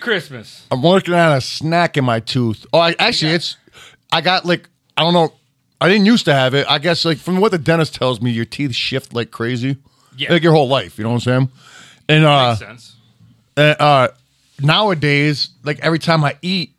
Christmas. I'm working on a snack in my tooth. Oh, I, actually, it's I got like I don't know. I didn't used to have it. I guess like from what the dentist tells me, your teeth shift like crazy. Yeah. like your whole life. You know what I'm saying? And uh, Makes sense. and, uh, nowadays, like every time I eat,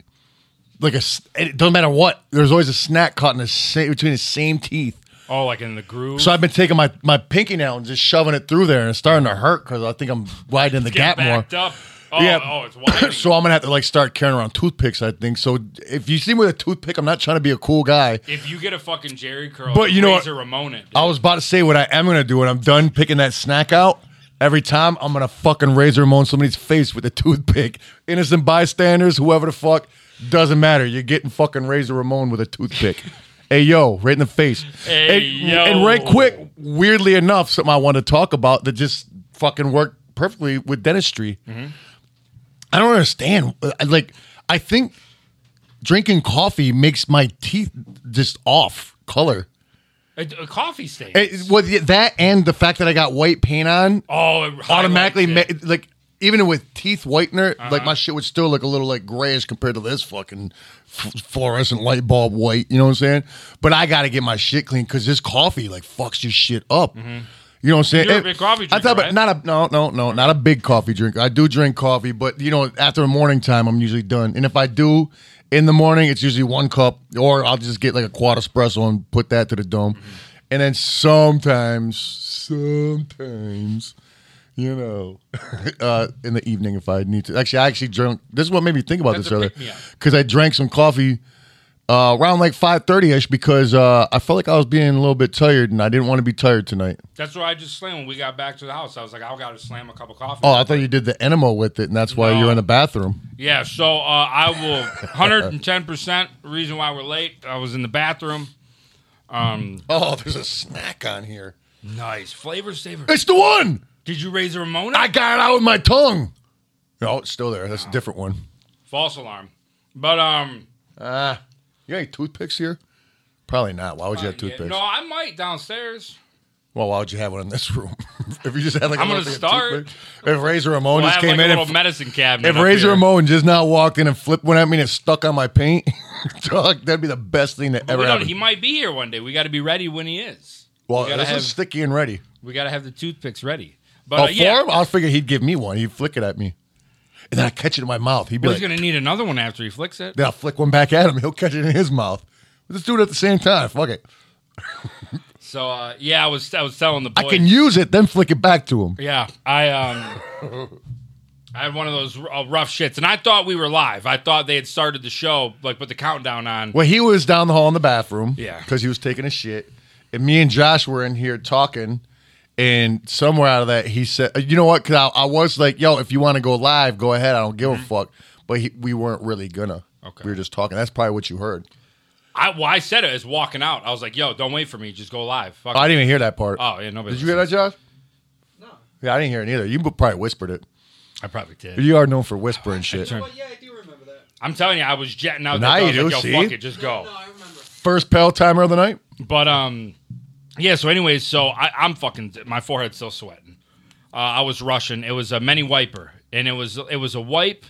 like a s- it doesn't matter what, there's always a snack caught in the same between the same teeth. Oh, like in the groove. So I've been taking my my pinky now and just shoving it through there, and it's starting to hurt because I think I'm widening the Get gap more. backed up. Oh, Yeah. oh, it's wild. So I'm gonna have to like start carrying around toothpicks. I think so. If you see me with a toothpick, I'm not trying to be a cool guy. if you get a fucking Jerry curl, But you know what- Oh. Razor Ramon it. I was about to say what I am gonna do when I'm done picking that snack out. Every time I'm gonna fucking razor moan somebody's face with a toothpick. Innocent bystanders, whoever the fuck, doesn't matter. You're getting fucking razor Ramon with a toothpick. hey yo, right in the face. Hey, and, yo. and right quick, weirdly enough, something I wanted to talk about that just fucking worked perfectly with dentistry. Mm-hmm. I don't understand. I- Like, I think drinking coffee makes my teeth just off color. A, a coffee stain. It, well, yeah, that and the fact that I got white paint on oh, it highlights automatically, it. ma- like even with teeth whitener, Uh-huh. like my shit would still look a little like grayish compared to this fucking f- fluorescent light bulb white. You know what I'm saying? But I got to get my shit clean because this coffee like fucks your shit up. You know what I'm saying? You're Mm-hmm. a It- big coffee I thought, but drinker, not a no, no, no, not a big coffee drinker. I do drink coffee, but you know, after morning time, I'm usually done. And if I do in the morning, it's usually one cup, or I'll just get like a quad espresso and put that to the dome. Mm-hmm. And then sometimes, sometimes, you know, uh, in the evening if I need to. Actually, I actually drank. This is what made me think about That's this a earlier pick-me-up. because I drank some coffee uh, around like five thirty ish because uh, I felt like I was being a little bit tired and I didn't want to be tired tonight. That's what I just slammed when we got back to the house. I was like, I gotta slam a cup of coffee. Oh, I thought you did the enema with it, and that's why No. you're in the bathroom. Yeah, so uh, I will 110% reason why we're late. I was in the bathroom. Um, Oh, there's a snack on here. nice. Flavor saver. It's the one Did you raise a Ramona? I got it out with my tongue. No, it's still there. That's a different one. False alarm. But, um, Ah, you got any toothpicks here? Probably not. Why would you have yeah, toothpicks? no, I might downstairs. Well, why would you have one in this room? if you just had like a I'm gonna little thing of start. toothpick. If Razor Ramon We'll just have came like in a and little medicine cabinet. If up Razor here. Ramon just now walked in and flipped one at me and it stuck on my paint, dog, that'd be the best thing that We ever don't- happened. he might be here one day. We got to be ready when he is. well, we this gotta have, is sticky and ready. we gotta have the toothpicks ready. But Oh, uh, yeah, for him, I figure he'd give me one. He'd flick it at me, and then I catch it in my mouth. He'd be like, he's gonna need another one after he flicks it. then I'll flick one back at him. He'll catch it in his mouth. Let's do it at the same time. Fuck it. So uh, yeah, I was I was telling the boys. I can use it, then flick it back to him. Yeah, I um, I had one of those r- uh, rough shits, and I thought we were live. I thought they had started the show, like put the countdown on. Well, he was down the hall in the bathroom. Yeah. Because he was taking a shit. And me and Josh were in here talking. And somewhere out of that, he said, uh, You know what? Because I, I was like, Yo, if you want to go live, go ahead. I don't give a fuck. But he, we weren't really going to. Okay. We were just talking. That's probably what you heard. I well, I said it as walking out. I was like, "Yo, don't wait for me. Just go live." Fuck. I didn't even hear that part. oh yeah, nobody. Did you hear that, listens. Josh? No. Yeah, I didn't hear it either. You probably whispered it. I probably did. You are known for whispering shit. Turn- Well, yeah, I do remember that. I'm telling you, I was jetting out. Now there. I you was like, do, Yo, fuck see? it, just No, go. No, I remember. First pal timer of the night? But um, yeah. So, anyways, so I, I'm fucking. My forehead's still sweating. Uh, I was rushing. It was a mini wiper, and it was it was a wipe.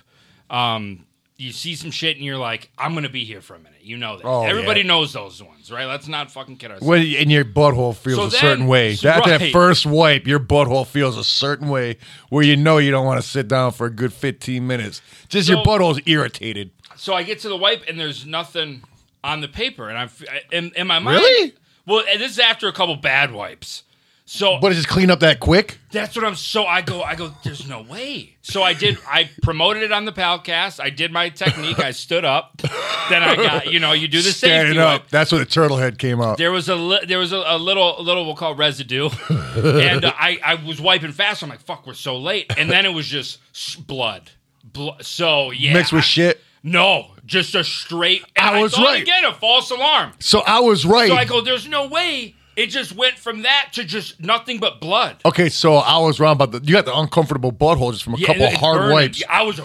Um, you see some shit, and you're like, I'm gonna be here for a minute. You know that. Oh, Everybody yeah. knows those ones, right? Let's not fucking kid ourselves. When and your butthole feels So a then- certain way. That that right. first wipe, your butthole feels a certain way where you know you don't want to sit down for a good fifteen minutes. Just your So- butthole's irritated. so I get to the wipe, and there's nothing on the paper, and I'm I- in, in my mind. Really? Well, and this is after a couple bad wipes. So But it's just clean up that quick. That's what I'm so I go I go there's no way. So I did I promoted it on the podcast. I did my technique. I stood up. Then I got you know you do the Standing safety up. wipe. That's where the turtle head came out. There was a li- there was a, a little a little we'll call residue, and uh, I I was wiping fast. I'm like fuck we're so late, and then it was just s- blood. Blo- so yeah, Mixed with shit. No, just a straight. and I was thought, right. again. A false alarm. So I was right. So I go there's no way. It just went from that to just nothing but blood. okay, so I was wrong about the you got the uncomfortable butthole just from a Yeah, couple it- it hard burned. wipes. I was oh,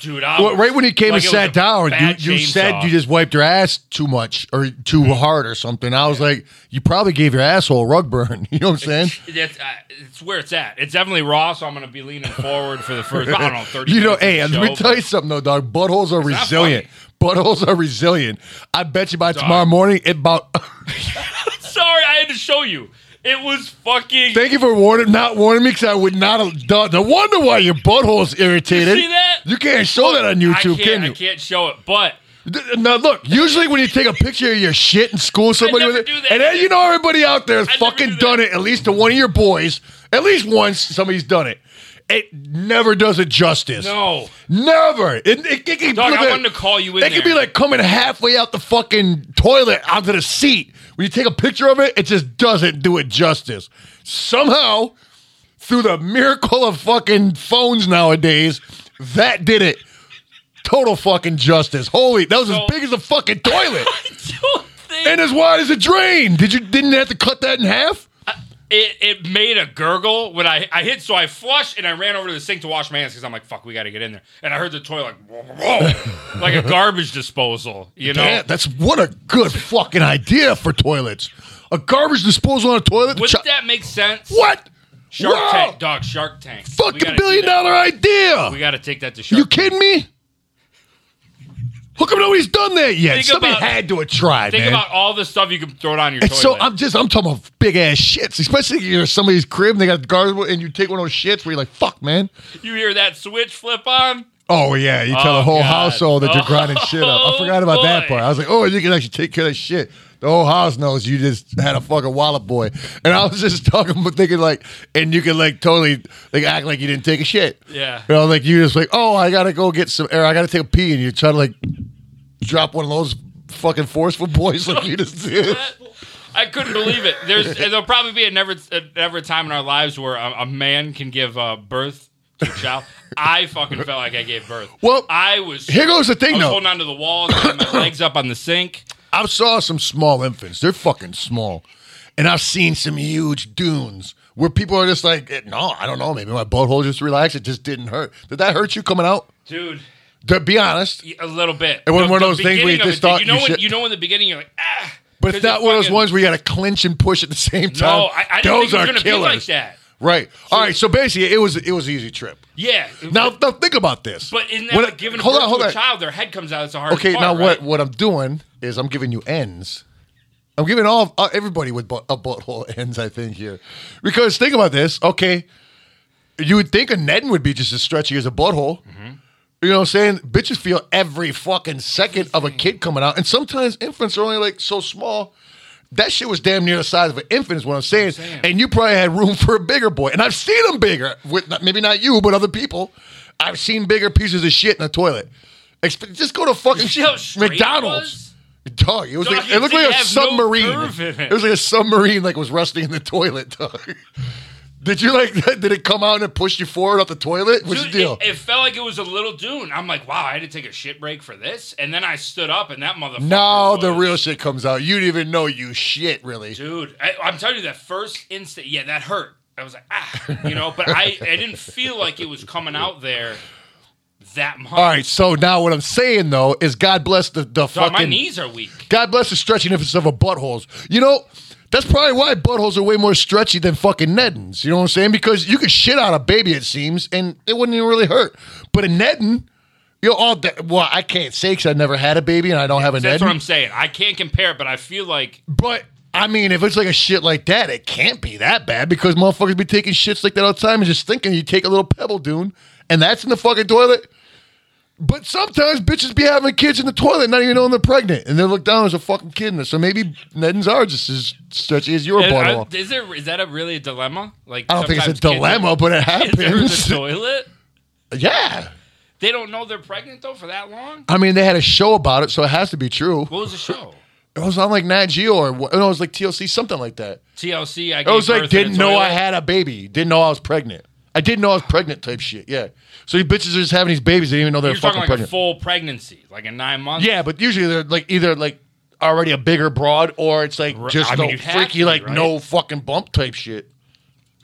dude. I Well, was- right when he came like, and it was sat a down, bad you, you said chainsaw. you just wiped your ass too much or too hard or something. I was like, you probably gave your asshole a rug burn. You know what I'm saying? That's, uh, it's where it's at. It's definitely raw, so I'm going to be leaning forward for the first. I don't know, thirty. You know, minutes of hey, the let show, me tell you something though, dog. Buttholes are not resilient. Buttholes are resilient. I bet you by Dog. tomorrow morning, it about. but- Sorry, I had to show you. It was fucking. Thank you for warning, not warning me because I would not have done. No wonder why your butthole's irritated. You see that? You can't show that on I YouTube, can't. can I you? can't show it, but D- Now look, usually when you take a picture of your shit in school, somebody never with it, do that. and then you know everybody out there has never do fucking that. done it. At least to one of your boys, at least once somebody's done it. It never does it justice. no, Never. It, it, it can dog. look I at- wanted to call you in. It could be there. like coming halfway out the fucking toilet onto the seat. When you take a picture of it, it just doesn't do it justice. Somehow, through the miracle of fucking phones nowadays, that did it. Total fucking justice. Holy, that was So- as big as a fucking toilet I don't think and as wide as a drain. Did you didn't have to cut that in half? it, it made a gurgle when I, I hit. So I flushed and I ran over to the sink to wash my hands because I'm like, fuck, we got to get in there. And I heard the toilet like, like a garbage disposal, you know? Yeah, that's what a good fucking idea for toilets. A garbage disposal on a toilet. Wouldn't Ch- that make sense? what? Shark Wow. Tank, dog, Shark Tank. We gotta Fucking do billion that. dollar idea. We got to take that to Shark You Tank. kidding me? How come nobody's done that yet? Think Somebody about- had to have tried, Think man. about all the stuff you can throw it on your and toilet. so I'm just I'm talking about big ass shits, especially if you're in somebody's crib and they got garbage and you take one of those shits where you're like, fuck, man. you hear that switch flip on? Oh yeah, you tell Oh, the whole God. Oh, household that you're grinding shit up. I forgot about that boy. part. I was like, oh, you can actually take care of that shit. The whole house knows you just had a fucking wallop boy. And I was just talking but thinking like and you can like totally like act like you didn't take a shit. Yeah. You know, like you just like, oh, I gotta go get some air, I gotta take a pee, and you try to like drop one of those fucking forceful boys like you just did. I couldn't believe it. There's there'll probably be a never a never time in our lives where a, a man can give uh, birth to a child. I fucking felt like I gave birth. Well, I was Here goes the I thing was though. holding onto the walls, I had my legs up on the sink. I've saw some small infants. They're fucking small. And I've seen some huge dunes where people are just like, eh, no, I don't know. Maybe my butthole just relaxed. It just didn't hurt. Did that hurt you coming out? Dude, To be honest. y- a little bit. It wasn't one of those things where you beginning of just it, dude, thought you know you when should- you know in the beginning you're like ah But 'cause it's not one of those fucking- ones where you got to clinch and push at the same No, time. I, those I didn't think it was are gonna killers. be like that. Right. All right. So basically, it was it was an easy trip. Yeah. Now, now think about this. but isn't When that I- like giving birth to a child, their head comes out, it's a hard Okay, part, now right? what what I'm doing is I'm giving you ends. I'm giving all uh, everybody with butt, a butthole ends. I think here, because think about this. Okay, you would think a netting would be just as stretchy as a butthole. You know what I'm saying? Bitches feel every fucking second of a kid coming out, and sometimes infants are only like so small. That shit was damn near the size of an infant, is what I'm saying. saying. And you probably had room for a bigger boy. And I've seen them bigger, with not- maybe not you, but other people. I've seen bigger pieces of shit in the toilet. Exp- just go to fucking see how straight it McDonald's. Dog, it was Dog, like it it looked like didn't a have no submarine. curve in it. it was like a submarine, like was rusting in the toilet. Dog. Did you like? Did it come out and push you forward up the toilet? What's Dude, the deal? It, it felt like it was a little dune. I'm like, wow, I had to take a shit break for this, and then I stood up, and that motherfucker. now the was- real shit comes out. You didn't even know you shit really. dude. I, I'm telling you, that first instant, yeah, that hurt. I was like, ah, you know, but I, I didn't feel like it was coming out there that much. All right, so now what I'm saying though is God bless the the Dog, my fucking knees are weak. God bless the stretching emphasis of a buttholes. You know, that's probably why buttholes are way more stretchy than fucking neddings. You know what I'm saying? Because you could shit out a baby, it seems, and it wouldn't even really hurt. But a nedding, you know, all that. Well, I can't say because I never had a baby and I don't have a That's what I'm nedding. saying. I can't compare, it, but I feel like But I mean, if it's like a shit like that, it can't be that bad because motherfuckers be taking shits like that all the time and just thinking you take a little pebble dune and that's in the fucking toilet. But sometimes bitches be having kids in the toilet, not even knowing they're pregnant, and they look down as a fucking kid in there. So maybe Neddens are just as stretchy as your is, I, bottle. is there is that a really a dilemma? Like, I don't think it's a sometimes kids- dilemma, but it Kids are in the happens. toilet. yeah, They don't know they're pregnant though for that long. I mean they had a show about it, so it has to be true. What was the show? It was on like Nat Geo or what- no, it was like TLC, something like that. TLC. I I was like, gave birth in a didn't know I toilet? had a baby. Didn't know I was pregnant. I didn't know I was pregnant type shit. Yeah. So you bitches are just having these babies. They didn't even know they're You're talking fucking pregnant. like a full pregnancy, like a nine month. yeah, but usually they're like either like already a bigger broad or it's like Right. just I no mean, you'd have freaky to, like right? no fucking bump type shit.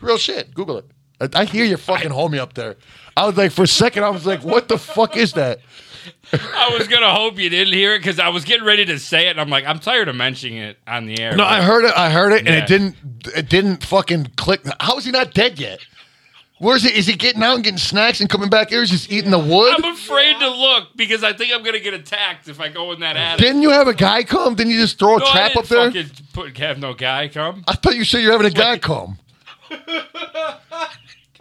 Real shit. Google it. I, I hear your fucking homie up there. I was like, for a second, I was like, what the fuck is that? I was gonna hope you didn't hear it because I was getting ready to say it, and I'm like, I'm tired of mentioning it on the air. No, I heard it. I heard it, and Yeah. it didn't. It didn't fucking click. How is he not dead yet? Where is he? Is he getting out and getting snacks and coming back here? Is he just eating the wood? I'm afraid to look because I think I'm gonna get attacked if I go in that attic. Didn't you have a guy come? Didn't you just throw a No, I trap didn't up there? fucking put- have no guy come. I thought you said you're having a guy come.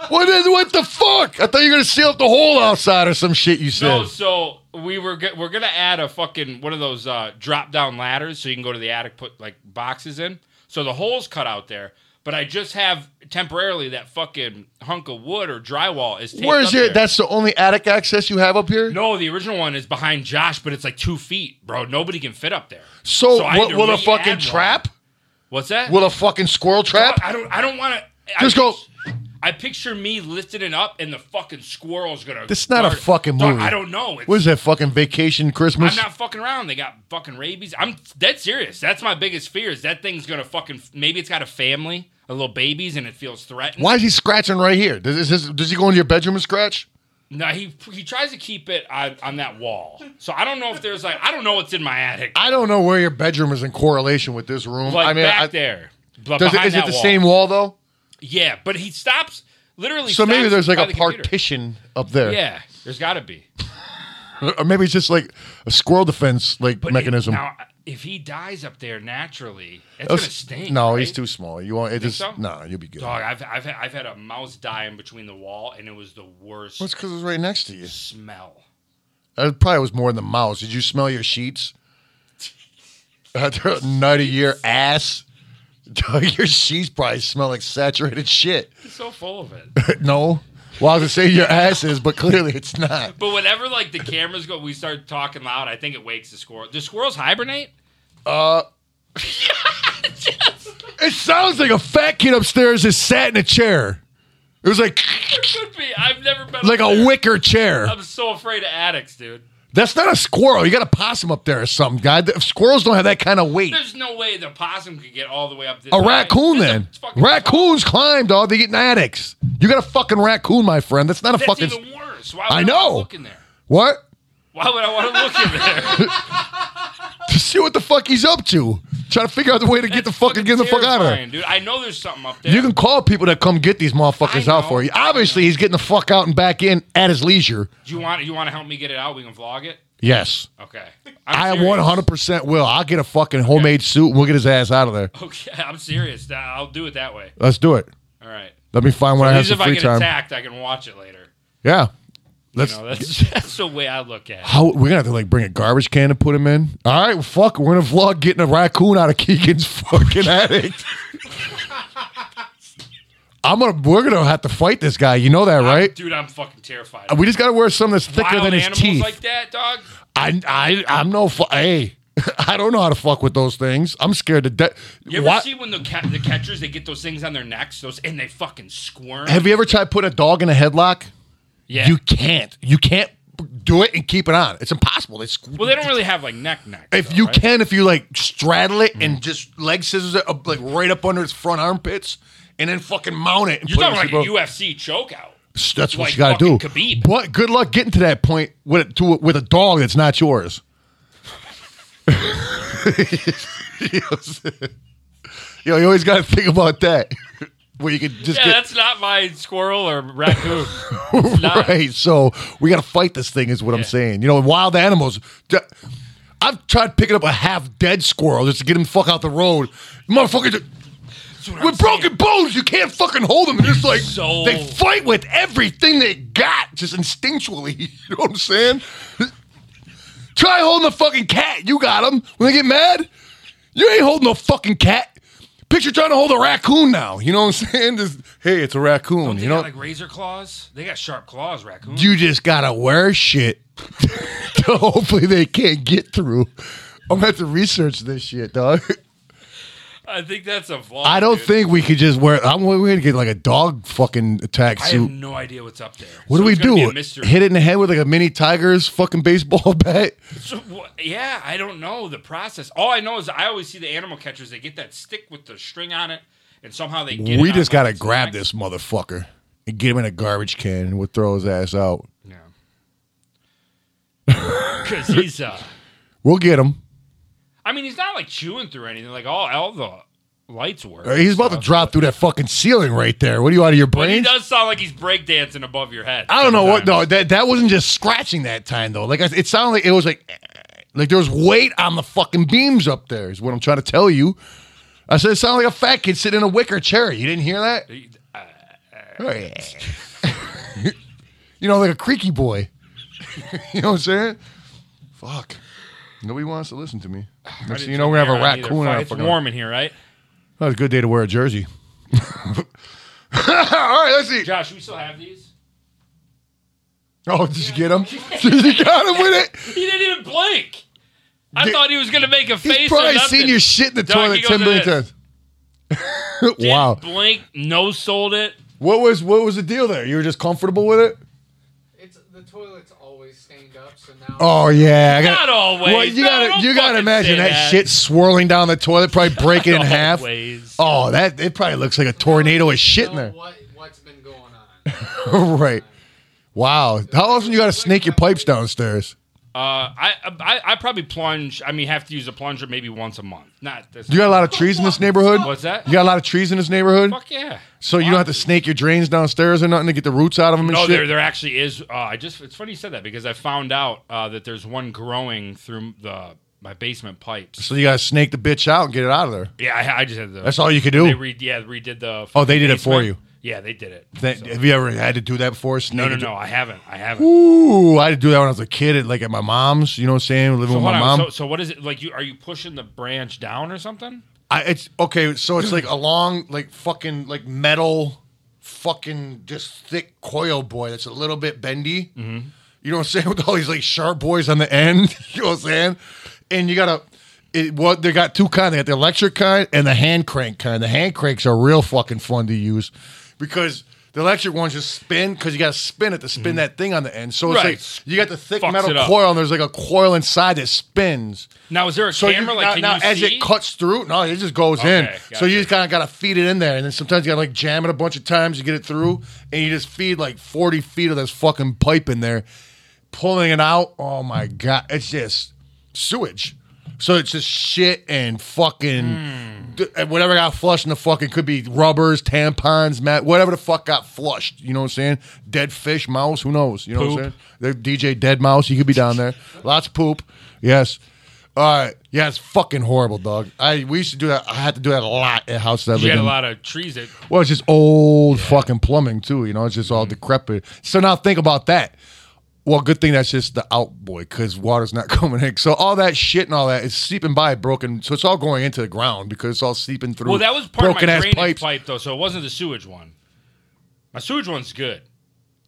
what is what the fuck? I thought you were gonna seal up the hole outside or some shit. You said. No, so we were go- we're gonna add a fucking one of those uh, drop down ladders so you can go to the attic, put like boxes in. So the hole's cut out there, but I just have temporarily that fucking hunk of wood or drywall is. taped Where is up your? there. That's the only attic access you have up here. No, the original one is behind Josh, but it's like two feet, bro. Nobody can fit up there. So, I had what, to will a re-add fucking one. trap? What's that? Oh, Will a fucking squirrel trap? I don't. I don't want to. Just go- I picture me lifting it up, and the fucking squirrel's gonna. This is not a guard it. fucking Dog, movie. I don't know. It's, What is that fucking vacation Christmas? I'm not fucking around. They got fucking rabies. I'm dead serious. That's my biggest fear. Is that thing's gonna fucking? Maybe it's got a family, a little babies, and it feels threatened. Why is he scratching right here? Does, is this, does he go into your bedroom and scratch? No, he he tries to keep it on, on that wall. So I don't know if there's like I don't know what's in my attic. I don't know where your bedroom is in correlation with this room. like I mean, back I, there. But does it, behind is it that the wall. same wall though? Yeah, but he stops literally. So maybe stops there's like by a the computer. partition up there, Yeah, there's got to be. or maybe it's just like a squirrel defense like But mechanism. If, now, if he dies up there naturally, it's That's- gonna stink. no, right? he's too small. You want it just so? no, you'll be good. Dog, I've I've had, I've had a mouse die in between the wall, and it was the worst That's because it's right next to you. smell. That probably was more than the mouse. Did you smell your sheets? After a night of your ass, your sheets probably smell like saturated shit. It's so full of it. No. Well, I was gonna say your ass is, but clearly it's not. but whenever like the cameras go, we start talking loud. I think it wakes the squirrel. Do squirrels hibernate? It sounds like a fat kid upstairs is sat in a chair. It was like Could be. I've never been like up a there. wicker chair. I'm so afraid of attics, dude. That's not a squirrel. You got a possum up there or something, guy. The- Squirrels don't have that kind of weight. There's no way the possum could get all the way up. This A high. raccoon There's a then. fucking- Raccoons climb, dog. They get in attics. You got a fucking raccoon, my friend. That's not a That's fucking even worse. Why would I I, know. know. look in there? what. Why would I want to look in there? To see what the fuck he's up to. Trying to figure out the way to get the fucking get the fuck out of there. Terrifying, dude. I know there's something up there. You can call people that come get these motherfuckers I out know, for you. I Obviously, he's getting the fuck out and back in at his leisure. Do you want you want to help me get it out? We can vlog it. Yes. Okay. I I'm serious. 100% will. I'll get a fucking homemade suit and we'll get his ass out of there. Okay, I'm serious. Uh, I'll do it that way. Let's do it. All right. Let me find when I At have least some if I free get time. attacked, I can watch it later. Yeah. Let's. You know, that's that's the way I look at it. how, we're gonna have to like bring a garbage can and put him in. All right, well, fuck. We're gonna vlog getting a raccoon out of Keegan's fucking attic. I'm gonna. We're gonna have to fight this guy. You know that, right? Dude, I'm fucking terrified. We just gotta wear something that's thicker Wild than his animals teeth. like that, dog. I, I, I'm no fu- hey. I don't know how to fuck with those things. I'm scared to death. You ever see when the ca- the catchers they get those things on their necks, those and they fucking squirm. Have you ever tried putting a dog in a headlock? yeah. You can't. You can't do it and keep it on. It's impossible. They squ- well, they don't really have like neck necks. if though, you right? Mm. can, if you like straddle it and just leg scissors it up, like right up under its front armpits, and then fucking mount it. And you're put it talking in like your bro- a UFC chokeout. That's what like you got to do. fucking Khabib. But good luck getting to that point with it, to, with a dog that's not yours. Yo, you always got to think about that. Where you could just Yeah, get that's not my squirrel or raccoon. It's not. right. So we got to fight this thing, is what I'm saying. You know, wild animals. d- I've tried picking up a half dead squirrel just to get him the fuck out the road. Motherfucker, d- what I'm with broken bones, you can't fucking hold them. They're just like, So- they fight with everything they got just instinctually. You know what I'm saying? Try holding a fucking cat. You got them. When they get mad, you ain't holding no fucking cat. Picture trying to hold a raccoon now. You know what I'm saying? Just, hey, it's a raccoon. They you know, got like razor claws. They got sharp claws, raccoon. you just gotta wear shit to hopefully they can't get through. I'm gonna have to research this shit, dog. I think that's a vlog. I don't dude. think we could just wear. I'm we're gonna get like a dog fucking attack I have suit. no idea what's up there. What So do we it's gonna be do? a mystery. Hit it in the head with like a mini tiger's fucking baseball bat. So, wha- yeah, I don't know the process. All I know is I always see the animal catchers. They get that stick with the string on it, and somehow they get. we it just on gotta its grab neck. this motherfucker. and get him in a garbage can and we'll throw his ass out. Yeah. Because he's, uh, We'll get him. I mean, he's not like chewing through anything. Like all, all the lights work. Uh, He's about to drop through that fucking ceiling right there. What are you out of your But he brain? does sound like he's breakdancing above your head. I don't know what. No, sometimes. that that wasn't just scratching that time though. Like I, it sounded like it was like like there was weight on the fucking beams up there. Is what I'm trying to tell you. I said it sounded like a fat kid sitting in a wicker chair. You didn't hear that? Oh, yeah. you know, like a creaky boy. you know what I'm saying? Fuck. Nobody wants to listen to me. Next thing you know, we're gonna have a I didn't raccoon. either. on our It's fucking- warm in here, right? That was a good day to wear a jersey. All right, let's see. Josh, we still have these? Oh, did you get him? Did you got him with it? He didn't even blink. I Dude, thought he was going to make a face. He's or probably nothing. seen your shit in the Doc, he toilet goes ten million like this. times. wow. Didn't blink, no sold it. What was what was the deal there? You were just comfortable with it? It's the toilet's always stained up, so now Oh yeah. I Not always. Well, you No, gotta don't you gotta fucking imagine say that, that. shit swirling down the toilet, probably breaking in half. Always. Oh, that it probably looks like a tornado of shit in know there. what what's been going on. right. Wow. How often you gotta snake your pipes downstairs? Uh, I, I I probably plunge. I mean, have to use a plunger maybe once a month. Not this. You got a lot of trees in this neighborhood? What's that? You got a lot of trees in this neighborhood? Fuck yeah. So you don't have to snake your drains downstairs or nothing to get the roots out of them and No, there shit? there actually is. Uh, I just it's funny you said that because I found out uh, that there's one growing through the my basement pipes. So you gotta snake the bitch out and get it out of there. Yeah, I, I just had the. That's all you could They do. re- yeah redid the. Oh, they did it for basement. Yeah, they did it. That- So- Have you ever had to do that before? No, Snake no, a dr- no. I haven't. I haven't. Ooh, I had to do that when I was a kid, at, like at my mom's. You know what I'm saying? Living So, with hold my on, mom. so, so what is it like? You are you pushing the branch down or something? I, it's okay. So it's like a long, like fucking, like metal, fucking, just thick coil boy that's a little bit bendy. Mm-hmm. You know what I'm saying? With all these like sharp boys on the end. You know what I'm saying? And you gotta. It, well, they got two kind. They got the electric kind and the hand crank kind. The hand cranks are real fucking fun to use because the electric ones just spin because you got to spin it to spin that thing on the end. So it's Mm-hmm. Right. like you got the thick Fucks it metal up. coil and there's like a coil inside that spins. Now is there a So you, camera? like now, can now you as see? it cuts through, no, it just goes in. Okay, So gotcha. you just kind of got to feed it in there, and then sometimes you got to like jam it a bunch of times. You get it through, and you just feed like forty feet of this fucking pipe in there, pulling it out. Oh my god, it's just sewage. So it's just shit and fucking d- and whatever got flushed in the fucking could be rubbers, tampons, mat, whatever the fuck got flushed. You know what I'm saying? Dead fish, mouse, who knows? You know what I'm Poop. saying? Their DJ Dead Mouse, he could be down there. Lots of poop. Yes. All right. Yeah, it's fucking horrible, dog. I we used to do that. I had to do that a lot at houses I you lived had a in. lot of trees. That, Well, it's just old fucking plumbing too. You know, it's just all Mm-hmm. decrepit. So now think about that. Well, good thing that's just the outboy because water's not coming in. So all that shit and all that is seeping by broken. So it's all going into the ground because it's all seeping through. well, that was part broken of my ass drainage pipes. pipe though, so it wasn't the sewage one. My sewage one's good.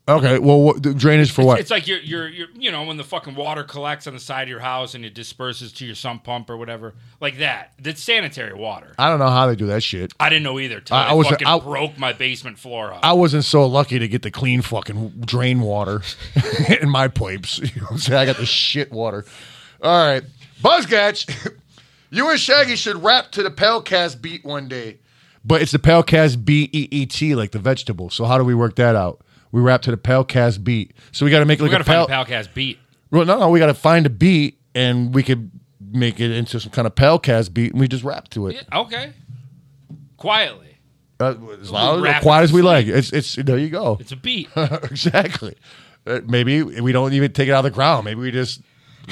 Okay. Well, what, the drainage for what? It's like you're, you're, you're, you know, when the fucking water collects on the side of your house and it disperses to your sump pump or whatever, like that. That's sanitary water. I don't know how they do that shit. I didn't know either. Till I- I, I was- fucking I- broke my basement floor up. I wasn't so lucky to get the clean fucking drain water in my pipes. You know what I'm saying? I got the shit water. All right. Buzzcatch, you and Shaggy should rap to the Palcast beat one day. But it's the Palcast B E E T, like the vegetable. So how do we work that out? We rap to the Palcast beat. So we got to make like we gotta a pal. find a Palcast beat. well, no, no, we got to find a beat, and we could make it into some kind of Palcast beat, and we just rap to it Yeah, okay. Quietly, Uh, as loud rap or it quiet to as we like. It's it's there you go. it's a beat. exactly. Uh, maybe we don't even take it out of the ground. Maybe we just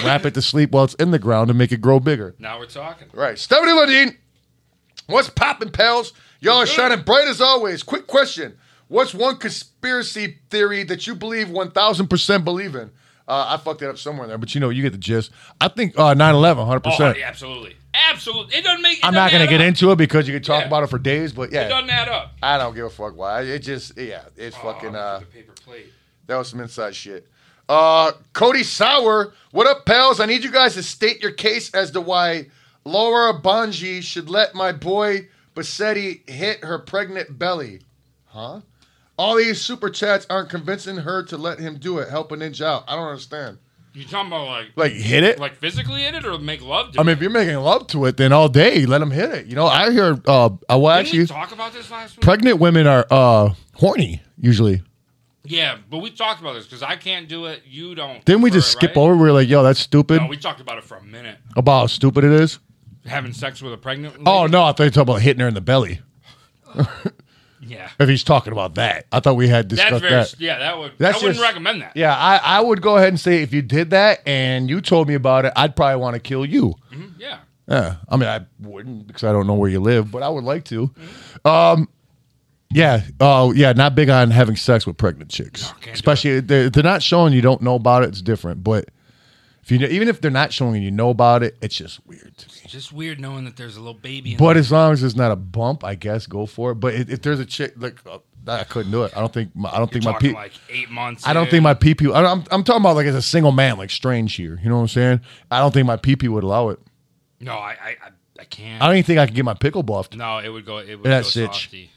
wrap it to sleep while it's in the ground and make it grow bigger. now we're talking. Right. Stephanie Ladine, what's poppin', pals? Y'all are shining bright as always. Quick question. What's one conspiracy theory that you believe 1,000% believe in? Uh, I fucked it up somewhere in there, but you know, you get the gist. I think uh, 9-11, 100%. Oh, yeah, absolutely, absolutely. It doesn't make. It I'm not going to get in. into it because you could talk Yeah. about it for days, but It yeah, doesn't add up. I don't give a fuck why. It just, yeah, it's Oh, fucking... Uh, the paper plate. That was some inside shit. Uh, Cody Sauer, what up, pals? I need you guys to state your case as to why Laura Bonji should let my boy Bassetti hit her pregnant belly. Huh? All these super chats aren't convincing her to let him do it. Help a ninja out. I don't understand. You talking about like Like hit it. like physically in it or make love to I it? mean, if you're making love to it, then all day let them hit it. You know, I hear. Uh, I well, Didn't we actually, talk about this last week? pregnant women are uh horny usually. yeah, but we talked about this because I can't do it. You don't. Didn't we prefer just it, skip right? over? We were like, yo, that's stupid. No, we talked about it for a minute. about how stupid it is. Having sex with a pregnant. Oh lady? no, I thought you were talking about hitting her in the belly. Yeah, If he's talking about that, I thought we had that's discussed very. that. Yeah, that would. That's I wouldn't just- recommend that. Yeah, I, I would go ahead and say if you did that and you told me about it, I'd probably want to kill you. Mm-hmm, Yeah. Yeah, I mean, I wouldn't because I don't know where you live, but I would like to. Um, yeah, oh yeah, not big on having sex with pregnant chicks, can't do especially if they're, they're not showing you don't know about it. It's different, but if you know, even if they're not showing you, you know about it, it's just weird to me. It's just weird knowing that there's a little baby. In But as long as it's not a bump, I guess go for it. But if, if there's a chick, like uh, I couldn't do it. I don't think my, I don't think there. my Talking pe- like eight months. I don't in. think my PP. I don't- I'm, I'm talking about like as a single man, like strange here. You know what I'm saying? I don't think my PP would allow it. No, I I I, I can't. I don't even think I could get my pickle buffed. no, it would go. It would That's go itch. softy.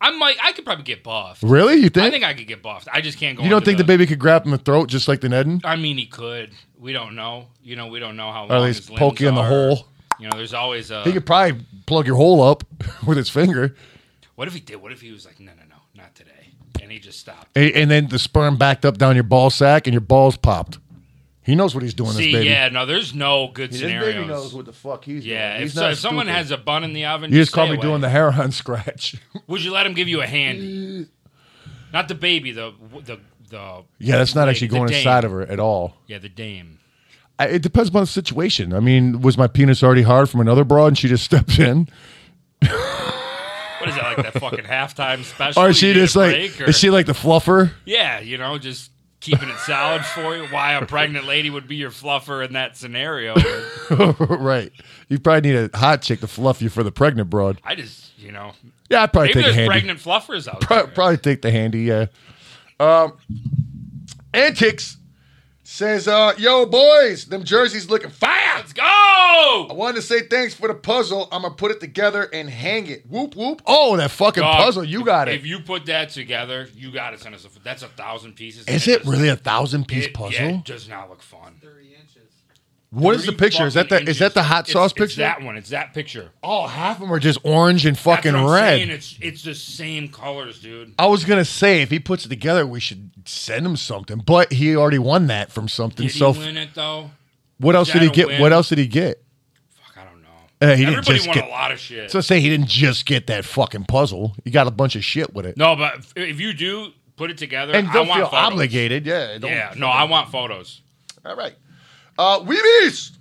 I might. I could probably get buffed. Really? You think? I think I could get buffed. I just can't go. you don't into think the baby could grab him in the throat just like the Nedden? I mean, he could. We don't know. You know, we don't know how. Or at long his least limbs poke you in the are. hole. You know, there's always a. He could probably plug your hole up with his finger, what if he did? What if he was like, no, no, no, not today, and he just stopped? and, and then the sperm backed up down your ball sack, and your balls popped. He knows what he's doing. See, this baby. yeah, no, there's no good scenarios. what the fuck he's yeah, if, so, if someone has a bun in the oven, you just caught stay me doing away. the hair on scratch. Would you let him give you a hand? not the baby, the the the. yeah, that's not lady, actually the going dame. inside of her at all. Yeah, the dame. I, it depends upon the situation. I mean, was my penis already hard from another broad, and she just steps in, What is that like that fucking halftime special? or You is she need a just like break, or- is she like the fluffer? Yeah, you know, just keeping it solid for you. Why a pregnant lady would be your fluffer in that scenario? right. You probably need a hot chick to fluff you for the pregnant broad. I just, you know, Yeah, I'd probably maybe take a there's handy. pregnant fluffers out Pro- there. probably take the handy. Yeah. Um, Antics says, uh, "Yo, boys, them jerseys looking fire." Let's go! I wanted to say thanks for the puzzle. I'm gonna put it together and hang it. Whoop whoop! Oh, that fucking Dog, puzzle! You got If it. you put that together, you got to send us a. That's a thousand pieces. Is and it just- really a thousand piece it- puzzle? Yeah, it does not look fun. Thirty inches. What is the Three picture? Is that the fucking is that the inches. hot It's- sauce it's picture? that one. It's that picture. oh, half of them are just orange and fucking That's what I'm red. saying, It's it's the same colors, dude. I was gonna say if he puts it together, we should send him something. But he already won that from something. Did so he f- win it though? what else Is did he that a get? win? What else did he get? Fuck, I don't know. Uh, he didn't Everybody just won get- a lot of shit. So say he didn't just get that fucking puzzle. He got a bunch of shit with it. No, but if- if you do put it together, and I don't want feel photos. obligated. Yeah. Don't, Yeah, no, I want photos. All right. Uh, Weebies.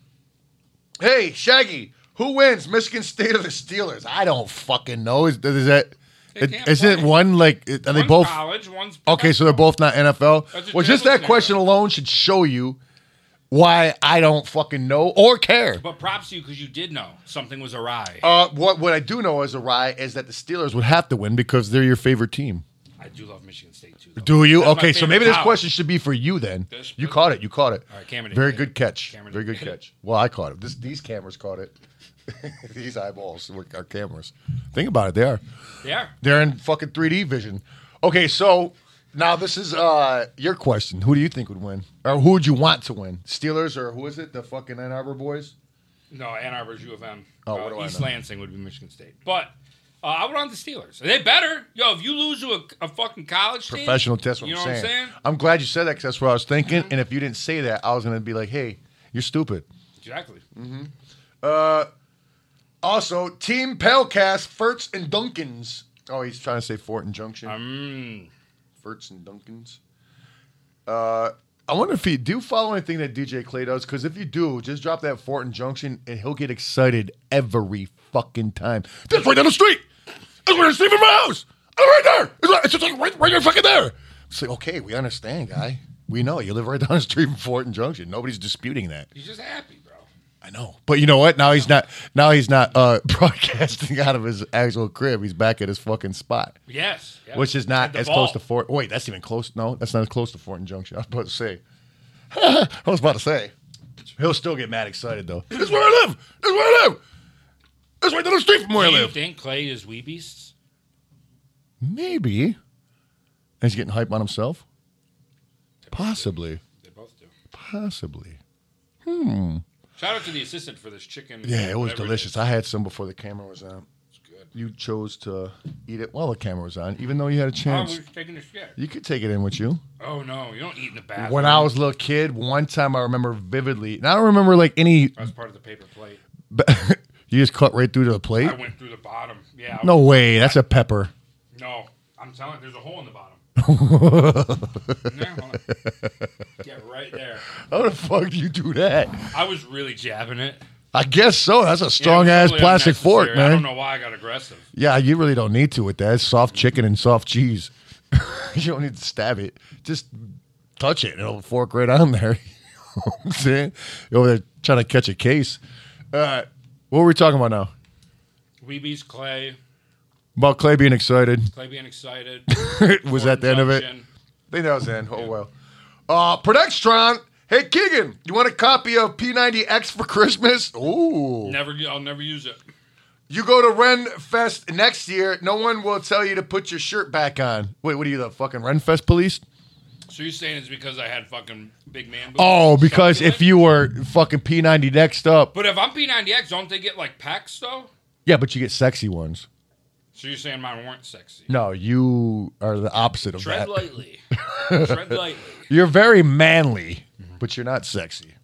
Hey, Shaggy. Who wins, Michigan State or the Steelers? I don't fucking know. Is, is that? They can't Is it play. one like? Are they One's both? college, one's Okay, so they're both not That's NFL. a Well, just that terrible question alone should show you why I don't fucking know or care. But props to you because you did know something was awry. Uh, what what I do know as a rye is that the Steelers would have to win because they're your favorite team. I do love Michigan State too. though. Do you? That's my okay, so favorite maybe this college. question should be for you then. This- You caught it. You caught it. All right, Cameron didn't Very get good it. catch. Cameron Very good didn't get catch. Well, I caught it. This, these cameras caught it. these eyeballs were our cameras. Think about it. They are. Yeah, They're in fucking 3D vision. Okay, so now this is uh your question. Who do you think would win? Or who would you want to win? Steelers or who is it? The fucking Ann Arbor boys? no, Ann Arbor's U of M. Oh, Uh, what do I East know? Lansing would be Michigan State, but uh, I would on the Steelers. They better, yo. If you lose to a, a fucking college team, Professional test. What you I'm know saying. what I'm saying? Uh-huh. I'm glad you said that because that's what I was thinking. And if you didn't say that, I was gonna be like, hey, you're stupid. Exactly. Also, Team Palecast, Fertz and Dunkins. Oh, he's trying to say Fort and Junction. Mm, Fertz and Dunkins. Uh, I wonder if you do you follow anything that DJ Clay does. Because if you do, just drop that Fort and Junction, and he'll get excited every fucking time. That's right down the street. That's right down the street from my house. I'm right there. It's, right, it's just like right, right there, fucking there. It's like okay, we understand, guy. We know you live right down the street from Fort and Junction. Nobody's disputing that. he's just happy, bro. I know, but you know what? Now he's not. Now he's not uh, broadcasting out of his actual crib. He's back at his fucking spot Yes, yeah. which is At not the as ball. close to Fort. Wait, that's even close. No, that's not as close to Fort Junction. I was about to say. I was about to say. He'll still get mad excited though. This is where I live. This is where I live. This right down the street from where I Do you live. think Clay is Weebies? Maybe. And he's getting hype on himself. Possibly. They both do. Possibly. Shout out to the assistant for this chicken. Yeah, it was whatever delicious. is. I had some before the camera was on. It's good. You chose to eat it while the camera was on, even though you had a Oh, chance. we're taking a shit. You could take it in with you. Oh no, you don't eat in the bathroom. When I was a little kid, one time I remember vividly, and I don't remember like any. I was part of the paper plate. you just cut right through to the plate. I went through the bottom. Yeah. I No way, that's a pepper. No, I'm telling. There's a hole in the bottom. yeah, well, yeah, right there. How the fuck do you do that? I was really jabbing it. I guess so. That's a Yeah, it was strong ass really plastic unnecessary. fork, I don't man. know why I got aggressive. Yeah, you really don't need to with that. It's soft chicken and soft cheese. you don't need to stab it. Just touch it and it'll fork right on there. You know what I'm saying? You're over there trying to catch a case. All right. What were we talking about now? Weebies, Clay, About Clay being excited. Clay being excited. Was that the end of it? Fortune. I think that was the end. Oh well. Uh Productron. Hey Keegan, you want a copy of P90X for Christmas? Ooh. Never, I'll never use it. You go to Renfest next year, no one will tell you to put your shirt back on. Wait, what are you, the fucking Renfest police? So you're saying it's because I had fucking big man? boobs? Oh, because Something if like- you were fucking P90 next up. But if I'm P90X, don't they get like packs though? Yeah, but you get sexy ones. So you're saying mine weren't sexy? No, you are the opposite of Tread that. lightly. Tread lightly. You're very manly, but you're not sexy.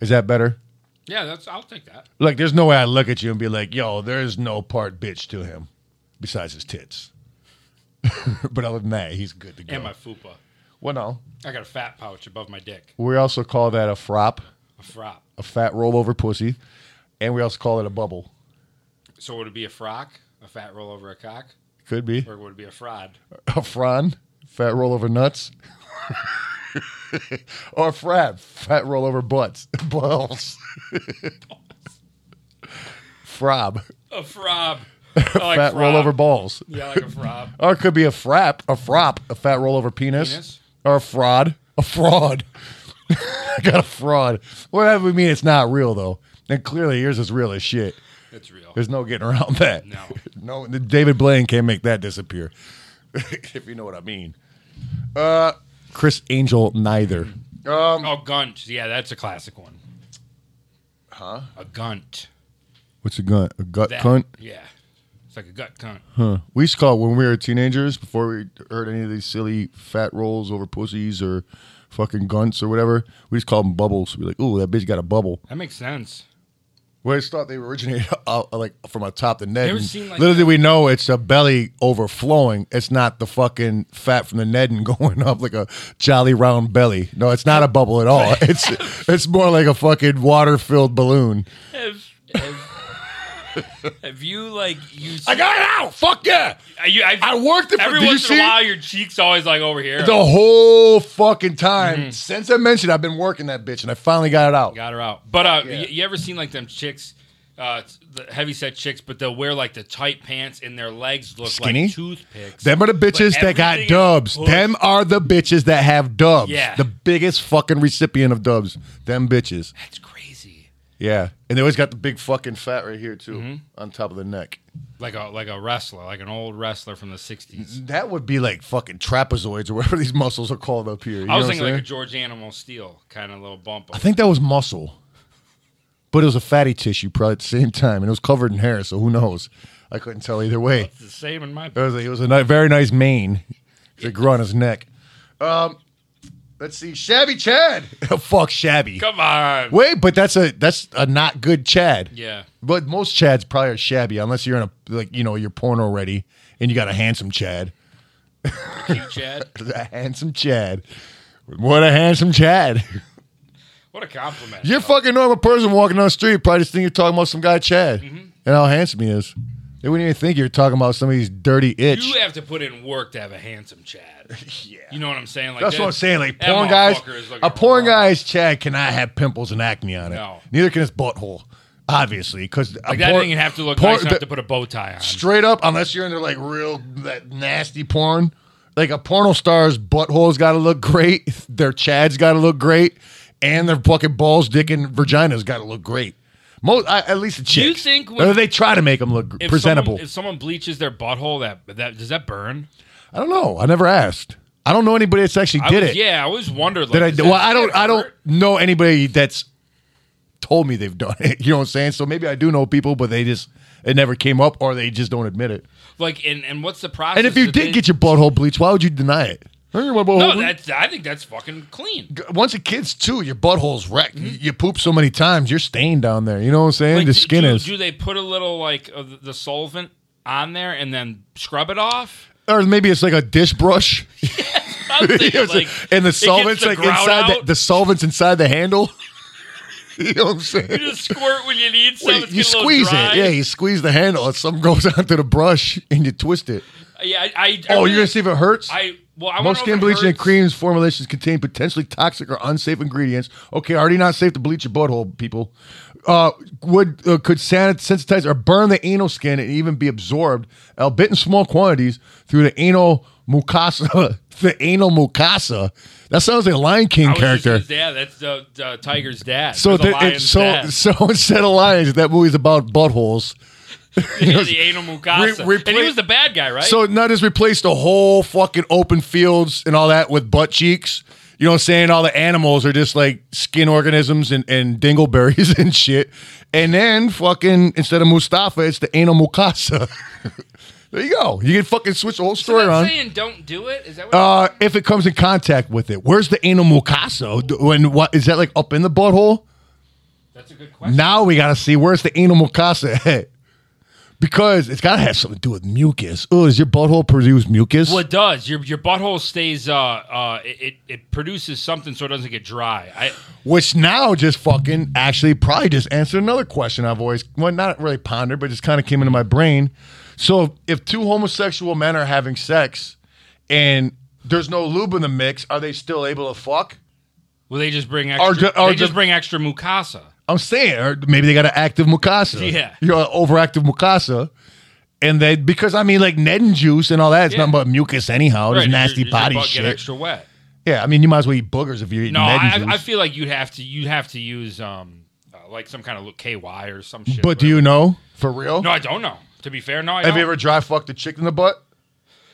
Is that better? Yeah, that's. I'll take that. Like, there's no way I look at you and be like, yo, there's no part bitch to him besides his tits. but other than that, he's good to go. And my fupa. well, no. I got a fat pouch above my dick. We also call that a frop, A frop. a fat rollover pussy, and we also call it a bubble. So would it be a frock, a fat roll over a cock, Could be or would it be a fraud? a fron, fat rollover nuts, or a frab, fat rollover butts, balls, frob, A frob. I like fat frob. rollover balls. Yeah, I like a frob. Or it could be a frap, a frop, a fat rollover penis, Penis? or a fraud, a fraud. I got a fraud. Whatever we mean, it's not real though. And clearly, yours is real as shit. It's real. There's no getting around that. No. no. David Blaine can't make that disappear, if you know what I mean. Uh, Chris Angel neither. Um, Oh, gunt. Yeah, that's a classic one. Huh? A gunt. what's a gun? A gut That- cunt? Yeah. It's like a gut cunt. Huh. We used to call it when we were teenagers before we heard any of these silly fat rolls over pussies or fucking gunts or whatever. We just called them bubbles. We're like, ooh, that bitch got a bubble. That makes sense. We always thought they originated out, like from atop the net. You ever and seen, like, little did we know it's a belly overflowing. It's not the fucking fat from the net and going up like a jolly round belly. No, it's not a bubble at all. It's it's more like a fucking water filled balloon. Have, have, have you like you? I got it out. Fuck yeah! you I've, I worked it. For, every did you once in see? a while. Your cheeks always like over here. the whole fucking time since I mentioned I've been working that bitch and I finally got it out. Mm-hmm. Got her out. But uh, Yeah. y- you ever seen like them chicks, uh, the heavy set chicks, but they'll wear like the tight pants and their legs look Skinny? like toothpicks. Them are the bitches But that everything got is dubs. pushed. Them are the bitches that have dubs. Yeah. The biggest fucking recipient of dubs. Them bitches. That's crazy. Yeah. And they always got the big fucking fat right here too Mm-hmm. on top of the neck. Like a like a wrestler, like an old wrestler from the '60s. That would be like fucking trapezoids or whatever these muscles are called up here. You I know what was I'm thinking like a saying? George Animal Steel kind of little bump. I think that was muscle. But it was a fatty tissue probably at the same time and it was covered in hair, so who knows? I couldn't tell either way. it's the same in my. It was a, it was a ni- very nice mane. It grew on his neck. Um, let's see, Shabby Chad. Oh, Fuck Shabby. Come on. Wait, but that's a that's a not good Chad. Yeah. But most Chads probably are shabby unless you're in a like you know you're porn already and you got a handsome Chad. Keep Chad. A handsome Chad. What a handsome Chad. What a compliment. You're a fucking normal person walking down the street probably just think you're talking about some guy Chad Mm-hmm. and how handsome he is. They wouldn't even think you're talking about somebody's dirty itch. You have to put in work to have a handsome Chad. yeah. You know what I'm saying? Like That's that- what I'm saying. Like that porn guys, motherfucker is looking a porn raw. guy's Chad cannot have pimples and acne on it. No. Neither can his butthole, obviously, because Like that thing, you have to look nice enough to put a bow tie on. straight up. Unless you're into like real that nasty porn, like a porno star's butthole's got to look great. Their Chad's got to look great, and their fucking balls, dick, and vagina's got to look great. Most, I, at least the chicks. you think when- Or they try to make them look if presentable? Someone, if someone bleaches their butthole, that that does that burn? I don't know. I never asked. I don't know anybody that's actually I did was- it. Yeah, I always wondered. Like, That I is do. that- Well, I don't. I don't hurt? know anybody that's told me they've done it. You know what I'm saying? So maybe I do know people, but they just it never came up, or they just don't admit it. Like, and, and what's the process? And if you that did they- get your butthole bleached, why would you deny it? Hey, my butthole no, bleached. that's I think that's fucking clean. Once a kid's too, your butthole's wrecked. You, you poop so many times, you're stained down there. You know what I'm saying? Like, the do- skin do, is. Do they put a little like of the solvent on there and then scrub it off? or maybe it's like a dish brush, I'm thinking, like, and the it gets solvents like grout inside the, out. the solvents inside the handle. you know what I'm saying? you just squirt when you need some. Wait, it's you getting a little squeeze it. dry. Yeah, you squeeze the handle. and Something goes onto the brush and you twist it. yeah. I, I, I Oh, really- you're gonna see if it hurts. I well, I Most wanna know skin if it bleaching and hurts. creams formulations contain potentially toxic or unsafe ingredients. Okay, already not safe to bleach your butthole, people. Uh, would uh, could sanit- sensitize or burn the anal skin and even be absorbed, albeit in small quantities, through the anal mucosa. the anal mucosa. That sounds like a Lion King I was just character. gonna- Yeah, that's the, the tiger's dad. So, or the the, it, lion's so, dad. so instead of lions, that movie's about buttholes. Yeah, the anal Mukasa. Re- and replace- he was the bad guy, right? So now just replace the whole fucking open fields and all that with butt cheeks. You know what I'm saying? All the animals are just like skin organisms and, and dingleberries and shit. And then fucking instead of Mustafa, it's the anal Mukasa. there you go. You can fucking switch the whole so story that's around. saying don't do it. Is that what? Uh, if it comes in contact with it, where's the anal mucosa? D- When what is that like up in the butthole? that's a good question. Now we gotta see where's the anal mucosa at, because it's gotta have something to do with mucus. Oh, does your butthole produce mucus? Well, it does. Your your butthole stays. Uh, uh, it, it it produces something so it doesn't get dry. I Which now just fucking actually probably just answered another question I've always, well, not really pondered, but just kind of came into my brain. So if two homosexual men are having sex and there's no lube in the mix, are they still able to fuck? well, they just bring extra. ju- or they just ju- bring extra Mukasa. I'm saying, or maybe they got an active Mukasa. Yeah. You're an overactive Mukasa. And then, because I mean, like Ned and juice and all that, it's Yeah. nothing but mucus anyhow. Just Right, nasty your- your body butt shit. Get extra wet. Yeah, I mean, you might as well eat boogers if you're eating No, Ned I, and I juice. feel like you'd have to you'd have to use um uh, like some kind of look- KY or some shit. but do you know for real? No, I don't know. To be fair, no, I Have don't. you ever dry fucked a chick in the butt?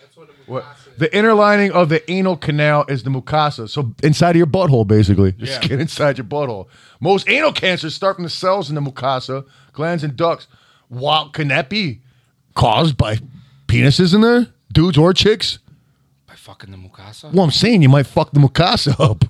That's what a What? Mukasa is. The inner lining of the anal canal is the mucosa, so inside of your butthole, basically, your Yeah. skin inside your butthole. Most anal cancers start from the cells in the mucosa, glands, and ducts. Wow, can that be caused by penises in there, dudes or chicks? by fucking the Mukasa? Well, I'm saying you might fuck the mucosa up,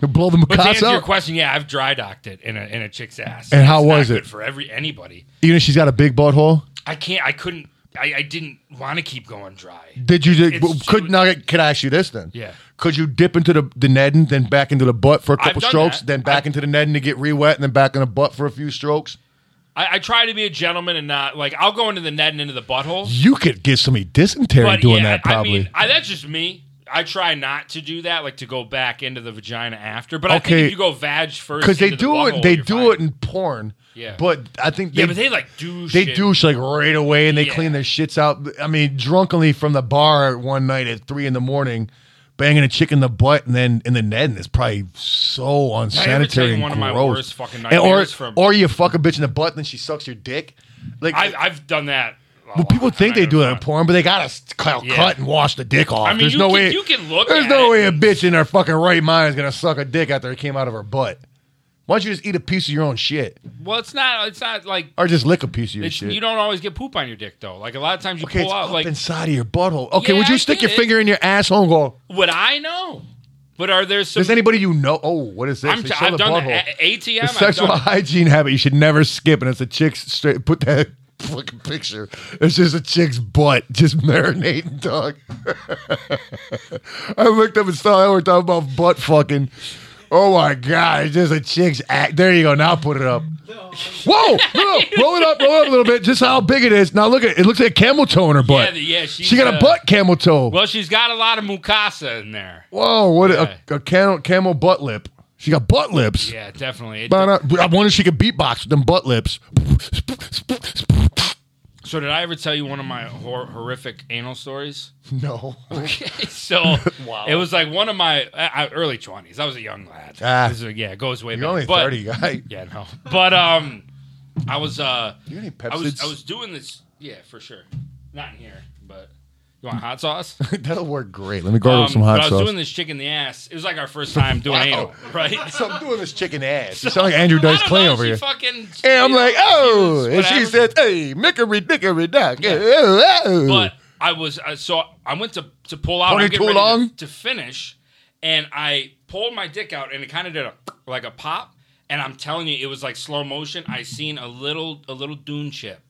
you blow the But to answer mucosa your up, question, yeah, I've dry docked it in a in a chick's ass. And how It's not was it? good for every anybody? even if she's got a big butthole. I can't. I couldn't. I, I didn't want to keep going dry. Did you? Did, It's- could now? Could I ask you this then? Yeah. Could you dip into the the netting, then back into the butt for a I've couple done strokes, that. then back I've- into the netting to get re-wet, and then back in the butt for a few strokes? I, I try to be a gentleman and not like I'll go into the net and into the butthole. You could get somebody dysentery But doing yeah, that, probably. I mean, I, that's just me. I try not to do that, like to go back into the vagina after. But I think Okay. if you go vag first, because they into the do it, butthole, they you're do fine. it in porn. Yeah. but I think they, yeah, but they like do. they shit. douche like right away, and they Yeah. clean their shits out. I mean, drunkenly from the bar one night at three in the morning, banging a chick in the butt, and then in the net, and it's probably so I ever tell unsanitary you and one of gross. my worst fucking And- or nightmares from- or you fuck a bitch in the butt, and then she sucks your dick. Like I, I've done that. a Well, lot. people think I'm they not do gonna it in front. porn, but they gotta s- cut, Yeah. cut and wash the dick off. I mean, there's you no can- way you can look There's at no it way a and- bitch in her fucking right mind is gonna suck a dick after it came out of her butt. Why don't you just eat a piece of your own shit, Well, it's not. It's not like or just lick a piece of your It's, shit? you don't always get poop on your dick though. Like a lot of times you okay, it's pull out. up Like inside of your butthole. Okay, Yeah, would you I stick your get it. finger in your asshole and go? would I know? But are there some? Does anybody you know? Oh, what is this? I'm, They t- show I've the done butthole. that. A- ATM. The I've sexual done- hygiene habit you should never skip, and it's a chick's straight. Put that fucking picture. It's just a chick's butt just marinating, dog. I looked up and saw that we're talking about butt fucking. Oh my god, it's just a chick's act. There you go. Now put it up. No, Whoa, no, no, roll it up, roll it up a little bit. Just how big it is. Now look at it. It looks like a camel toe in her yeah, butt. the- yeah. She's, she got a uh, butt camel toe. Well, she's got a lot of mukasa in there. Whoa, what Yeah. a, a camel, camel butt lip. She got butt lips. Yeah, definitely. It- But uh, I, I wonder if she could beatbox with them butt lips. so did I ever tell you one of my hor- horrific anal stories? No. Okay, so it was like one of my I, I, early twenties. I was a young lad. Ah. This is- yeah, it goes way You're back. only But- 30, guy. Yeah, no. But um, I was uh, You need I was Pepsids? I was doing this. Yeah, for sure. Not in here, but You want hot sauce? That'll work great. Let me gargle Um, some but hot I was sauce. doing this chick in the ass. It was like our first time doing Wow. anal, right? so I'm doing this chicken ass. You sound like Andrew I Dice don't Clay know, over she here. Fucking, And I'm like, oh, and she whatever. says, hey, mickery, dickery, dock. Yeah. Oh, oh. But I was uh, so I went to to pull out. Tony I'm getting ready Toulon? to, to finish, and I pulled my dick out, and it kind of did a like a pop. And I'm telling you, it was like slow motion. I seen a little a little dune chip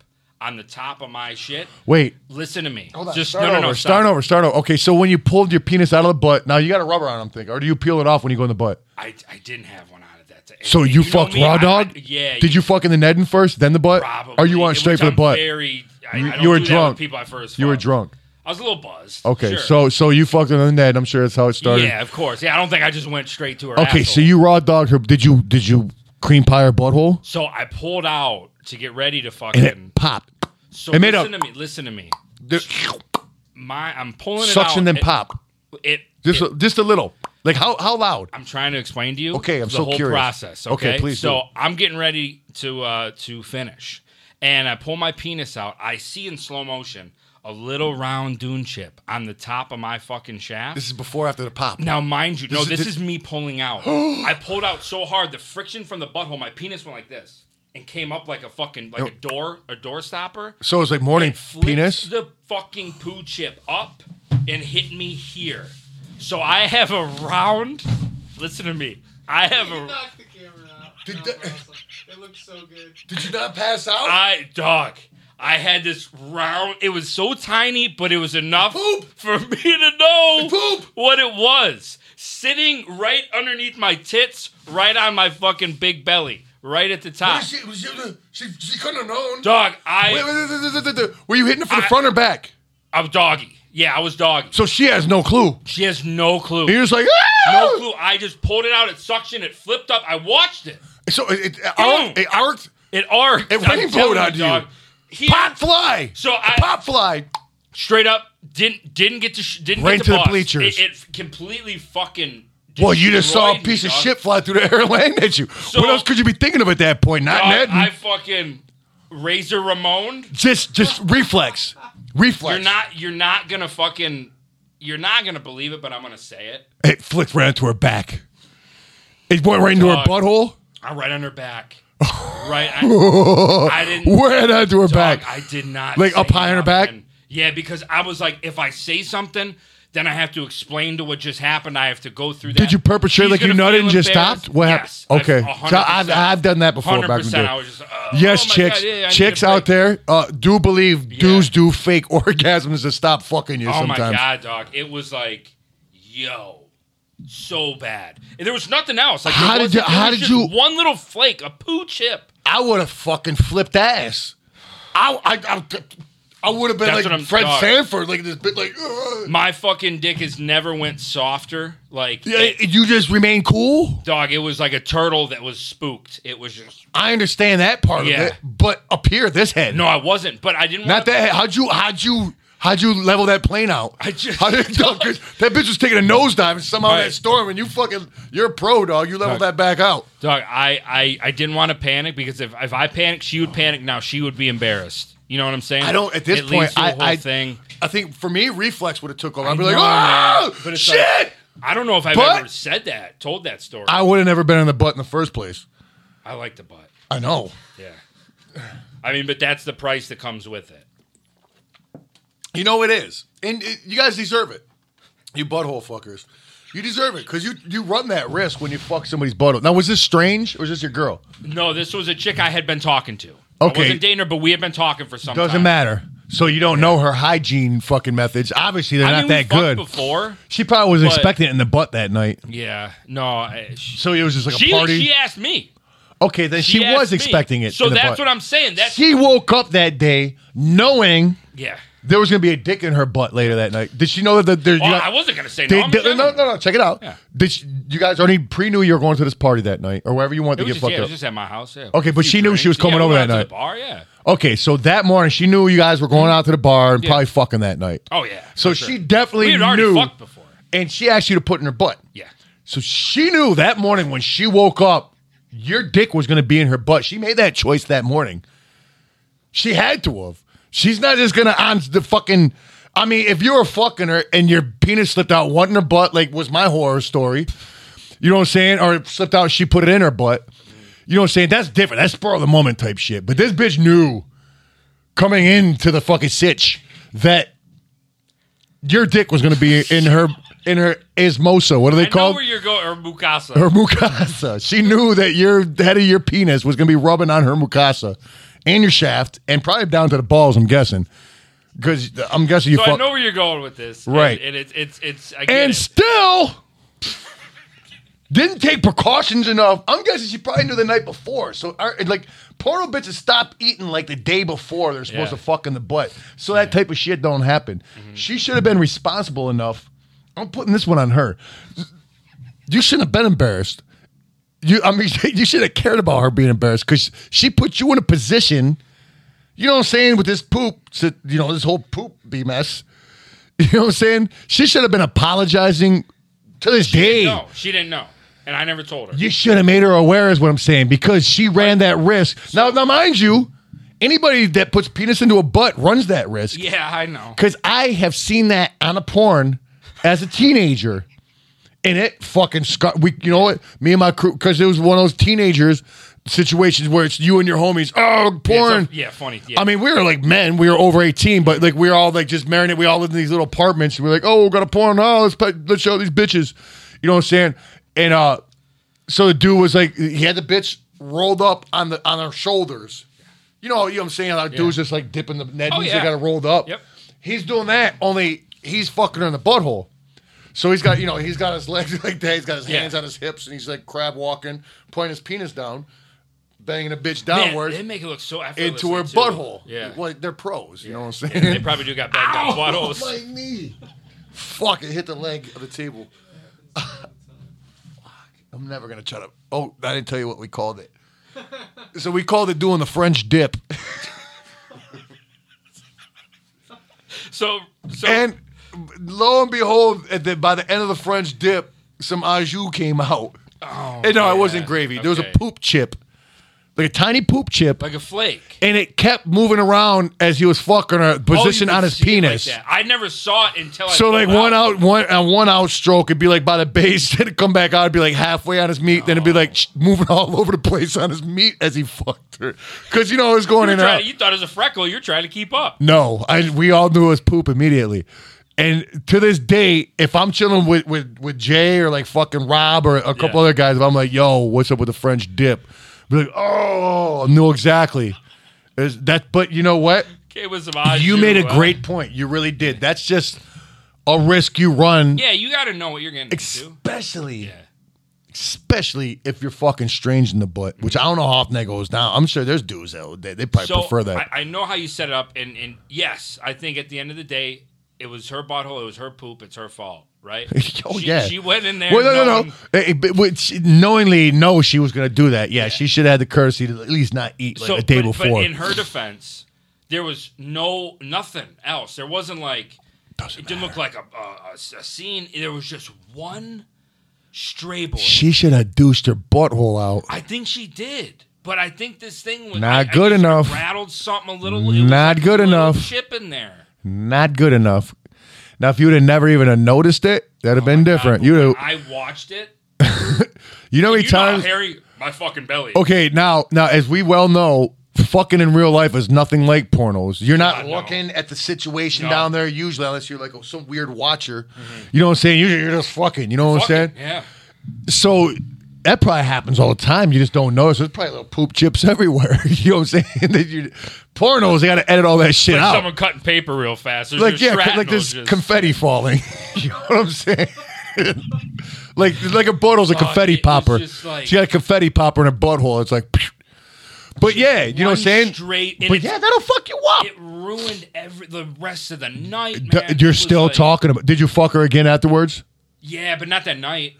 on the top of my shit. Wait, Listen to me. Hold on. Just start no, no, over. no. stop. start over. Start over. Okay, so when you pulled your penis out of the butt, now you got a rubber on. I'm thinking, or do you peel it off when you go in the butt? I, I didn't have one out of that. Day. So you, know fucked me, raw I- dog. I- yeah. Did you fuck in the Nedden first, then the butt? Probably. Or you went straight Which for the I'm butt? Very. I, You- I don't you were do that with drunk. people I first. You were fuck. drunk. I was a little buzzed. Okay, sure. so so you fucked in the Ned. I'm sure that's how it started. Yeah, of course. Yeah, I don't think I just went straight to her. Okay, so asshole. you raw dogged her. Did you did you cream pie her butthole? So I pulled out to get ready to And it fucking. popped. So it made listen a- to me. Listen to me. My, I'm pulling it Suction out. then It- pop. It. Just it- a, just a little. Like how how loud? I'm trying to explain to you. Okay, I'm the so whole curious. Process. Okay, Okay, please So do. I'm getting ready to uh, to finish, and I pull my penis out. I see in slow motion a little round dune chip on the top of my fucking shaft. This is before after the pop. Now, mind you, no, This is- this this- is me pulling out. I pulled out so hard, the friction from the butthole, my penis went like this and came up like a fucking like a door a door stopper. So it's like morning It flipped penis. the fucking poo chip up and hit me here. So I have a round. Listen to me. I have You a. knocked the camera out. Did That that- was awesome. It looked so good. Did you not pass out? I dog. I had this round. It was so tiny, but it was enough Poop. for me to know Poop. what it was. Sitting right underneath my tits, right on my fucking big belly, right at the top. She, she, she, she couldn't have known. Dog, I Wait, wait, wait, wait, wait, wait, wait. Were you hitting it from the I- front or back? I was doggy. Yeah, I was doggy. So she has no clue. She has no clue. You're just like, ah! no clue. I just pulled it out. It suctioned. It flipped up. I watched it. So it, it, arced, it arced, It arced. It I'm rainbowed telling onto you. dog. He- pop fly. So I- pop fly. straight up didn't didn't get to sh- didn't Right get to the bust. bleachers. It, it completely fucking. Well, you just saw a destroyed me, piece of dog. shit fly through the air and land at you. what So- else could you be thinking of at that point? Not Dog, Ned. I fucking Razor Ramon. just, just reflex, reflex. You're not. You're not gonna fucking. You're not gonna believe it, but I'm gonna say it. It flicked right into her back. It went right into Dog. her butthole. I'm right on her back. right. I, I didn't. Right into her dog, back. I did not. Like, say up high on her back? nothing. Yeah, because I was like, if I say something, then I have to explain to what just happened. I have to go through that. Did you perpetrate She's like you gonna nutted feel and just embarrassed. stopped? What happened? Yes, I- okay, so 100%. I've, I've done that before back in the 100%. day. I was just, uh, Yes, oh my chicks, God, yeah, I need chicks a break. out there uh, do believe dudes do fake orgasms to stop fucking you Oh sometimes. my god, dog! It was like, yo, so bad. And there was nothing else. Like, there How did wasn't- you- there how was did just you- One little flake, a poo chip. I would have fucking flipped ass. I I, I, I would have been That's like what I'm- Fred dog. Sanford, like this bit, like "Ugh." My fucking dick has never went softer. Like, Yeah, it- you just remain cool. dog, it was like a turtle that was spooked. It was just I understand that part Yeah. of it, but up here, this head, no, I wasn't. But I didn't. not wanna- that. Head. How'd you how'd you how'd you level that plane out? I just- How did- no, 'cause that bitch was taking a nosedive and somehow Right. that storm and you fucking you're a pro dog. You leveled that back out. Dog, I, I, I didn't want to panic because if, if I panicked, she would panic. Now she would be embarrassed. You know what I'm saying? I don't at this It point. leads to the I, whole I thing. I think for me, reflex would have took over. I'd be I like, know, man. oh But it's shit. like- I don't know if I've But- ever said that, told that story. I would have never been in the butt in the first place. I like the butt. I know. Yeah. I mean, but that's the price that comes with it. You know it is, and it, you guys deserve it. You butthole fuckers, you deserve it because you you run that risk when you fuck somebody's butthole. Now, was this strange or was this your girl? No, this was a chick I had been talking to. Okay. I wasn't dating her, but we had been talking for some Doesn't time. matter. So you don't know her hygiene fucking methods. Obviously, they're I not mean, we that fucked good. before. She probably was but- expecting it in the butt that night. Yeah. No. I, she, So it was just like a she, party. she asked me. okay, then she, asked was me. expecting it. So in the that's butt. what I'm saying. That's She woke up that day knowing yeah. there was gonna be a dick in her butt later that night. Did she know that? The, there, you Oh, got- I wasn't gonna say no. Did, I'm did- telling no, you. no, no. Check it out. Yeah. Did she, you guys already pre knew you were going to this party that night or wherever you want It to was, get just, yeah, fucked it up? was just at my house. Yeah. Okay, but A few she knew she was coming Yeah, we over went that out night. To the bar, yeah. okay, so that morning she knew you guys were going out to the bar and Mm-hmm. Yeah. probably fucking that night. Oh yeah. so for sure. she definitely we had already knew, fucked before. and she asked you to put in her butt. Yeah. So she knew that morning when she woke up, your dick was going to be in her butt. She made that choice that morning. She had to have. She's not just going to on the fucking I mean, if you were fucking her and your penis slipped out, one in her butt, like was my horror story. You know what I'm saying? Or it slipped out, she put it in her butt. You know what I'm saying? That's different. That's spur of the moment type shit. But this bitch knew coming into the fucking sitch that your dick was gonna be in her in her ismosa. What are they I know called? where you're going, or Mukasa. her mukasa. She knew that your head of your penis was gonna be rubbing on her mukasa and your shaft, and probably down to the balls. I'm guessing, because I'm guessing you. so I fuck- know where you're going with this, and- Right. And, it's it's it's I get and it. still didn't take precautions enough. I'm guessing she probably knew the night before. So our- like, porno bitches stop eating like the day before they're supposed Yeah. Mm-hmm. to fuck in the butt. So that type of shit don't happen. She should have been responsible enough. I'm putting this one on her. You shouldn't have been embarrassed. You, I mean, you should have cared about her being embarrassed because she put you in a position. You know what I'm saying with this poop, so- you know this whole poop be mess. You know what I'm saying? She should have been apologizing to this day. No, she didn't know, and I never told her. You should have made her aware, is what I'm saying, because she ran that risk. Now, now, mind you, anybody that puts penis into a butt runs that risk. yeah, I know. Because I have seen that on a porn as a teenager. And it fucking scar. We, you know what? Me and my crew, because it was one of those teenagers situations where it's you and your homies. Oh, It's a- porn. yeah, funny. Yeah. I mean, we were like men. We were over eighteen, but like we were all like just marinated. We all lived in these little apartments. We were like, oh, we got a porn. Oh, let's play, let's show these bitches. You know what I'm saying? And uh, so the dude was like, he had the bitch rolled up on the on her shoulders. You know, you know what I'm saying? Our dude's just like dipping the net. Oh, they yeah. got it rolled up. Yep. He's doing that only he's fucking her in the butthole. So he's got you know he's got his legs like that. He's got his Yeah. hands on his hips and he's like crab walking, pointing his penis down, banging a bitch Man, downwards they make it look so effortless. into her too. butthole. Yeah. Well, they're pros. You know what I'm Yeah, they saying? probably do got bad down Oh, buttholes. my knee. Fuck, it hit the leg of the table. Fuck, I'm never going to try to. Oh, I didn't tell you what we called it. So we called it doing the French dip. So so And lo and behold, at the, by the end of the French dip, some au jus came out. Oh, and no, yeah. it wasn't gravy. There was a Okay. poop chip, like a tiny poop chip. like a flake. and it kept moving around as he was fucking her, Oh, you position could on his see it like penis. that. I never saw it until I So pulled like one out, one on one out stroke, it'd be like by the base, then it'd come back out, it'd be like halfway on his meat, then it'd be like sh- moving all over the place on his meat as he fucked her, because you know it was going You, in were and trying out. to- you thought it was a freckle. You're trying to keep up. No, I we all knew it was poop immediately. And to this day, if I'm chilling with with, with Jay or like fucking Rob or a couple Yeah. other guys, if I'm like, yo, what's up with the French dip? Be like, oh, no, exactly. Is that? But you know what? Okay, with some eyes. You made a uh, great point. You really did. That's just a risk you run. Yeah, you got to know what you're getting into. Especially, Yeah. especially if you're fucking strange in the butt, which I don't know how often that goes down. I'm sure there's dudes that would- they, they probably Mm-hmm. so prefer that. I, I know how you set it up, and and yes, I think at the end of the day, it was her butthole, it was her poop, it's her fault, right? oh she, yeah, she went in there. Well, no, no, no. knowing- Eh, but- but she- knowingly, no, she was going to do that. Yeah, she should have had the courtesy to at least not eat like so, a day but, before. But in her defense, there was no nothing else. There wasn't like it didn't look like a, a, a scene. There was just one stray boy. she should have douched her butthole out. I think she did, but I think this thing was Not I- I good just enough. Rattled something a little. it was Not like good a little enough. Chip in there. Not good enough. Now, if you would have never even have noticed it, that'd Oh have been different. I- You would have Uh, I watched it. you know how many You know how times? hairy my fucking belly. is. Okay, now now as we well know, fucking in real life is nothing like pornos. You're not God, no. looking at the situation No. down there usually, unless you're like some weird watcher. You know what I'm saying? Usually you're just fucking. You know what I'm saying? Fucking- yeah. So that probably happens all the time. You just don't notice. There's probably little poop chips everywhere. you know what I'm saying? That you- pornos, they got to edit all that shit Like out. someone cutting paper real fast. There's like just yeah, shrapnel like there's just- confetti falling. you know what I'm saying? like like a butthole's a confetti it was popper. just like- she got a confetti popper in her butthole. It's like. But yeah, you know what I'm One saying? straight- and but it's- yeah, that'll fuck you up. it ruined every the rest of the night. D- Man. It You're was still like- talking about. Did you fuck her again afterwards? Yeah, but not that night.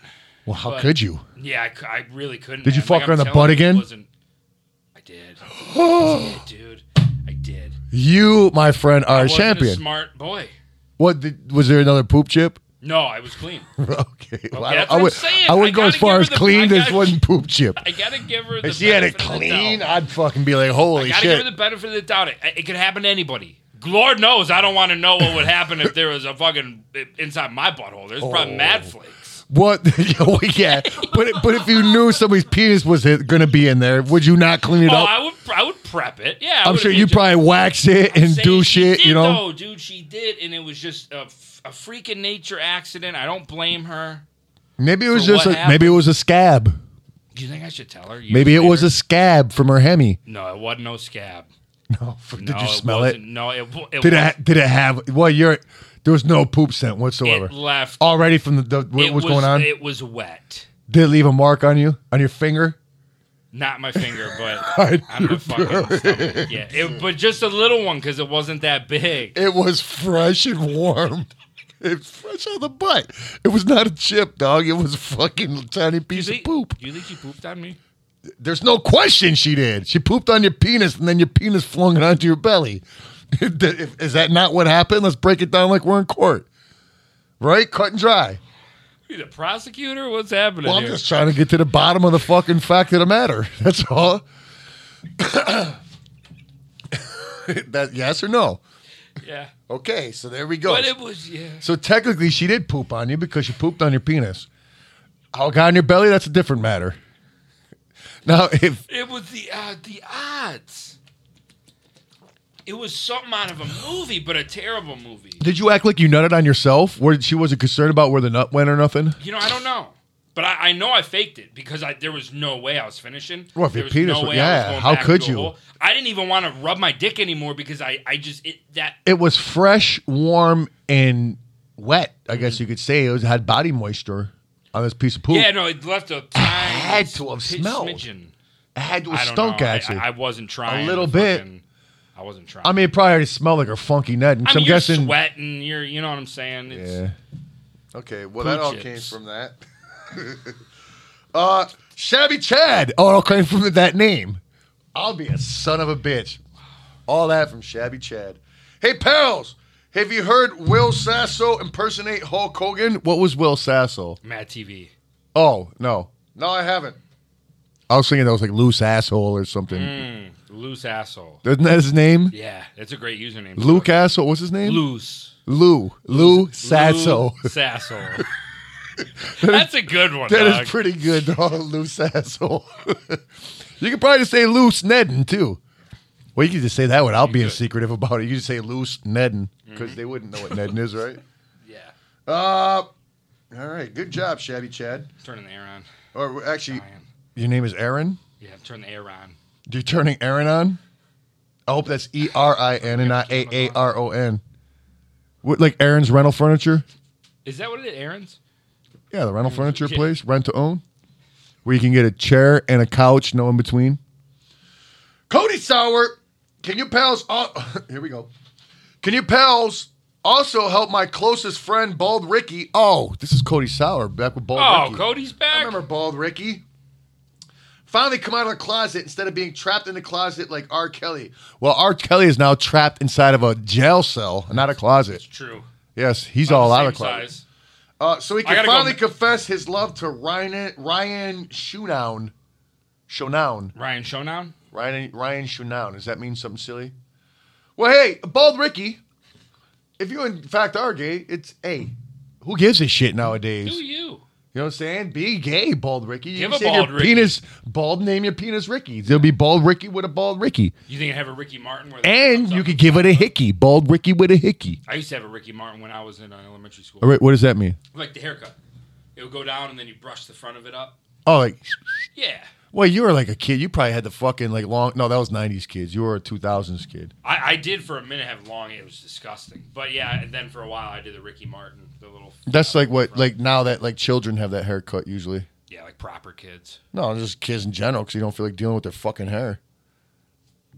Well, how But- could you? Yeah, I, c- I really couldn't. Did you man. fuck Like, her I'm in the telling butt you, it again? wasn't- I did. I did, dude. I did. You, my friend, I are a wasn't champion. A smart boy. what did, was there another poop chip? No, I was clean. okay, well, I, don't- that's what I I'm would. saying. I I wouldn't go as gotta give far her as the- I clean. This gotta- wasn't poop chip. I gotta give her. The If she had it benefit of the clean, doubt. I'd fucking be like, holy Gotta shit. give her the benefit of the doubt. It, it could happen to anybody. Lord knows I don't want to know what would happen if there was a fucking inside my butthole. There's Oh. probably mad flakes. What? Yo, yeah, but it- but if you knew somebody's penis was hit, gonna be in there, would you not clean it Oh, up? I would I would prep it. Yeah, I I'm would sure have you been- probably wax it and saying do she shit. did, You know, though, dude, she did, and it was just a, f- a freaking nature accident. I don't blame her. maybe it was For just what a, maybe it was a scab. Do you think I should tell her? You Maybe it was later? a scab from her hemi. no. It wasn't no scab. No, f- did No, you smell wasn't. it? No, it, w- it Did it was, ha- did it have? Well, you're there was no poop scent whatsoever. It left. Already from the, the Oh, what it was going on? It was wet. did it leave a mark on you on your finger? Not my finger, but I- I'm a fucking stomach. Yeah, it, but just a little one because it wasn't that big. It was fresh and warm. It's fresh out of the butt. It was not a chip, dog. It was a fucking tiny piece Do you of think- poop. Do you think she pooped on me? There's no question she did. She pooped on your penis and then your penis flung it onto your belly. Is that not what happened? Let's break it down like we're in court. Right? Cut and dry. Are you the prosecutor? What's happening Well, I'm here? just trying to get to the bottom of the fucking fact of the matter. That's all. that yes or no? yeah, Okay, so there we go. but it was yeah. So technically, she did poop on you because she pooped on your penis. How it got on your belly? That's a different matter. Now, if It was the uh, the odds. It was something out of a movie, but a terrible movie. did you act like you nutted on yourself? Where she wasn't concerned about where the nut went or nothing? You know, I don't know, but I, I know I faked it because I there was no way I was finishing. Well, if There your was penis no was- way I was yeah, going how back could into a you? hole. I didn't even want to rub my dick anymore because I I just it, that It was fresh, warm, and wet. I guess you could say it was, had body moisture on this piece of poop. yeah no it left a tiny had to have smidgen. smelled. it had to I have don't stunk know. I- actually. I, I, I wasn't trying little to bit. fucking- I wasn't trying. mean, it probably already smelled like her funky nut. And I so mean, I'm you're guessing. sweating. You're you know what I'm saying. It's, Yeah. Okay, well, Poo that all chips. came from that. uh, Shabby Chad. Oh, it all came from that name. I'll be a son of a bitch. All that from Shabby Chad. Hey, pals, have you heard Will Sasso impersonate Hulk Hogan? What was Will Sasso? Matt TV. Oh, no. No, I haven't. I was thinking that was like loose asshole or something. Mm, loose asshole. Isn't that his name? Yeah, that's a great username. Luke Asshole. What's his name? Loose. Lou. Lou Sasso. Lou Sasso. That's a good one. That is dog. pretty good, dog. Loose asshole. you could probably just say loose Nedden too. Well, you could just say that without being could. Mm-hmm. secretive about it. You could just say loose Nedden because they wouldn't know what Nedden is, right? yeah. Uh, all right. Good job, Shabby Chad. Turning the air on. Or actually, Ryan. your name is Aaron. Yeah, turn the air on. You're turning Aaron on. I hope that's E R I N and not A A R O N. What like Aaron's rental furniture? Is that what it is? Aaron's? Yeah, the rental furniture Yeah. place, rent to own, where you can get a chair and a couch, no in between. Cody Sauer, can you pals? al- here we go. Can you pals also help my closest friend Bald Ricky? Oh, this is Cody Sauer back with Bald Oh, Ricky. Cody's I back. remember Bald Ricky. Finally, come out of the closet instead of being trapped in the closet like R. Kelly. Well, R. Kelly is now trapped inside of a jail cell, not a closet. True. Yes, he's About all the out of Oh, same closet. size. Uh, so he I can gotta go finally ma- confess his love to Ryan Ryan Shunown. Shonown. Ryan Showdown. Ryan Ryan Shunown. Does that mean something silly? Well, hey, bald Ricky. If you in fact are gay, it's A. Who gives a shit Do nowadays? You you? know what I'm saying? Be gay, bald Ricky. You Give can a say bald your Ricky. penis bald name your penis Ricky. There'll be bald Ricky with a bald Ricky. You think I have a Ricky Martin? Where the- And you could give it a hickey. Bald Ricky with a hickey. I used to have a Ricky Martin when I was in uh, elementary school. All right, what does that mean? Like the haircut. It would go down and then you brush the front of it up. Oh, like Yeah. Well, you were like a kid. You probably had the fucking like long. No, that was '90s kids. You were a 2000s kid. I, I did for a minute have long. It was disgusting. But yeah, and then for a while I did the Ricky Martin, the little. That's like what Right. like now that like children have that haircut usually. Yeah, like proper kids. No, just kids in general because you don't feel like dealing with their fucking hair.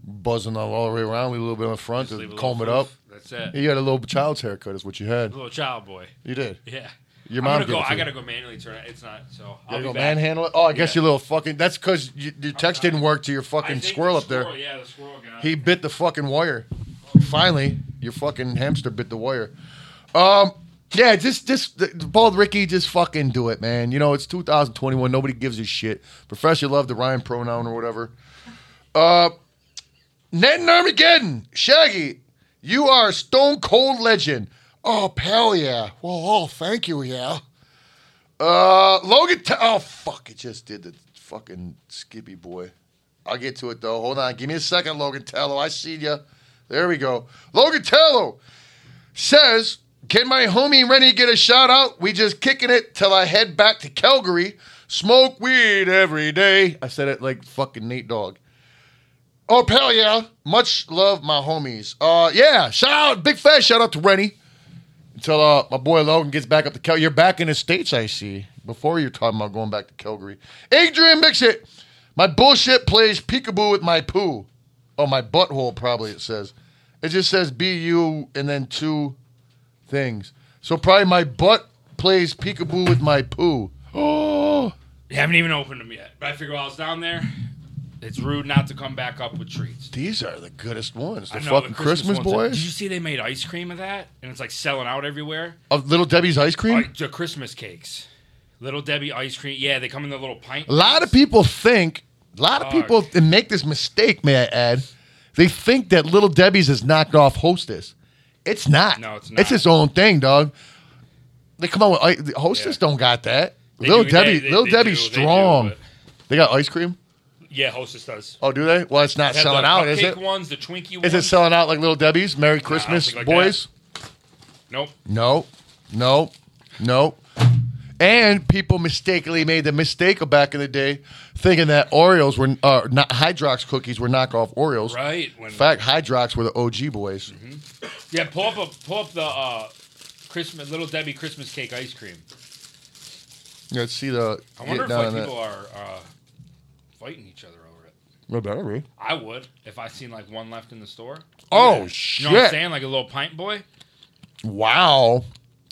Buzzing all, all the way around, leave a little bit on the front, Just leave to a little comb it up. foof. That's it. You had a little child's haircut, is what you had. Little child boy. You did. Yeah. Your I'm mom gonna gave go. it to I you. gotta go manually turn it. It's not. So You I'll gotta go go back. manhandle it. Oh, I guess Yeah. your little fucking. That's because you, your text didn't work to your I fucking think the squirrel up there. squirrel- Yeah, the squirrel guy. He bit the fucking wire. Finally, your fucking hamster bit the wire. Um, yeah, just just the- the bald Ricky, just fucking do it, man. You know it's 2021. Nobody gives a shit. Profess your love to Ryan pronoun or whatever. Uh, Ned and Armageddon, Shaggy. You are a stone cold legend. Oh, pal, yeah. Well, oh, thank you, yeah. Uh, Logan. T- oh, fuck! It just did the fucking Skippy boy. I'll get to it though. Hold on. Give me a second, Logan Tello. I see ya. There we go. Logan Tello says, "Can my homie Rennie get a shout out? We just kicking it till I head back to Calgary. Smoke weed every day." I said it like fucking Nate Dog. Oh, pal, yeah. Much love, my homies. Uh, yeah. Shout out, big fat shout out to Rennie until uh, my boy Logan gets back up to Calgary. You're back in the States, I see, before you're talking about going back to Calgary. Adrian Mixit, my bullshit plays peekaboo with my poo. Oh, my butthole, probably it says. It just says BU and then two things. So probably my butt plays peekaboo with my poo. Oh, You haven't even opened them yet. But I figured while I was down there, it's rude not to come back up with treats. these are the goodest ones. The I know fucking the Christmas, ones, Did you boys. see they made ice cream of that? And it's like selling out everywhere. Of Little Debbie's ice cream. Like the Christmas cakes. Little Debbie ice cream. Yeah, they come in the little pint. A lot of people think, a lot of Fuck. people th- make this mistake, may I add. They think that Little Debbie's is knocked off Hostess. It's not. No, it's It's not. its own thing, dog. They come on with I- the Hostess. Yeah. Don't got that. They Little do- Debbie, they- they- Little they Debbie's do, they do, strong. They, but- got ice cream. Yeah, Hostess does. Oh, do they? Well, it's not They have selling the out, is cupcake it? ones, the Twinkie Is ones. it selling out like Little Debbie's? Merry Christmas, think like boys. Nope. No, no, no. And people mistakenly made the mistake of back in the day thinking that Oreos were uh, not Hydrox cookies were knockoff Oreos. Right. Mm-hmm. When, In fact, Hydrox were the OG boys. yeah, pull up, a, pull up the uh, Christmas Little Debbie Christmas cake ice cream. Let's see the. I wonder get if down like on people are uh, fighting each other over it. Well, better be. I would if I seen like one left in the store. Oh You know what I'm shit! saying? Like a little pint boy. wow.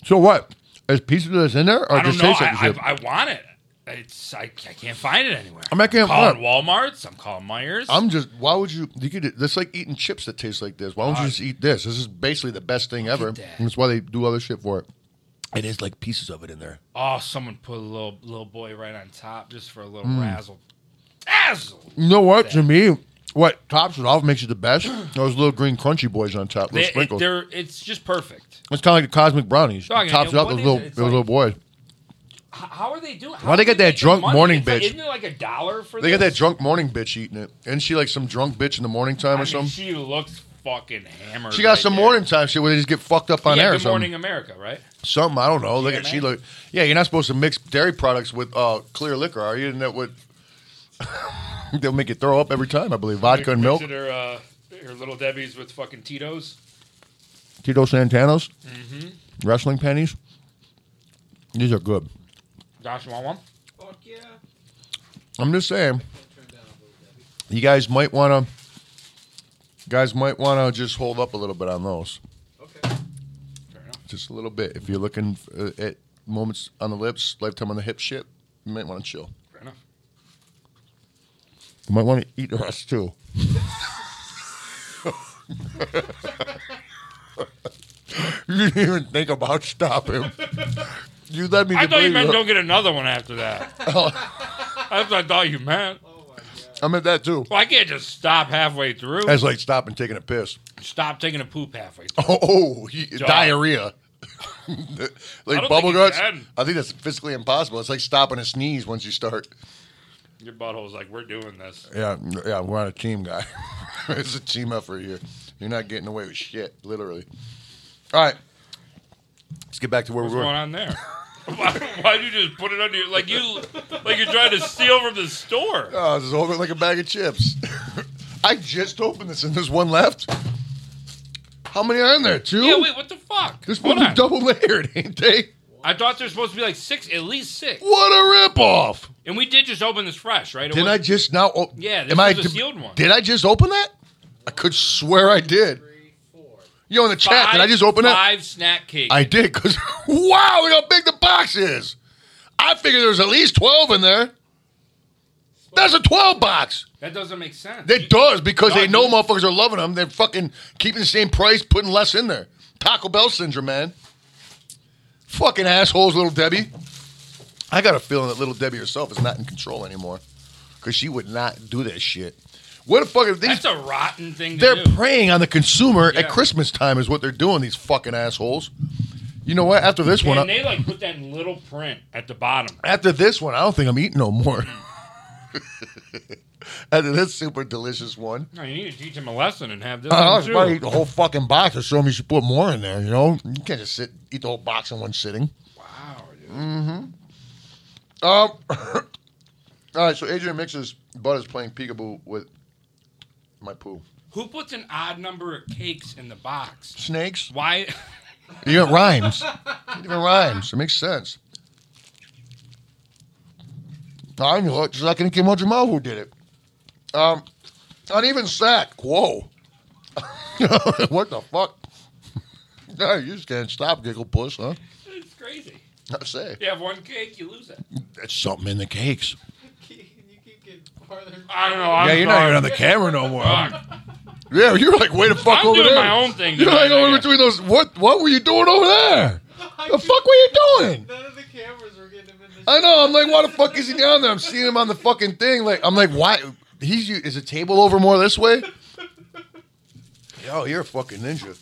So what? Is pieces of this in there, or I don't just know. taste like I, shit? I, I want it. It's I, I can't find it anywhere. I'm not getting calling Walmart's. I'm calling Myers. I'm just. Why would you? You could. That's like eating chips that taste like this. Why don't you God. just eat this? This is basically the best thing ever. Uh, at that. And that's why they do other shit for it. It is like pieces of it in there. oh, someone put a little little boy right on top just for a little Hmm. razzle. Razzle. You know what? To me, what tops it off makes it the best. Those little green crunchy boys on top, They, little sprinkles. It, are it's just perfect. it's kind of like the cosmic brownies. Dog, tops it and off what those is little it? those It's little like- boys. H- how are they doing? How Why they are got that making drunk money? morning It's like- bitch? isn't it like a dollar for? They got that this? drunk morning bitch eating it. Isn't she like some drunk bitch in the morning time I or mean, something? She, she looks fucking hammered. got right some there. morning time shit where they just get fucked up on Yeah, air or Good something. Morning America, right? Something I don't know. Look at GMA? she look. Yeah, you're not supposed to mix dairy products with uh, clear liquor, are you? And that would they'll make you throw up every time. I believe vodka and milk. Consider uh, your little Debbie's with fucking Tito's. Tito Santanos, Mm-hmm. wrestling pennies. These are good. Josh, you want one? Fuck yeah. Can't I'm just saying, turn down a little Debbie. you guys might want to, guys might want to just hold up a little bit on those, Okay. Fair enough. just a little bit. If you're looking uh, at moments on the lips, lifetime on the hip, shit, you might want to chill. Fair enough. You might want to eat the rest too. you didn't even think about stopping. You let me. I thought you believe meant don't get another one after that. That's what I thought you meant. Oh my god. I meant that too. Well, I can't just stop halfway through. That's like stopping taking a piss. Stop taking a poop halfway through. Oh, oh he- diarrhea. like don't bubble think you guts. can. I think that's physically impossible. It's like stopping a sneeze once you start. Oh. Your butthole's like, we're doing this. Yeah, yeah, we're on a team, guy. it's a team effort here. You're not getting away with shit, literally. All right, let's get back to where What's we were. going on there? Why, why'd you just put it under your like you like you're trying to steal from the store? Oh, I was just holding it like a bag of chips. I just opened this and there's one left. How many are in there? Two? Yeah, wait, what the fuck? They're supposed Hold to be on. double layered, ain't they? I thought there's supposed to be like six, at least six. What a ripoff! And we did just open this fresh, right? It Didn't I wasn't- just now? Oh, Yeah, this I, was a sealed one. Did I just open that? I could swear I did. Three, four. Yo, in the chat, did I just open it? Five snack cakes. I did, because wow, look how big the box is. I figured there was at least 12 in there. That's a 12 box. that doesn't make sense. It does because they know No, motherfuckers are loving them. They're fucking keeping the same price, putting less in there. Taco Bell syndrome, man. Fucking assholes, little Debbie. I got a feeling that little Debbie herself is not in control anymore because she would not do this shit. What the fuck are these? That's a rotten thing to they're do. preying on the consumer Yeah. at Christmas time is what they're doing. These fucking assholes. You know what? After this one, and I- they like put that in little print at the bottom. after this one, I don't think I'm eating no more. after this super delicious one, No, you need to teach them a lesson and have this. I one, was about to too. eat the whole fucking box. Or show me you should put more in there. You know, you can't just sit eat the whole box in one sitting. Wow, dude. Um. all right, so Adrian mixes Bud is playing peekaboo with my poo. Who puts an odd number of cakes in the box? Snakes? Why? You got rhymes. It even rhymes. It makes sense. I knew it. Just like in Kimo Jamal who did it. Um, uneven sack. Whoa. what the fuck? No, you just can't stop, giggle puss, huh? it's crazy. I say. You have one cake, you lose it. That's something in the cakes. you keep getting farther. I don't know. I'm sorry. camera no more. Fuck. Yeah, you're like way the fuck I'm over doing there. my own thing You're like tonight, I over guess. between those. What? What were you doing over there? I The keep- fuck were you doing? None of the cameras were getting him in the. I know. I'm like, why the fuck is he down there? I'm seeing him on the fucking thing. Like, I'm like, why? He's u- is a table over more this way? Yo, you're a fucking ninja.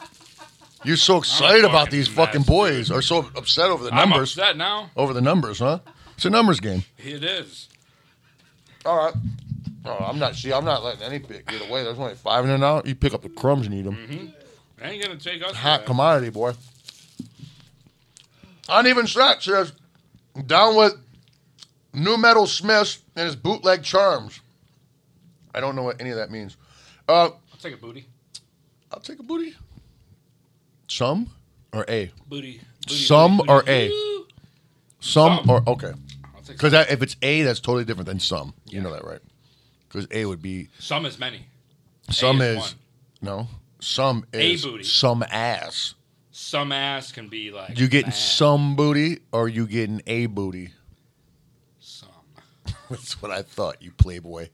You're so excited about fucking these mess, fucking boys, or so upset over the I'm numbers. upset now. Over the numbers, huh? It's a numbers game. It is. All right. Oh, I'm not. See, I'm not letting any pick get away. There's only five in there now. You pick up the crumbs and eat them. They ain't gonna take us. hot for that. commodity, boy. Uneven Sack says, down with New Metal Smith and his bootleg charms. I don't know what any of that means. Uh, I'll take a booty. I'll take a booty. Some or a? Booty. booty Some booty, or booty. a? Woo. Some, Some. or, okay. I'll take Because some. if it's a, that's totally different than some. You know that, right? Because a would be, some is many. some is is, one. no, some A is booty. some ass. Some ass can be like. You getting mad. some booty or you getting a booty? Some. That's what I thought, you playboy.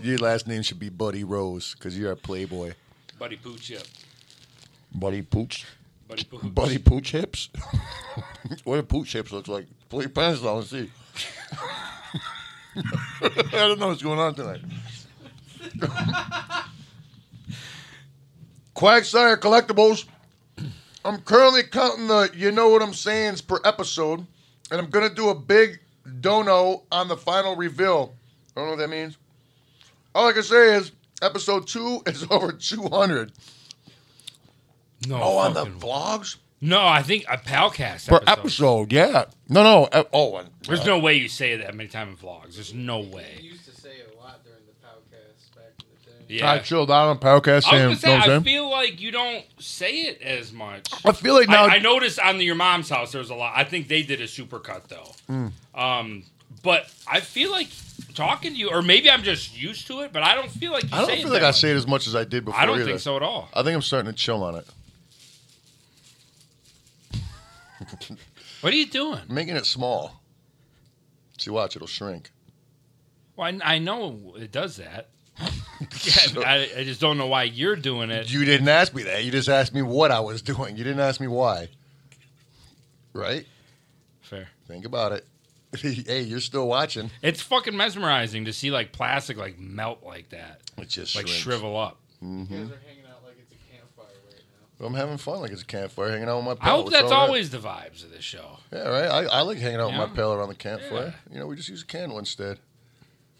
Your last name should be Buddy Rose because you're a playboy. Buddy pooch up. Buddy Pooch. Buddy pooch. Buddy Pooch Hips? what do Pooch Hips look like? Pull your pants down and see. I don't know what's going on tonight. Quagsire Collectibles. I'm currently counting the you know what I'm sayings per episode, and I'm gonna do a big dono on the final reveal. I don't know what that means. All I can say is episode two is over 200. No. Oh, on the fucking- vlogs No, I think a palcast per episode. episode. Yeah. No, no. uh, Oh, and- There's no way you say that many times in vlogs. There's no way. You used to say it a lot during the podcast back in the day. Yeah. I chilled out on Powercast. I was gonna Sam, know what say, I I'm saying? feel like you don't say it as much. I feel like now. I, I noticed on the, your mom's house there was a lot. I think they did a supercut though. Hmm. Um, but I feel like talking to you, or maybe I'm just used to it, but I don't feel like you I don't say feel it like that I much. say it as much as I did before. I don't either. think so at all. I think I'm starting to chill on it, What are you doing? making it small. See, watch it'll shrink. Well, I, I know it does that. Yeah, I, I just don't know why you're doing it. You didn't ask me that. You just asked me what I was doing. You didn't ask me why. Right? Fair. Think about it. hey, you're still watching. It's fucking mesmerizing to see like plastic like melt like that, It just like shrinks. shrivel up. You guys are hanging out like it's a campfire right now. I'm having fun like it's a campfire, hanging out with my. I pal. hope It's that's all right. always the vibes of this show. Yeah, right. I, I like hanging out with Yeah. my pal around the campfire. You know, we just use a candle instead.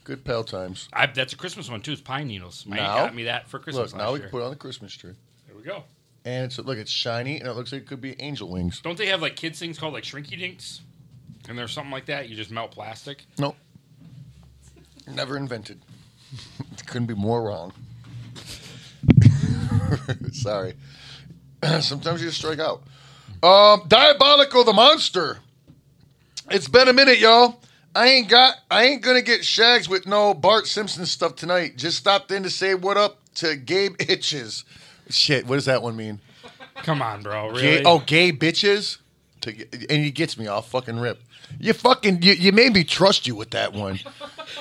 Good pal times. I, that's a Christmas one too. It's pine needles. My aunt Now- got me that for Christmas look, last now we year. can put it on the Christmas tree. there we go. And it's look, it's shiny, and it looks like it could be angel wings. Don't they have like kids things called like shrinky dinks? And there's something like that. You just melt plastic. Nope. Never invented. Couldn't be more wrong. Sorry. Sometimes you just strike out. Um, Diabolical the monster. It's been a minute, y'all. I ain't got. I ain't gonna get shags with no Bart Simpson stuff tonight. Just stopped in to say what up to Gabe Itches. Shit, what does that one mean? Come on, bro. Really? Gay, oh, gay bitches. To, and he gets me. I'll fucking rip. You fucking. You, you made me trust you with that one.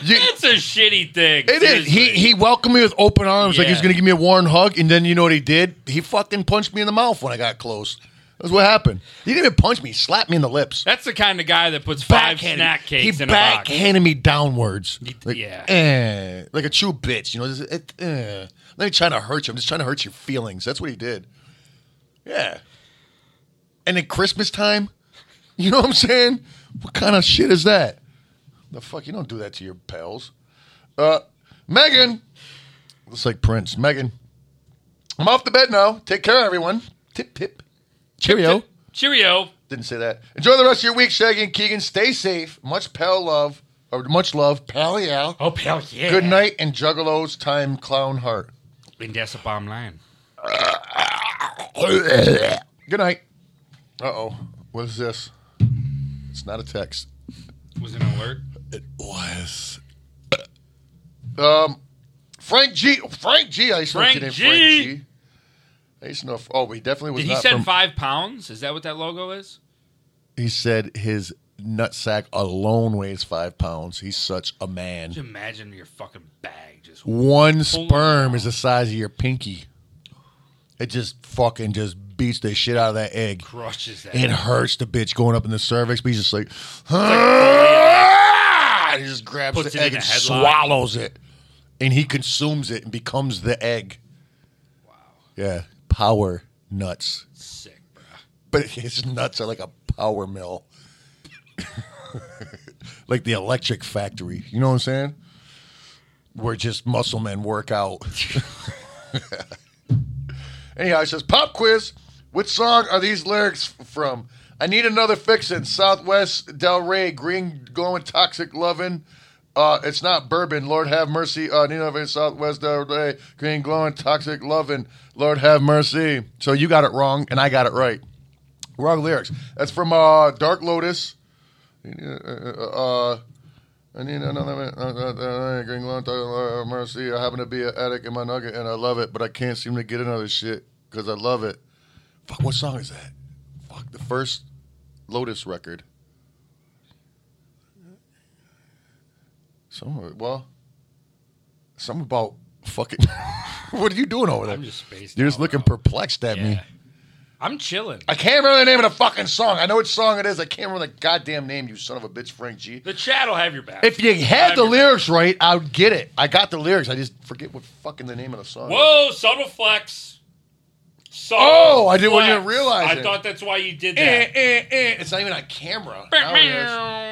You, That's a shitty thing. it is. He seriously. he welcomed me with open arms, like Yeah. he's gonna give me a warm hug. And then you know what he did? He fucking punched me in the mouth when I got close. That's what happened. He didn't even punch me. He slapped me in the lips. That's the kind of guy that puts five Backhanded- snack cakes he in a box. backhanded me downwards. Like, yeah. eh, like a true bitch. You know, just, eh, eh. not even trying to hurt you. I'm just trying to hurt your feelings. That's what he did. Yeah. And at Christmas time, you know what I'm saying? What kind of shit is that? The fuck, you don't do that to your pals. Uh, Megan. Looks like Prince. Megan. I'm off to bed now. Take care, everyone. Tip, tip. Cheerio. Cheerio. Didn't say that. Enjoy the rest of your week, Shaggy and Keegan. Stay safe. Much pal love, or much love, pally al. Oh, pal, yeah. Good night and Juggalos time, clown heart. And that's a bomb line. Good night. Uh oh. What is this? It's not a text. Was it an alert? It was. Um, Frank G. Frank G. I used to know a kid named Frank G. Frank G. I used to know. Oh, he definitely was Did he not send from- five pounds? Is that what that logo is? He said his nutsack alone weighs five pounds. He's such a man. Just imagine your fucking bag just. One sperm is the size of your pinky. It just fucking just beats the shit out of that egg. Crushes that. It hurts the bitch going up in the cervix, but he's just like, and he just grabs Puts the it in egg a and headlock. swallows it, and he consumes it and becomes the egg. Wow. Yeah, power nuts, Sick, bro. but his nuts are like a power mill, like the electric factory. You know what I'm saying? Where just muscle men work out. Anyhow, it says pop quiz. Which song are these lyrics f- from? I need another fixin'. Southwest Del Rey, green glowing, toxic lovin'. Uh, it's not bourbon. Lord have mercy. Uh, need another Southwest Del Rey, green glowing, toxic lovin'. Lord have mercy. So you got it wrong, and I got it right. Wrong lyrics. That's from uh, Dark Lotus. Uh, uh, uh, I need another uh, uh, uh, green glowing, toxic lovin', mercy. I happen to be an addict in my nugget, and I love it, but I can't seem to get another shit because I love it. Fuck, what song is that? Fuck, the first Lotus record. Some of it, well, something about fucking. what are you doing over there? I'm just spaced You're just out, looking bro. perplexed at me. Yeah. I'm chilling. I can't remember the name of the fucking song. I know which song it is. I can't remember the goddamn name, you son of a bitch, Frank G. The chat will have your back. If you Have had the your- lyrics right, I would get it. I got the lyrics. I just forget what fucking the name of the song. is. Whoa, subtle flex. Subtle Oh, I didn't- well, you flex. didn't realize I it. thought that's why you did Eh, that. eh, eh. It's not even on camera. Now it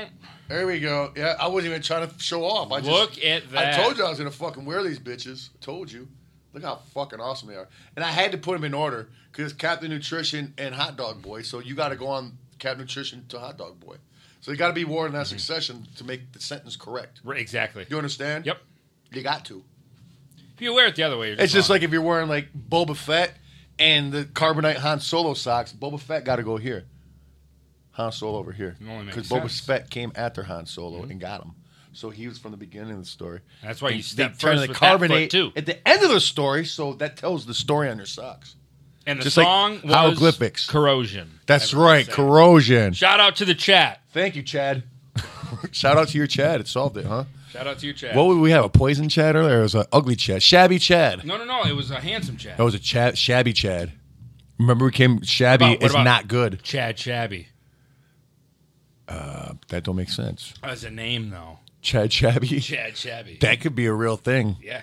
is. There we go. Yeah, I wasn't even trying to show off. I just, Look at that. I told you I was gonna fucking wear these bitches. I told you. Look how fucking awesome they are. And I had to put them in order because Captain Nutrition and Hot Dog Boy. So you got to go on Captain Nutrition to Hot Dog Boy. So you got to be worn in that Mm-hmm. succession to make the sentence correct. Right, Exactly. You understand? Yep. You got to. If you wear it the other way, you're It's just wrong. like if you're wearing like Boba Fett and the Carbonite Han Solo socks. Boba Fett got to go here. Han Solo over here. It only makes Because Boba sense. Mm-hmm. Fett came after Han Solo and got him. So he was from the beginning of the story. That's why you And step they turn first the with that foot, carbonate too. At the end of the story, so that tells the story on your socks. and the just like song was hieroglyphics. Corrosion. That's I would right. say. Corrosion. Shout out to the chat. Thank you, Chad. Shout out to your Chad. It solved it, huh? Shout out to your chat. What would we have? A poison Chad earlier? Or was it an ugly Chad? Shabby Chad. No, no, no. It was a handsome chat. That was a Chad, shabby Chad. Remember, we came shabby What about- what is about- not good. Chad Shabby. That don't make sense. As a name though. Chad Shabby. Chad Shabby. That could be a real thing. Yeah.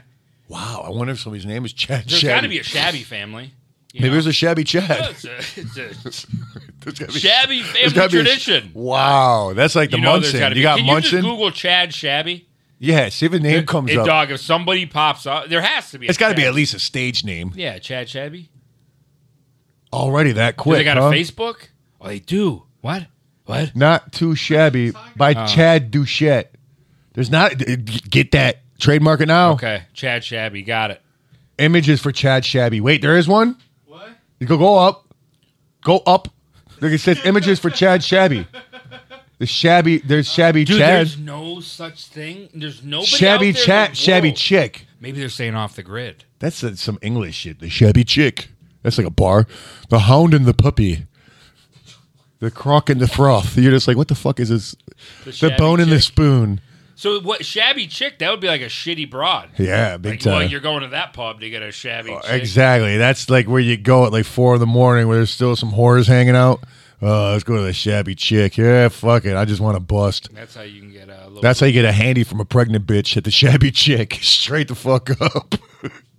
Wow, I wonder if somebody's name is Chad There's Shabby. got to be a Shabby family. you Maybe know? there's a Shabby Chad. It's a, it's There's gotta a be- shabby there's family gotta be a- tradition. wow, that's like the you know, there's Munson. gotta You be- got Can Munson. You just Google Chad Shabby. yeah, see if a name comes Hey, up. Dog, if somebody pops up, there has to be. it's got to be Chad- at least a stage name. Yeah, Chad Shabby. Already that Do quick. they got huh? a Facebook? Oh, they do. What? What? Not too shabby by Uh. Chad Duchette. There's not. uh, Get that trademark it now. Okay, Chad Shabby, got it. Images for Chad Shabby. Wait, there is one. What? You go go up, go up. Look, it says images for Chad Shabby. The shabby, there's shabby Dude, Chad, there's no such thing. There's nobody. shabby out there in chat, the shabby world. chick. Maybe they're staying off the grid. That's uh, some English shit. The shabby chick. That's like a bar. The hound and the puppy. The crock and the froth. You're just like, what the fuck is this? The, shabby bone and the chick. spoon. So what shabby chick? That would be like a shitty broad. Yeah, big Like, time. Oh, well, you're going to that pub to get a shabby chick. Exactly. That's like where you go at like four in the morning where there's still some whores hanging out. Uh, let's go to the shabby chick. Yeah, fuck it. I just want to bust. That's how you can get a little. That's how you get a handy from a pregnant bitch at the shabby chick. Straight the fuck up.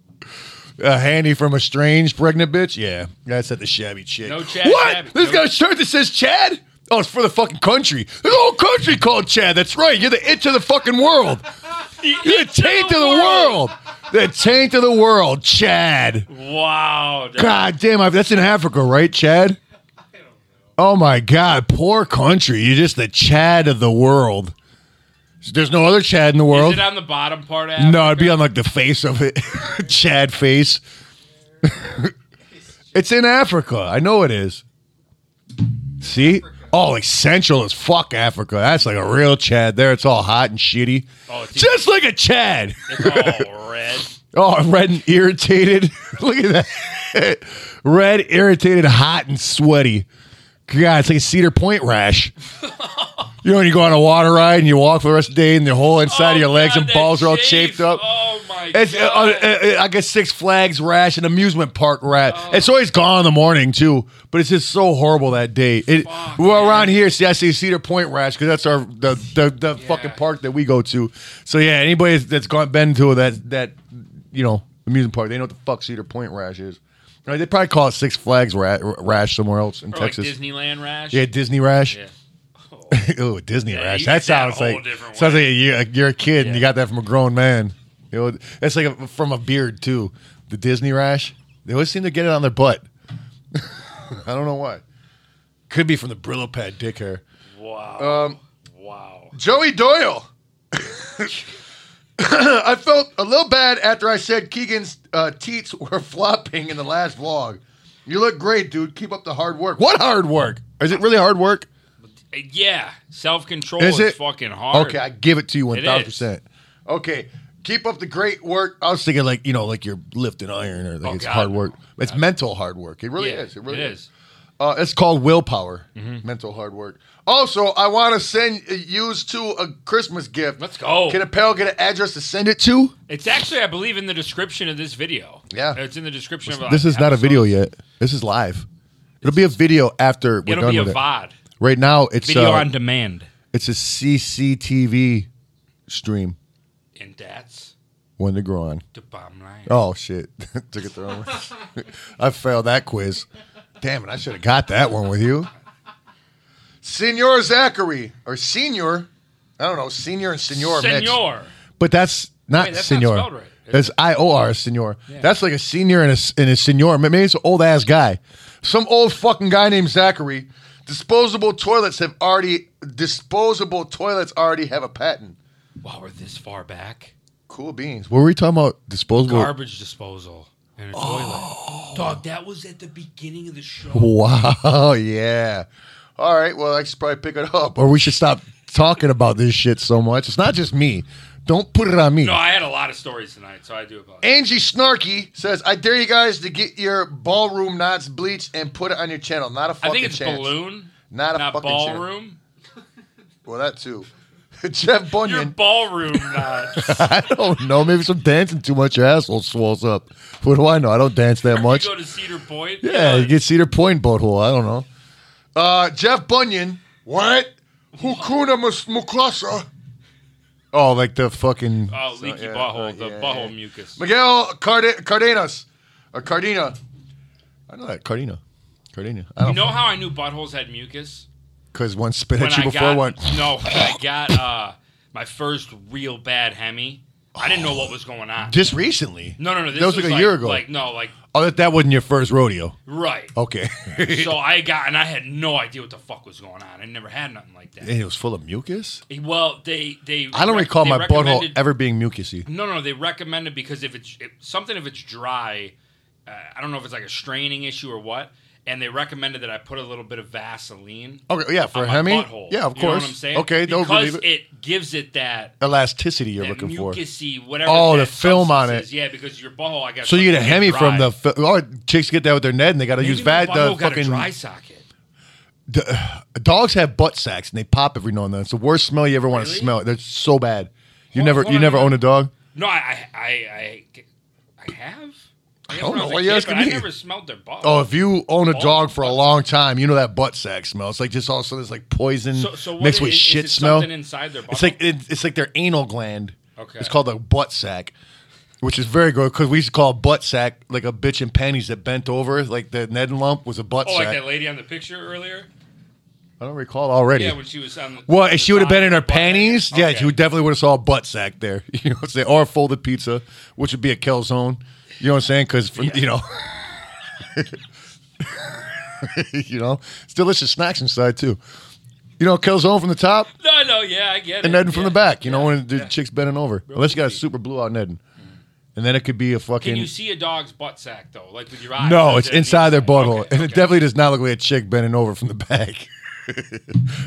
a handy from a strange pregnant bitch? Yeah. That's at the shabby chick. No Chad What? Shabby. There's No- got a shirt that says Chad? Oh, it's for the fucking country. There's a whole country called Chad. That's right. You're the itch of the fucking world. You're the taint of the world. The taint of the world, Chad. Wow. dude. God damn, I- that's in Africa, right, Chad? Oh my God, poor country. You're just the Chad of the world. There's no other Chad in the Is world. it on the bottom part? Of No, it'd be on like the face of it. Chad face. it's in Africa. I know it is. See? Oh, like central as fuck Africa. That's like a real Chad there. It's all hot and shitty. Oh, it's- Just like a Chad. It's all red. Oh, red and irritated. Look at that. red, irritated, hot, and sweaty. God, it's like a Cedar Point rash. you know, when you go on a water ride and you walk for the rest of the day and the whole inside of your Oh, legs God, and that balls are all shave. chafed up. Oh my It's uh, god. uh, uh, I guess Six Flags rash, an amusement park rat. Oh. It's always gone in the morning too, but it's just so horrible that day. It, Fuck, well, around here, see, I see Cedar Point rash because that's our the the, the fucking park that we go to. So yeah, anybody that's gone been to that that you know amusement park, they know what the fuck Cedar Point rash is. Like, they probably call it Six Flags ra- rash somewhere else in or like Texas. Disneyland rash. Yeah, Disney rash. Yeah. Ooh, Disney Yeah, rash. you That get that sounds whole like different sounds like you're, like you're a kid and you got that from a grown man. You know, that's like a, from a beard too. The Disney rash. They always seem to get it on their butt. I don't know why. Could be from the Brillo pad dick hair. Wow. Um, wow. Joey Doyle. I felt a little bad after I said Keegan's uh, teats were flopping in the last vlog. You look great, dude. Keep up the hard work. What hard work? Is it really hard work? Uh, Yeah. Self control Is is, it- fucking hard. Okay, I give it to you one It thousand is. percent. Okay, keep up the great work. I was thinking like you know like you're lifting iron or like Oh, it's God, hard no. work. It's mental hard work. It really Yeah, is. It really it is. is. Mm-hmm. Uh, it's called willpower. Mental hard work. Also, I want to send uh, yous two a Christmas gift. Let's go. Can a pal get an address to send it to? It's actually, I believe, in the description of this video. Yeah. It's in the description of This uh, is not a episode. video yet. This is live. It'll be a video after we're It'll done be a with it. VOD. Right now, it's Video uh, on demand. it's a CCTV stream. And that's When to grow on. the bottom line. Oh shit! Took it the wrong way. I failed that quiz. Damn it! I should have got that one with you. Senor Zachary or Senior, I don't know. Senior and Senor, mixed. Senor. but that's not Wait, that's not Senor. spelled right. That's I O R Senor. That's like a senior and a, and a Senor. Maybe it's an old ass guy. Some old fucking guy named Zachary. Disposable toilets have already. Disposable toilets already have a patent. Wow, we're this far back. Cool beans. What were we talking about? Disposable. Garbage disposal and a Oh. toilet. Dog, that was at the beginning of the show. Wow, yeah. All right, well, I should probably pick it up, or we should stop talking about this shit so much. It's not just me. Don't put it on me. No, I had a lot of stories tonight, so I do apologize. Angie Snarky says, "I dare you guys to get your ballroom knots bleached and put it on your channel. Not a I fucking think it's chance. balloon, Not a not fucking chance. ballroom. Well, that too. Jeff Your Bunyan. ballroom uh, nuts. I don't know. Maybe some dancing too much. Your asshole swells up. What do I know? I don't dance that you much. go to Cedar Point. Yeah, you you get Cedar Point butthole. I don't know. Uh, Jeff Bunyan. What? Hukuna Mus- Mukasa. Oh, like the fucking Oh, leaky yeah, butthole, uh, the yeah, butthole yeah. mucus. Miguel Card- Cardenas or Cardina. I know that Cardina. Cardina. I You don't know how I knew buttholes had mucus? because one spit at you I before got one. no, when I got uh, my first real bad Hemi. I didn't know what was going on. Just recently. No, no, no. This that was like a year ago. Like no, like Oh, that that wasn't your first rodeo. right. Okay. So I got and I had no idea what the fuck was going on. I never had nothing like that. and it was full of mucus. Well, they they I don't rec- recall they my butthole recommended- ever being mucusy. No, no, they recommend it because if it's if, something if it's dry, uh, I don't know if it's like a straining issue or what, and they recommended that I put a little bit of Vaseline Okay, Oh, yeah, for on a my Hemi. butthole. Yeah, of course. You know what I'm saying? Okay, don't because believe it. it. gives it that. elasticity you're That looking for. mucusy, whatever. Oh, that the film on it. substance is. Yeah, because your butthole, I guess. So you get a hemi from the fi- oh, chicks get that with their net and they got to use bad bad the got a fucking dry socket. d- dogs have butt sacks and they pop every now and then. It's the worst smell you ever want to Really? smell. They're so bad. You Hold- never hold you on, never yeah. own a dog? No, I, I, I, I, I have. I guess don't when know was a why you're kid, asking but me. I never smelled their butt. Oh, if you own a Oh, dog for a fuck. long time, you know that butt sack smell. It's like just all of a sudden it's like poison So- so what mixed is- with is shit it smell. something inside their It's like butthole? it, it's like their anal gland. Okay. It's called a butt sack, which is very good because we used to call a butt sack like a bitch in panties that bent over, like the Ned and Lump was a butt oh, sack. like that lady on the picture earlier. I don't recall already. Yeah, when she was on. The, well, the if she would have side been in her of the butt. panties, yeah, Okay. you definitely would have saw a butt sack there. You know what I'm saying? Or a folded pizza, which would be a calzone. You know what I'm saying? Because you know, you know, it's delicious snacks inside too. You know, calzone from the top No, no, yeah, I get and it. Nedden from yeah. the back. You know, when the chick's bending over, unless you got a easy. super blue out Nedden, and then it could be a Can you fucking. see a dog's butt sack though, like with your eyes? No, Like, it's that inside their means- butthole, okay, and it okay. definitely does not look like a chick bending over from the back. I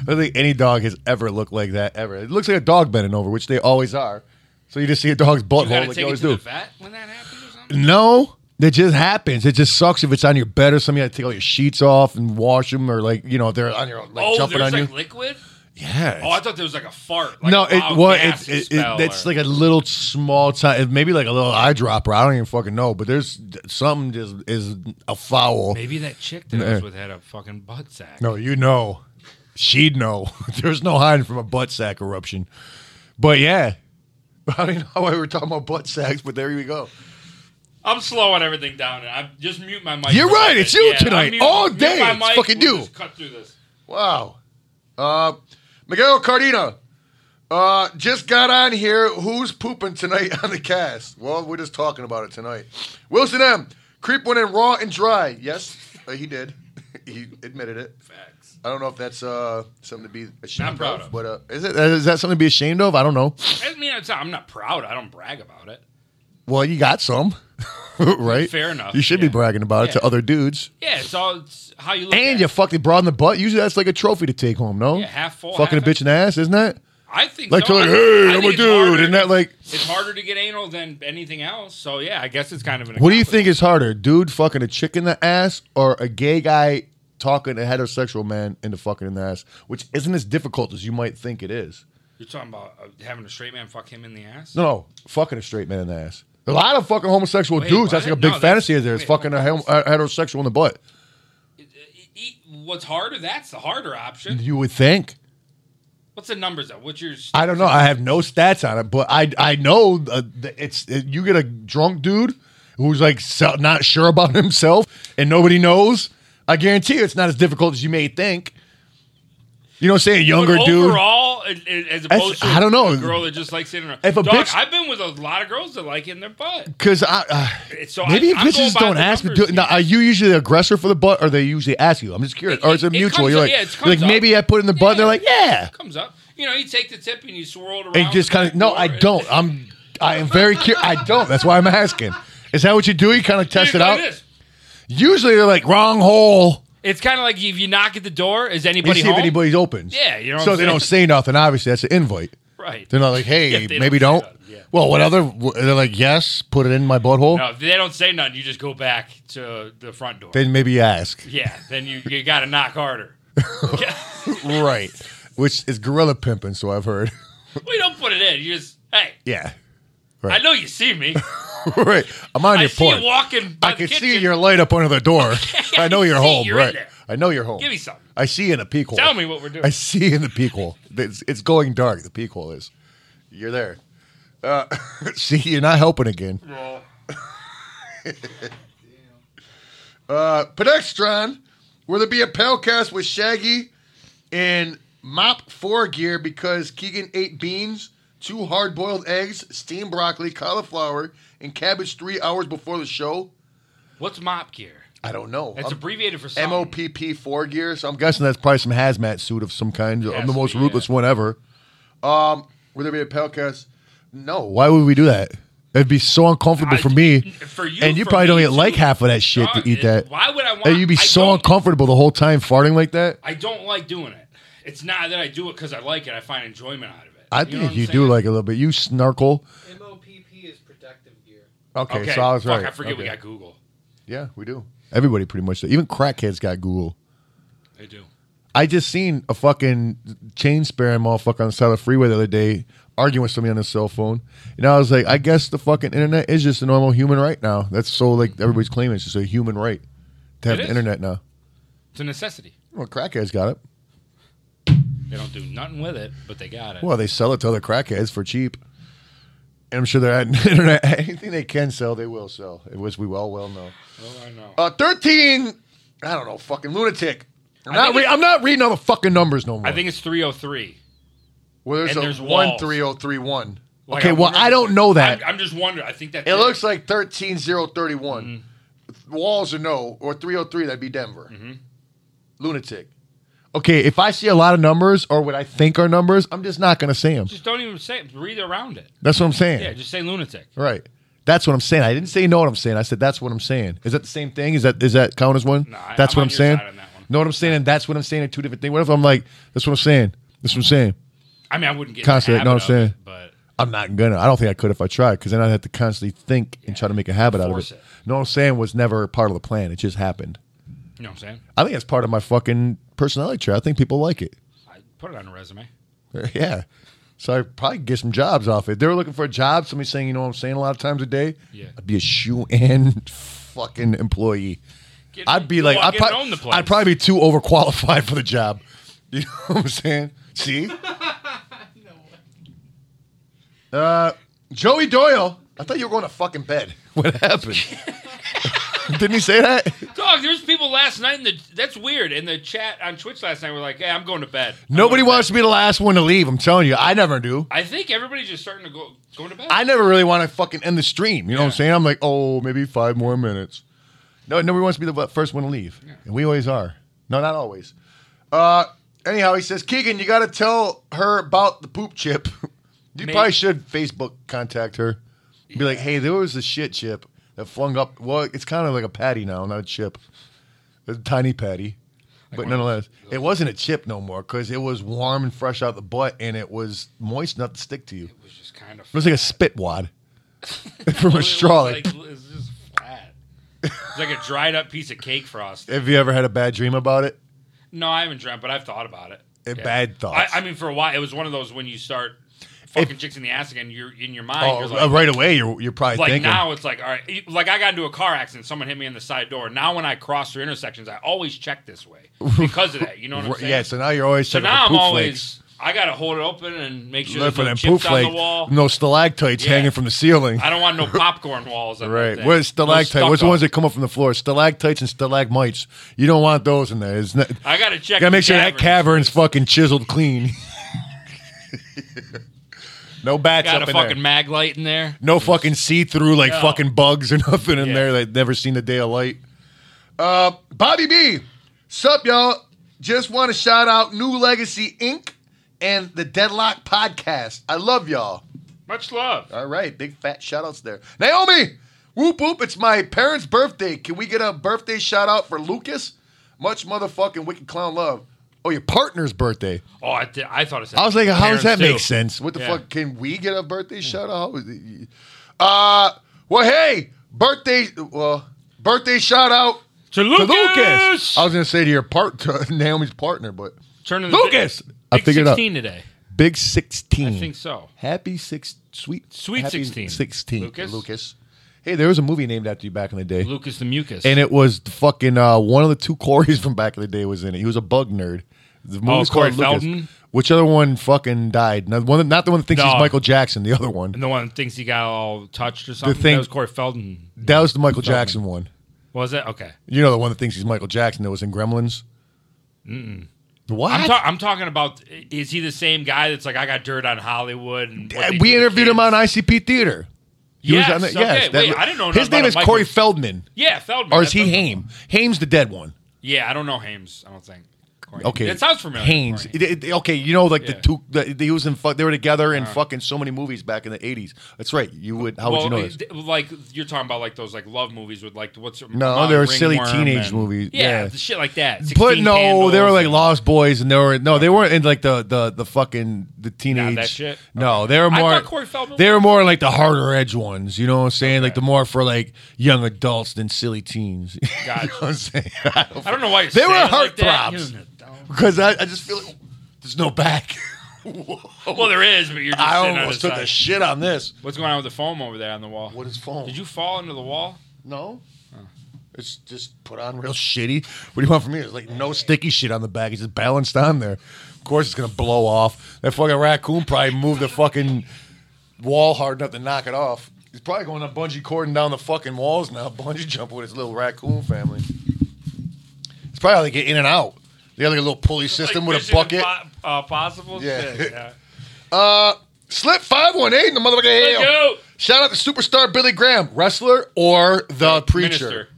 don't think any dog has ever looked like that ever. It looks like a dog bending over, which they always are. So you just see a dog's You gotta butthole, like take you it always to do. the vet when that happens or something. No, that just happens. It just sucks if it's on your bed or something. You got to take all your sheets off and wash them, or like you know they're on your like oh, jumping there's on like you. liquid. Yeah. Oh, I thought there was like a fart. Like no, a it loud well, gas it's it, smell it, it's or- like a little small time, maybe like a little eyedropper. I don't even fucking know, but there's something just is a foul. maybe that chick that I was with had a fucking butt sack. No, you know, she'd know. There's no hiding from a butt sack eruption. But yeah, I don't even know why we were talking about butt sacks, but there you go. I'm slowing everything down, and I just mute my mic. You're for a right, bit. it's you Yeah, I'll tonight. mute- All mute day, my it's mic, fucking we'll you. just Cut through this. Wow. Uh, Miguel Cardina. Uh, just got on here. Who's pooping tonight on the cast? Well, we're just talking about it tonight. Wilson M. Creep went in raw and dry. Yes, uh, he did. he admitted it. Facts. I don't know if that's uh, something to be ashamed Not proud of. But uh, is it is that something to be ashamed of? I don't know. I mean, it's not, I'm not proud. I don't brag about it. Well, you got some, right? Fair enough, You should yeah. be bragging about it to Yeah. other dudes. Yeah, it's all it's how you look. And at you it. fucking broad in the butt. Usually that's like a trophy to take home, no? Yeah, half full, Fucking half a bitch in the ass, isn't that? I think Like, so. to like, I- hey, I I'm think a it's dude. harder- Isn't that like, It's harder to get anal than anything else. So yeah, I guess it's kind of an. what do you think is harder? Dude fucking a chick in the ass or a gay guy talking a heterosexual man into fucking in the ass, which isn't as difficult as you might think it is. You're talking about uh, having a straight man fuck him in the ass. No, no, fucking a straight man in the ass. A lot of fucking homosexual Wait, dudes. That's what? like a big No, that's- fantasy of theirs. wait, Fucking a hold on. hom- a heterosexual in the butt. E- e- What's harder? That's the harder option. You would think. What's the numbers though? What's your? Mm-hmm. I don't know. I have no stats on it, but I I know uh, th- it's it, you get a drunk dude who's like so, not sure about himself and nobody knows. I guarantee you, it's not as difficult as you may think. You know, what I'm saying a But younger dude. overall, a- a- as That's- opposed to I don't know. a girl that just likes sitting around. If a Dog, bitch- I've been with a lot of girls that like it in their butt. Because I, uh, So maybe I- I'm going bitches by don't the ask me. numbers Do, now, here. are you usually the aggressor for the butt, or they usually ask you? I'm just curious. It- or is it, it- it mutual? comes You're up- like, yeah, it you're like comes up. maybe I put it in the butt. and They're Yeah. like, yeah. comes up. You know, you take the tip and you swirl it around. It just kind of no. I Or- don't. I'm. I am very curious. I don't. That's why I'm asking. Is that what you do? You kind of Dude, test it like out. this. Usually they're like wrong hole. It's kind of like if you knock at the door, is You anybody see home? if anybody's open. Yeah, you know what So I'm they don't say nothing. Obviously, that's an invite. right. They're not like, hey, Yeah, they maybe don't don't. say nothing, yeah. Well, what other? wh- They're like, yes, put it in my butthole. No, if they don't say nothing. You just go back to the front door. Then maybe you ask. yeah, then you, you got to knock harder. Yeah. right. Which is gorilla pimping, so I've heard. we don't put it in. You just, hey, yeah. I know you see me. right. I'm on I your see point. you walking by I the can kitchen. see your light up under the door. I know you're See, home. you're in right. there. I know you're home. Give me something. I see you in a peak hole. Tell me what we're doing. I see in the peak hole. It's, it's going dark. The peak hole is. You're there. Uh, see, you're not helping again. Well, Uh, Pedestron, will there be a Pelcast with Shaggy and Mop 4 gear because Keegan ate beans, two hard boiled eggs, steamed broccoli, cauliflower, and cabbage three hours before the show? What's mop gear? I don't know. It's abbreviated for something. MOPP 4 gear, so I'm guessing that's probably some hazmat suit of some kind. I'm Has the to most be, ruthless yeah. one ever. Um, will there be a Pelcast? No. Why would we do that? It'd be so uncomfortable I- for me. for you, and you for probably don't me, even like too. half of that shit Dog, to eat it- that. Why would I want? And you'd be I so don't- uncomfortable the whole time farting like that. I don't like doing it. It's not that I do it because I like it. I find enjoyment out of it. I know think what I'm you do saying? like it a little bit. You snarkle. MOPP is protective gear. Okay, Okay, so I was fuck, right. I forget we Okay. got Google. Yeah, we do. Everybody pretty much. Does. Even crackheads got Google. They do. I just seen a fucking chain sparing motherfucker on the side of the freeway the other day arguing with somebody on his cell phone. And I was like, I guess the fucking internet is just a normal human right now. That's so like everybody's claiming it's just a human right to have It the is. internet now. It's a necessity. Well, crackheads got it. They don't do nothing with it, but they got it. Well, they sell it to other crackheads for cheap. And I'm sure they're at internet. Anything they can sell, they will sell. It was we all well know. Oh, I know. Uh, Thirteen. I don't know. Fucking lunatic. I'm I not. think Re- it's- I'm not reading all the fucking numbers no more. I think it's 303. well, there's and a there's one walls. three zero three one. Like, okay, I'm well wondering- I don't know that. I'm, I'm just wondering. I think that oh it looks like thirteen zero thirty one. Mm-hmm. Walls are no, or three zero three. That'd be Denver. Lunatic. Okay, if I see a lot of numbers or what I think are numbers, I'm just not gonna say them. Just don't even say it. Read around it. That's what I'm saying. Yeah, just say lunatic. Right. That's what I'm saying. I didn't say know what I'm saying. I said that's what I'm saying. Is that the same thing? Is that is that count as one? No, I- that's what I'm on I'm your saying. side on that one. Know what I'm saying? And that's what I'm saying. Are two different things. What if I'm like, that's what I'm saying. That's what I'm saying. I mean, I wouldn't get Constantly, in the no, habit I'm of saying. it, but I'm not gonna. I don't think I could if I tried because then I'd have to constantly think and try to make a habit out of Force it. it. No, I'm saying was never part of the plan. It just happened. you know what I'm saying. I think that's part of my fucking personality trait. I think people like it. I put it on a resume. Yeah. So I probably get some jobs off it. If they were looking for a job, somebody saying, you know what I'm saying, a lot of times a day, Yeah. I'd be a shoe in fucking employee. Get- I'd be you like, walk I'd, in prob- and own the place. I'd probably be too overqualified for the job. You know what I'm saying? See? Uh, Joey Doyle. I thought you were going to fucking bed. What happened? Didn't he say that? Dog, there's people last night in the. That's weird. In the chat on Twitch last night, we're like, "Hey, I'm going to bed." I'm Nobody going to wants to be the last one to leave. I'm telling you, I never do. bed. I think everybody's just starting to go going to bed. I never really want to fucking end the stream. You know what I'm Yeah. saying? I'm like, oh, maybe five more minutes. No, nobody wants to be the first one to leave, and we always are. No, not always. Uh, anyhow, he says, Keegan, you got to tell her about the poop chip. you May- probably should Facebook contact her. Be like, hey, there was a shit chip that flung up. Well, it's kind of like a patty now, not a chip. It's a tiny patty. But nonetheless, it wasn't a chip no more because it was warm and fresh out the butt, and it was moist enough to stick to you. it was just kind of. It was like a spit wad from a straw. Like, It was just flat. It's like a dried up piece of cake frost. have you ever had a bad dream about it? No, I haven't dreamt, but I've thought about it. A bad thought. I, I mean, for a while, it was one of those when you start fucking chicks in the ass again. You're in your mind. oh, you're like, uh, right away, you're you're probably like thinking. now, it's like all right. you- Like I got into a car accident. Someone hit me in the side door. Now, when I cross through intersections, I always check this way because of that. You know what I'm Right- saying? yeah, so now you're always So checking now for I'm poop always I gotta hold it open and make flakes. sure Look there's for no them chips poop on the flakes. wall. No stalactites Yeah. hanging from the ceiling. I don't want no popcorn walls. On Right. That thing. What is No stalactite? What's the stucco. ones that come up from the floor? Stalactites and stalagmites. You don't want those in there. It's not, I gotta check. gotta the make sure that cavern's caverns. fucking chiseled clean. no bats Got up a in there. fucking mag light in there. No fucking see through like No. fucking bugs or nothing in Yeah. there. They've never seen the day of light. Uh, Bobby B, sup y'all? Just want to shout out New Legacy Inc. and the Deadlock Podcast. I love y'all. Much love. All right, big fat shout outs there. Naomi, whoop whoop, it's my parents' birthday. Can we get a birthday shout out for Lucas? Much motherfucking wicked clown love. Oh, your partner's birthday. Oh, I, th- I thought it said. I was like, how does parents, that too. make sense? What the Yeah. fuck? Can we get a birthday shout out? How was it- Uh, well, hey, birthday, well, birthday shout out To to Lucas. Lucas. Uh, I was gonna say to your part, to Naomi's partner, but Turning the Lucas. Big, I figured it out. 16 today. Big sixteen. I think so. Happy six, sweet, Sweet happy 16. Sixteen, Lucas? Lucas. Hey, there was a movie named after you back in the day, Lucas the mucus. and it was the fucking uh, one of the two Corys from back in the day was in it. He was a bug nerd. The movie Oh, was Corey called Lucas. Feldon? Which other one fucking died? Not, one, not the one that thinks he's No. Michael Jackson. The other one. and the one that thinks he got all touched or something. thing- that was Corey Feldon. That was the Michael Jackson one. Was it? Okay. You know the one that thinks he's Michael Jackson that was in Gremlins. Mm-mm. What? I'm, ta- I'm talking about. Is he the same guy that's like I got dirt on Hollywood? And what Uh, they do we to interviewed him kids? on ICP Theater. He was Yes, on the- okay. Wait, I didn't know His nothing name about is Michael- Corey Feldman, Yeah, Feldman. or is That he sounds- Haim? Haim's the dead one. Yeah, I don't know Hames. I don't think. Corey Haim. Okay, That sounds familiar. Haynes. Corey Haim. It- it- okay, you know, like the Yeah. Uh-huh. two. The, they was in. Fuck, they were together in fucking so many movies back in the eighties. That's right. You would. How would well, you know this? it- like you're talking about like those like love movies with like what's No, Molly they were silly Ringworm teenage and- movies. Yeah, Yeah. the shit like that. But 16 no, they were Candles like and- Lost Boys, and they were no, they weren't in like the the the fucking the teenage. that shit? No, they were I more. thought Corey Feldman they were more like the harder edge ones. You know what I'm saying? Like the more for like young adults than silly teens. you know Gotcha. what I'm saying? I don't I don't know why you're They saying were it like that. heartthrobs. You're an adult. because I, I just feel like there's no back. Well, there is, but you're just I sitting on almost the took a side. shit on this. What's going on with the foam over there on the wall? What is foam? Did you fall into the wall? No. It's just put on real shitty. What do you want from me? There's like no sticky shit on the back. It's just balanced on there. Of course, it's gonna blow off. That fucking raccoon probably moved the fucking wall hard enough to knock it off. He's probably going up bungee cording down the fucking walls now, bungee jumping with his little raccoon family. It's probably how they get in and out. They got like a little pulley system Like with a Mission bucket. Impo- uh, possible. Yeah. Shit, yeah. Slip five one eight in the motherfucking Let's hell. go. Shout out to superstar Billy Graham, wrestler or the preacher. Minister.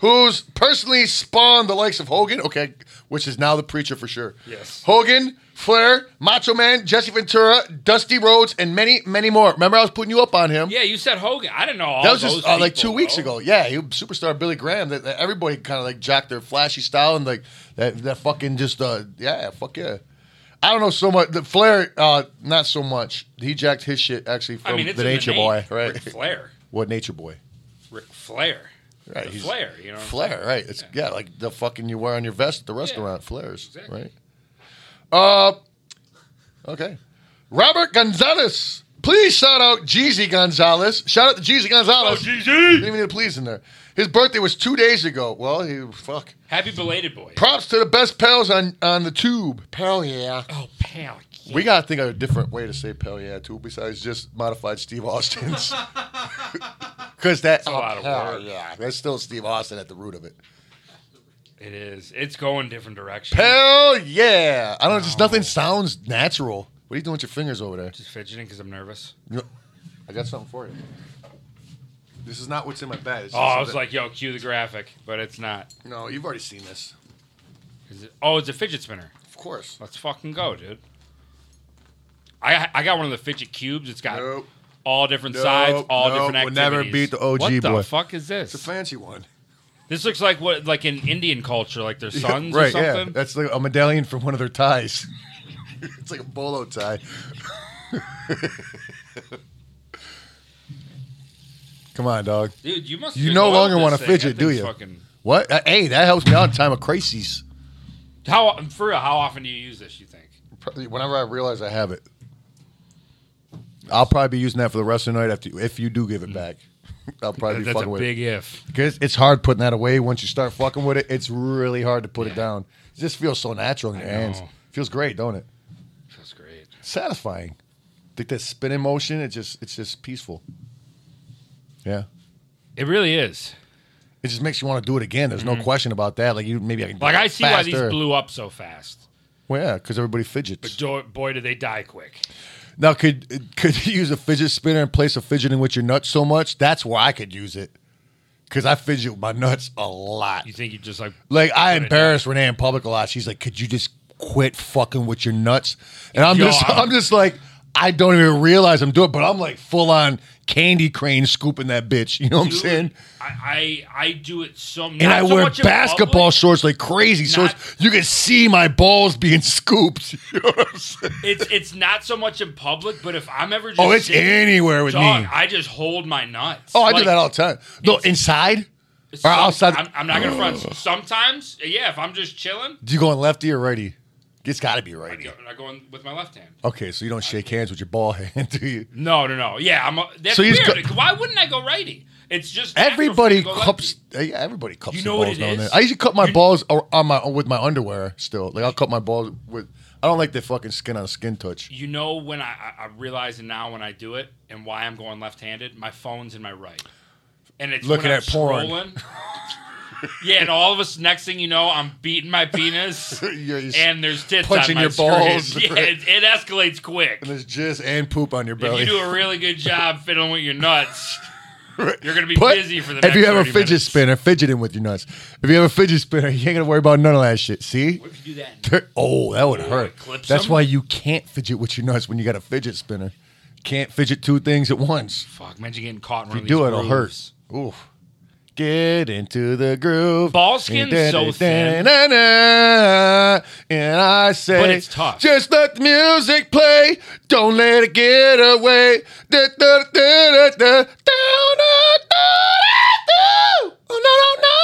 who's personally spawned the likes of Hogan, okay, which is now the preacher for sure. Yes. Hogan, Flair, Macho Man, Jesse Ventura, Dusty Rhodes, and many, many more. Remember, I was putting you up on him. Yeah, you said Hogan. I didn't know all That was those just uh, like two people, weeks bro. ago. Yeah, he, superstar Billy Graham. That, that everybody kind of like jacked their flashy style and like that, that fucking just uh yeah fuck yeah. I don't know so much. The Flair, uh, not so much. He jacked his shit actually from I mean, it's the in Nature name. Boy, Ric right? Flair. What Nature Boy? Ric Flair. Right, The he's- Flair. You know. what I'm Flare, right? It's yeah. like the fucking you wear on your vest at the restaurant. Flares, Exactly. right? Uh, okay. Robert Gonzalez, please shout out Jeezy Gonzalez. Shout out to Jeezy Gonzalez. saying? Oh, GG. Didn't even need a please in there. His birthday was two days ago. Well, he fuck. Happy belated boy. Props to the best pals on on the tube. Pal, yeah. Oh, pal. We gotta think of a different way to say pal, yeah, too, besides just modified Steve Austin's. Because that's a lot of work. Yeah, that's still Steve Austin at the root of it. It is. It's going different direction. Hell yeah! I don't. Just nothing sounds natural. What are you doing with your fingers over there? Just fidgeting because I'm nervous. You know- I got something for you. This is not what's in my bag. It's Oh, just I was something- like, yo, cue the graphic, but it's not. no, you've already seen this, Is it? Oh, it's a fidget spinner. of course. Let's fucking go, dude. I I got one of the fidget cubes. It's got Nope. all different Nope, sides, all nope, different we'll activities. never beat the OG What boy. the fuck is this? It's a fancy one. this looks like what like in Indian culture, like their sons right? or Yeah, something. that's like a medallion from one of their ties. it's like a bolo tie. Come on, dog. Dude, you must. You get no loyal longer this want to thing. fidget, That do thing's you? Fucking, What? Uh, hey, that helps me out in time of crises. how for real? How often do you use this? You think? Probably whenever I realize I have it. I'll probably be using that for the rest of the night after if you do give it back. I'll probably be Mm. That's a fucking with it. big if. Because it's hard putting that away once you start fucking with it. It's really hard to put it down. It just feels so natural in your hands. know. Feels great, don't it? That's great. Satisfying. Like that spinning motion, it just it's just peaceful. Yeah. It really is. It just makes you want to do it again. There's no question about that. Like you maybe I can do Mm-hmm. Like it I see why faster. these blew up so fast. Well, yeah, because everybody fidgets. Do, boy, do they die quick. Now, could could you use a fidget spinner in place of fidgeting with your nuts so much? That's where I could use it because I fidget with my nuts a lot. You think you just like Like I Put it embarrass Renee in public a lot. She's like, "Could you just quit fucking with your nuts?" And I'm Yo, just, I'm- I'm just like, I don't even realize I'm doing, it, but I'm like full on candy crane scooping that bitch. You know what I'm Dude, saying? I, I I do it so. And I wear basketball Public, shorts like crazy, so Not- it's- you can see my balls being scooped. You know what I'm saying? it's it's not so much in public, but if I'm ever just Oh, it's sitting- anywhere with dog, me. I just hold my nuts. Oh, I Like, do that all the time. No, it's- inside. some- or outside- I'm, I'm not gonna front. Sometimes, yeah, if I'm just chilling, Do you go on lefty or righty? It's got to be I righty. go, I go in with my left hand. Okay, so you don't shake hands with your ball hand, do you? No, no, no. Yeah, I'm. A, that's So you weird. just Why wouldn't I go righty? It's just natural for me Everybody to go lefty. cups. Yeah, everybody cups You their know what balls it down there. is? I usually cut my You- balls or- on my with my underwear. Still, like I'll cut my balls with. I don't like the fucking skin on skin touch. You know when I, I- I'm realizing now when I do it and why I'm going left-handed. My phone's in my right, and it's Looking when I'm at porn. Scrolling. yeah, and all of us. Next thing you know, I'm beating my penis, You're- you're and there's tits punching on my your screen. balls. Yeah, it, it escalates quick. And there's jizz and poop on your If belly. you do a really good job fiddling with your nuts, you're gonna be But busy for the. if next you have a 30 fidget minutes. spinner, fidgeting with your nuts. If you have a fidget spinner, you ain't gonna worry about none of that shit. See? What if you do that? Tur- Oh, that would hurt. clips That's them? why you can't fidget with your nuts when you got a fidget spinner. Can't fidget two things at once. Fuck, imagine getting caught. In one If of you do these it, it'll hurt. grooves. Oof. Get into the groove. Ball skin's so thin. And I say, But it's tough. Just let the music play. Don't let it get away. Da, da, da, da, da, da, da, da, da. Oh, no, no, no.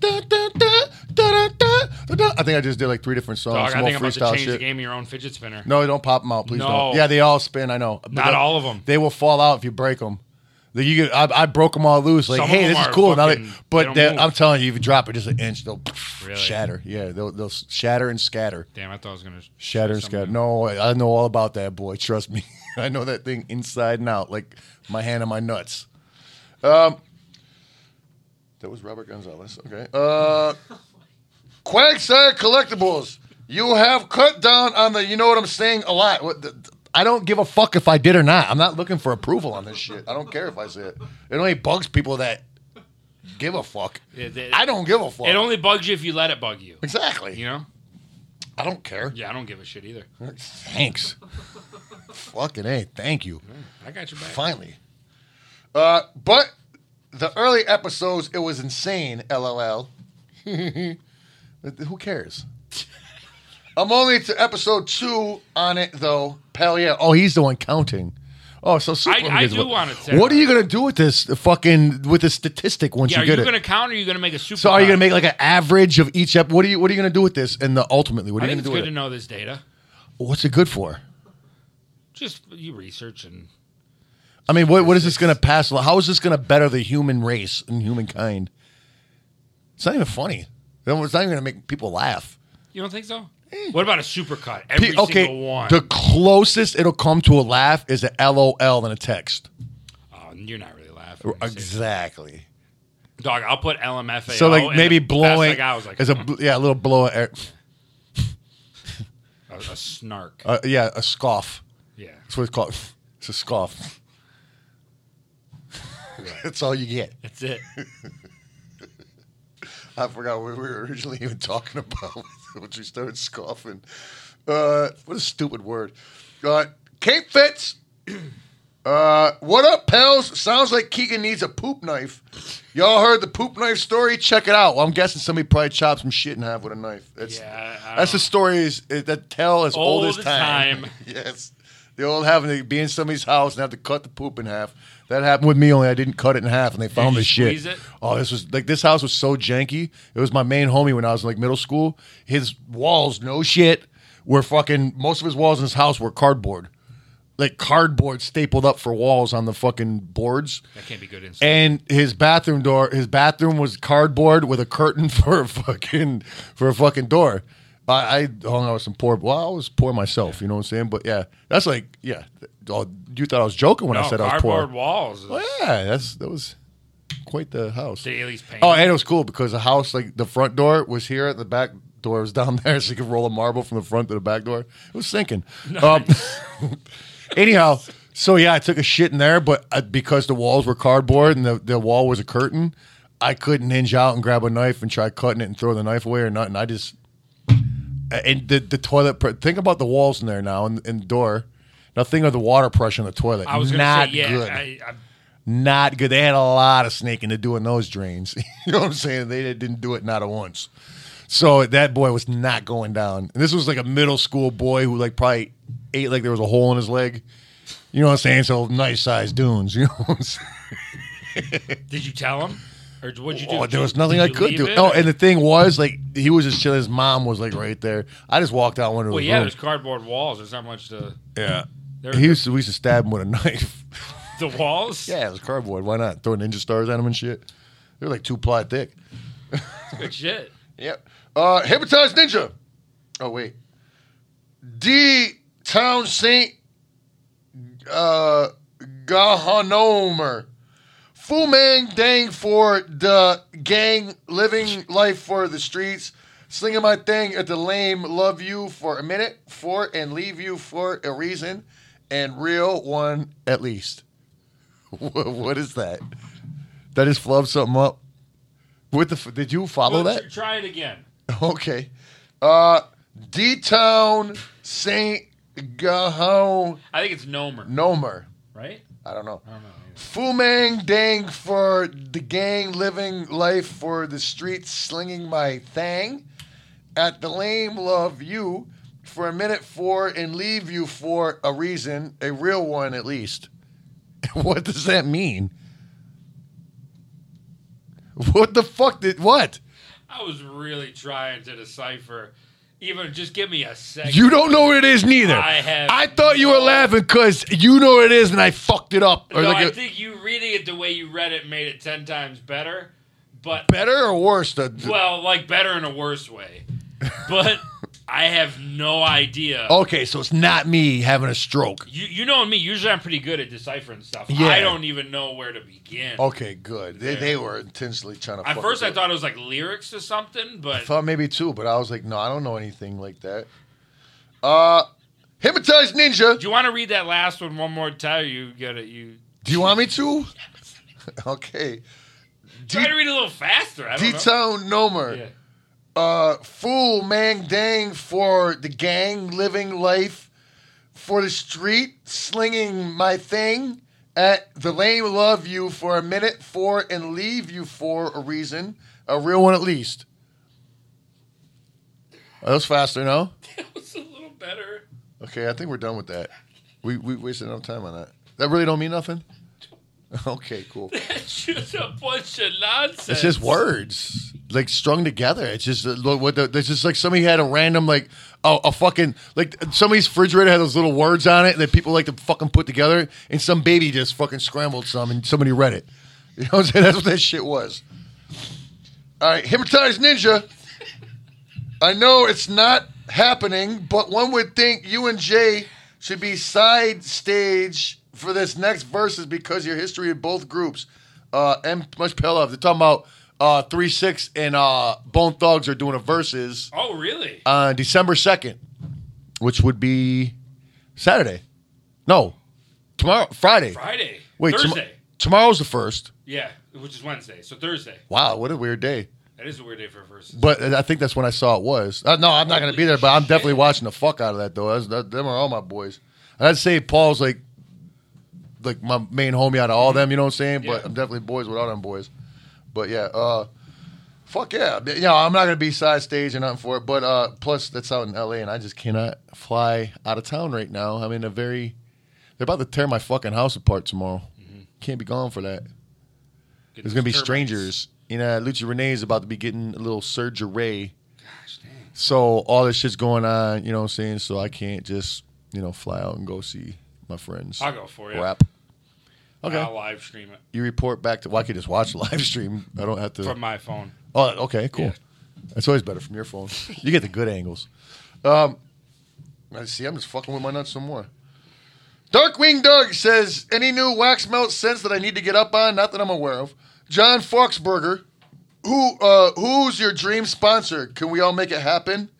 Da, da, da, da, da, da, da. I think I just did like three different songs. Dog, some I more think I'm about to freestyle change shit. the game of your own fidget spinner. No, don't pop them out, please. No. don't. Yeah, they all spin. I know. But Not they- all of 'em. They will fall out if you break them. Like you get, I, I broke them all loose. Like, Some of hey, 'em this is are cool. Now fucking- they- they don't but they- move. I'm telling you, if you drop it just an inch, they'll Really? shatter. Yeah, they'll, they'll shatter and scatter. Damn, I thought I was gonna Shatter and something. scatter. No, I I know all about that, boy. Trust me. I know that thing inside and out, like my hand and my nuts. Um, that was Robert Gonzalez. Okay. Uh, Quagsire Collectibles. You have cut down on the, you know what I'm saying, a lot. What the, I don't give a fuck if I did or not. I'm not looking for approval on this shit. I don't care if I say it. It only bugs people that give a fuck. Yeah, they- I don't give a fuck. It only bugs you if you let it bug you. exactly. You know? I don't care. Yeah, I don't give a shit either. Thanks. Fucking A. Thank you. I got your back. Finally. Uh, but the early episodes, it was insane, LOL. But Who cares? I'm only to episode two on it, though. Pell, yeah. Oh, he's the one counting. Oh, so Superman I gets do one. want it, Sarah. What are you gonna do with this fucking with this statistic once Yeah, you are get you it? gonna count or are you gonna make a super? so are you count? gonna make like an average of each ep? What are you What are you gonna do with this? And the ultimately, what I are you think gonna do it's good with to it? know this data. What's it good for? Just you research and I mean, what, what is this going to pass? along? How is this going to better the human race and humankind? It's not even funny. It's not even going to make people laugh. you don't think so? What about a super cut? Every Pe- Eh. okay, single one. the closest it'll come to a laugh is a LOL than a text. Oh, you're not really laughing. Exactly. Dog, I'll put LMFAO. So like oh, and maybe the best blowing I got was like is a bl- yeah a little blow uh, a, a, a snark. uh, yeah a scoff. yeah. That's what it's called. It's a scoff. That's all you get. That's it. I forgot what we were originally even talking about when she started scoffing. Uh, what a stupid word. Uh, Cape Fitz. Uh, what up, pals? Sounds like Keegan needs a poop knife. Y'all heard the poop knife story? Check it out. Well, I'm guessing somebody probably chopped some shit in half with a knife. That's, Yeah, I- I that's the don't- story is, is- that tell as old, Old as as time. time. yes. The old having to be in somebody's house and have to cut the poop in half. That happened with me, only I didn't cut it in half, and they found you the shit. squeeze it? Oh, this was like this house was so janky. It was my main homie when I was in, like middle school. His walls, no shit, were fucking. Most of his walls in his house were cardboard, like cardboard stapled up for walls on the fucking boards. That can't be good inside. And his bathroom door, his bathroom was cardboard with a curtain for a fucking for a fucking door. I, I hung out with some poor. Well, I was poor myself, you know what I'm saying. But yeah, that's like yeah. Oh, you thought I was joking when I No, said I was cardboard poor. walls. Is, Well, yeah, that's that was quite the house. They at least paint. Oh, and it was cool because the house, like the front door was here, the back door was down there, so you could roll a marble from the front to the back door. It was sinking. Um, anyhow, so yeah, I took a shit in there, but uh, because the walls were cardboard and the, the wall was a curtain, I couldn't hinge out and grab a knife and try cutting it and throw the knife away or nothing. I just and the, the toilet. Pr- think about the walls in there now and, and the door. Now think of the water pressure in the toilet. I was gonna not say, yeah, good I, I, not good. They had a lot of snaking to do in those drains. you know what I'm saying? They didn't do it not at once. So that boy was not going down. And this was like a middle school boy who like probably ate like there was a hole in his leg. You know what I'm saying? So nice sized dunes. You know what I'm saying? did you tell him, or what'd you do? Oh, Did there you- was nothing did I you could leave do. it? Oh, and the thing was like he was just chilling. His mom was like right there. I just walked out one of the well, yeah, room. there's cardboard walls. There's not much to Yeah. there- He used to, we used to stab him with a knife. the walls. yeah, it was cardboard. Why not? Throw ninja stars at him and shit. They're like two ply thick. Good shit. Yep. Uh, Hypnotized Ninja. Oh wait. D Town Saint uh Gahanomer. Fu Mang Dang for the gang, living life for the streets, slinging my thing at the lame, love you for a minute, for and leave you for a reason, and real one at least. Wha- what is that? That is flub something up. What the? F- did you follow Well, that? tr- Try it again. Okay. Uh D Town Saint Gaho I think it's Nomer, Mm. Nomer. right? I don't know. I don't know. Fumang dang for the gang living life for the streets slinging my thang at the lame love you for a minute for and leave you for a reason, a real one at least. what does that mean? What the fuck did what? I was really trying to decipher. Even just give me a second. You don't know what it is neither. I have I thought you were laughing because you know what it is, and I fucked it up. No, Or like I a- think you reading it the way you read it made it ten times better. But better or worse? The, well, like better in a worse way. But I have no idea. okay, so it's not me having a stroke. You you know me. Usually I'm pretty good at deciphering stuff. Yeah. I don't even know where to begin. Okay, good. They, Yeah. they were intentionally trying to. At fucking first, do I it. thought it was like lyrics or something, but thought maybe two, but I was like, no, I don't know anything like that. Uh, hypnotized ninja. do you want to read that last one one more time? You got it. You Do you want me to? okay. try to read a little faster. I D don't know. Town Nomer. Yeah. uh, fool mang dang for the gang living life for the street slinging my thing at the lame love you for a minute for and leave you for a reason a real one at least oh, that was faster no That was a little better. okay i think we're done with that we, we wasted enough time on that that really don't mean nothing okay cool That's just a bunch of nonsense. It's just words, like strung together. It's just uh, lo- what the, it's just like somebody had a random like a, a fucking like somebody's refrigerator had those little words on it that people like to fucking put together, and some baby just fucking scrambled some and somebody read it. You know what I'm saying? That's what that shit was. All right, hypnotized ninja. I know it's not happening, but one would think you and Jay should be side stage for this next versus because your history of both groups. Uh, M. Much Pelov, they're talking about uh, 3 6 and uh, Bone Thugs are doing a versus Oh really? on December 2nd, which would be Saturday. No, tomorrow, Friday. Friday. Wait, tom- Thursday. tomorrow's the first. yeah, which is Wednesday. So Thursday. Wow, what a weird day. That is a weird day for a versus. But I think that's when I saw it was. Uh, no, I'm not going to be there, but I'm definitely watching the fuck out of that though. That's, that, them are all my boys. I'd say Paul's like, like my main homie out of all them. You know what I'm saying? But Yeah. I'm definitely boys with all them boys. But yeah, uh, fuck yeah. You know, I'm not going to be side stage or nothing for it. But uh, plus, that's out in L.A. and I just cannot fly out of town right now. I'm in a very. They're about to tear my fucking house apart tomorrow. Can't be gone for that. Get There's gonna be those turbines. strangers. You know, Lucha Renee is about to be getting a little surgery. Gosh, dang. So all this shit's going on, you know what I'm saying? So I can't just, you know, fly out and go see my friends. I'll go for you. Rap. Okay. I'll live stream it you report back to well, I could just watch live stream. I don't have to from my phone. Oh, okay, cool. Yeah. That's always better from your phone. You get the good angles. Um, I see. I'm just fucking with my nuts some more. Darkwing Doug says, "Any new wax melt scents that I need to get up on? Not that I'm aware of." John Foxberger, who uh, who's your dream sponsor? Can we all make it happen?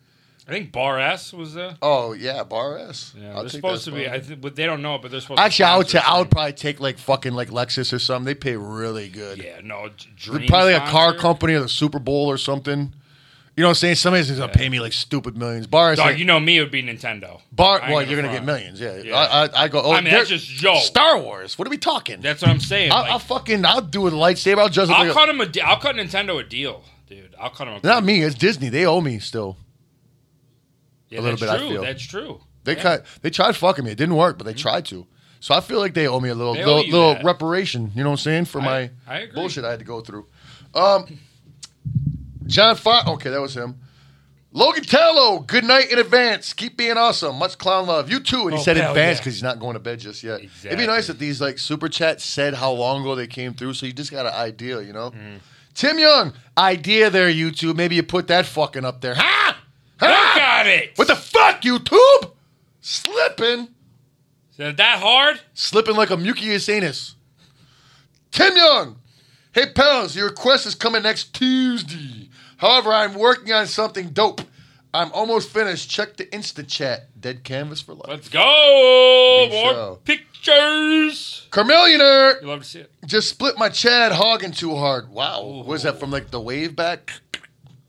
I think Bar S was the. Oh yeah, Bar S. Yeah, I'll they're take supposed that to be. spot. I th- but they don't know it. But they're supposed. Actually, to I would say I would sponsor probably take like fucking like Lexus or something. They pay really good. something. Yeah, no. d- They're Dream probably a car sponsor? company or the Super Bowl or something. You know what I'm saying? Somebody's gonna pay me like stupid millions. Bar is Dog, like, you know me it would be Nintendo. bar. I ain't Well, you're gonna get front. millions. Yeah. Yeah. I, I, I go. Oh, I mean, that's they're- just yo. Star Wars. What are we talking? That's what I'm saying. I'll, like, I'll fucking. I'll do a lightsaber. I'll just. I'll like a- cut him a. De- I'll cut Nintendo a deal, dude. I'll cut him a. not me. It's Disney. They owe me still. a Yeah, little that's bit, I True. feel. That's true. They Yeah. Mm-hmm. cut. They tried fucking me. It didn't work, but they tried to. So I feel like they owe me a little They owe little, you little that. reparation. You know what I'm saying for I- my I agree. bullshit I had to go through. Um, John Fo- Okay, that was him. Logan Tello, good night in advance. Keep being awesome. Much clown love. You too. And he Oh, said hell advance yeah. because he's not going to bed just yet. It'd be Exactly. nice if these like super chats said how long ago they came through, so you just got an idea, you know. Mm-hmm. Tim Young, idea there, YouTube. Maybe you put that fucking up there. Ha! Ha! Look at it. What the fuck, YouTube? Slipping. Is it that hard? Slipping like a mucus anus. Tim Young. Hey, pals, your request is coming next Tuesday. However, I'm working on something dope. I'm almost finished. Check the Insta chat. Dead Canvas for life. Let's go. We More shall. pictures. Carmillionaire. You love to see it. Just split my Chad Hogging too hard. Wow. Oh. What is that from, like, the wave back?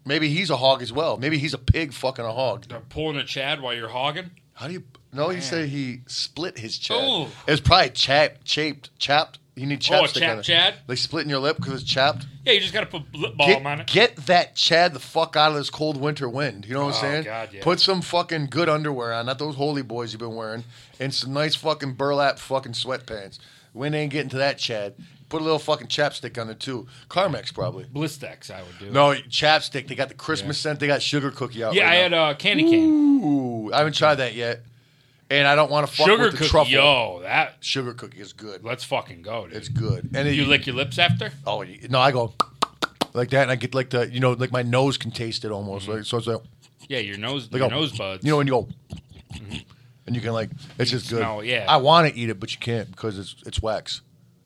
Maybe he's a hog as well. Maybe he's a pig fucking a hog. They're pulling a Chad while you're hogging. How do you? No, he said he split his chap. Ooh. It was probably chap, chaped, chapped. You need Oh, a chapstick chap on it. chad? Like splitting your lip because it's chapped. Yeah, you just gotta put lip balm on Get, it. get that Chad the fuck out of this cold winter wind. You know what I'm Oh, saying? God, yeah. Put some fucking good underwear on, not those holy boys you've been wearing, and some nice fucking burlap fucking sweatpants. We ain't getting to that, Chad. Put a little fucking chapstick on it too. Carmex probably. Blistex, I would do. No chapstick. They got the Christmas scent. They got sugar cookie out. yeah, right I now. had a uh, candy cane, Ooh, I haven't tried that yet, and I don't want to fuck sugar with the cookie. truffle. Yo, that Sugar cookie is good. let's fucking go, dude. It's good. And it, you lick your lips after? Oh you- no, I go like that, and I get like the you know like my nose can taste it almost. Mm-hmm. Like, so it's like Yeah, your nose, like your a- nose buds. You know, and you go. And you can like, it's just good. Mm-hmm. smell it, yeah. I want to eat it, but you can't because it's it's wax.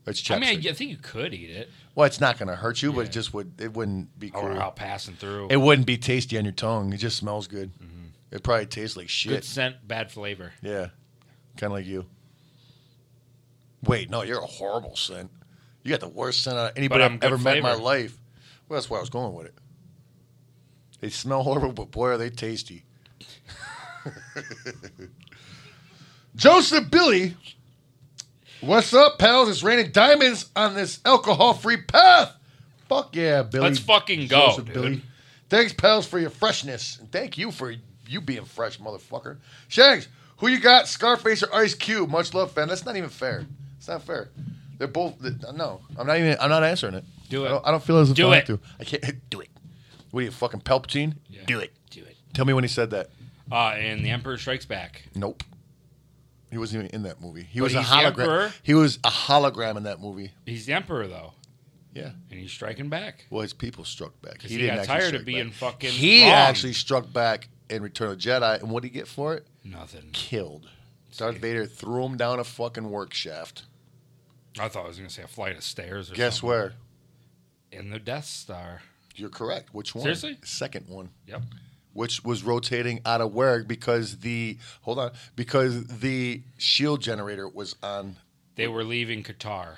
It's I chapstick. mean, I, I think you could eat it well, it's not gonna hurt you, but it just would. It wouldn't be cool. or out passing through. It wouldn't be tasty on your tongue. It just smells good. Mm-hmm. It probably tastes like shit. Good scent, bad flavor. Yeah, kind of like you. Wait, no, you're a horrible scent. You got the worst scent out of anybody I'm I've good ever met in my flavor. life. Well, that's where I was going with it. They smell horrible, but boy, are they tasty. Joseph Billy, what's up, pals? It's raining diamonds on this alcohol-free path. Fuck yeah, Billy. Let's fucking go, dude. Thanks, pals, for your freshness. And thank you for you being fresh, motherfucker. Shags, who you got? Scarface or Ice Cube? Much love, fan. That's not even fair. It's not fair. They're both. th- No, I'm not even. I'm not answering it. Do it. I don't, I don't feel as if Do I it. have to. I can't do it. What are you fucking Palpatine? Yeah. Do it. Do it. Tell me when he said that. Uh, and The Emperor Strikes Back. Nope. He wasn't even in that movie. He was a he's the hologram. Emperor. He was a hologram in that movie. He's the Emperor though, Yeah. and he's striking back. Well, his people struck back. 'Cause he got actually tired of strike being back. fucking He wrong. actually struck back in Return of the Jedi, and what did he get for it? Nothing. Killed. Darth Vader threw him down a fucking work shaft. I thought I was gonna say a flight of stairs. Or Guess something. where? In the Death Star. You're correct. Which one? Seriously? Second one. Yep. Which was rotating out of work because the hold on because the shield generator was on. They were leaving Qatar.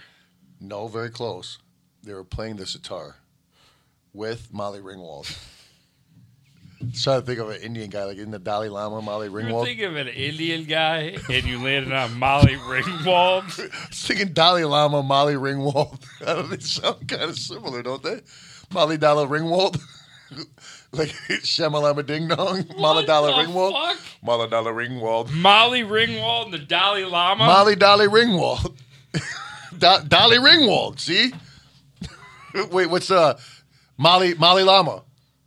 No, very close. They were playing the sitar with Molly Ringwald. Just trying to think of an Indian guy like in the Dalai Lama, Molly You Ringwald. were thinking of an Indian guy, and you landed on Molly Ringwald. Singing Dalai Lama, Molly Ringwald. I don't know, they sound kind of similar, don't they? Molly Dollar Ringwald. like Shamalama Ding Dong. Molly What Dollar the Ringwald. fuck? Molly Dollar Ringwald. Molly Ringwald and the Dalai Lama. Molly Dolly Ringwald. Do- Dolly Ringwald, see? Wait, what's uh Molly Molly Lama?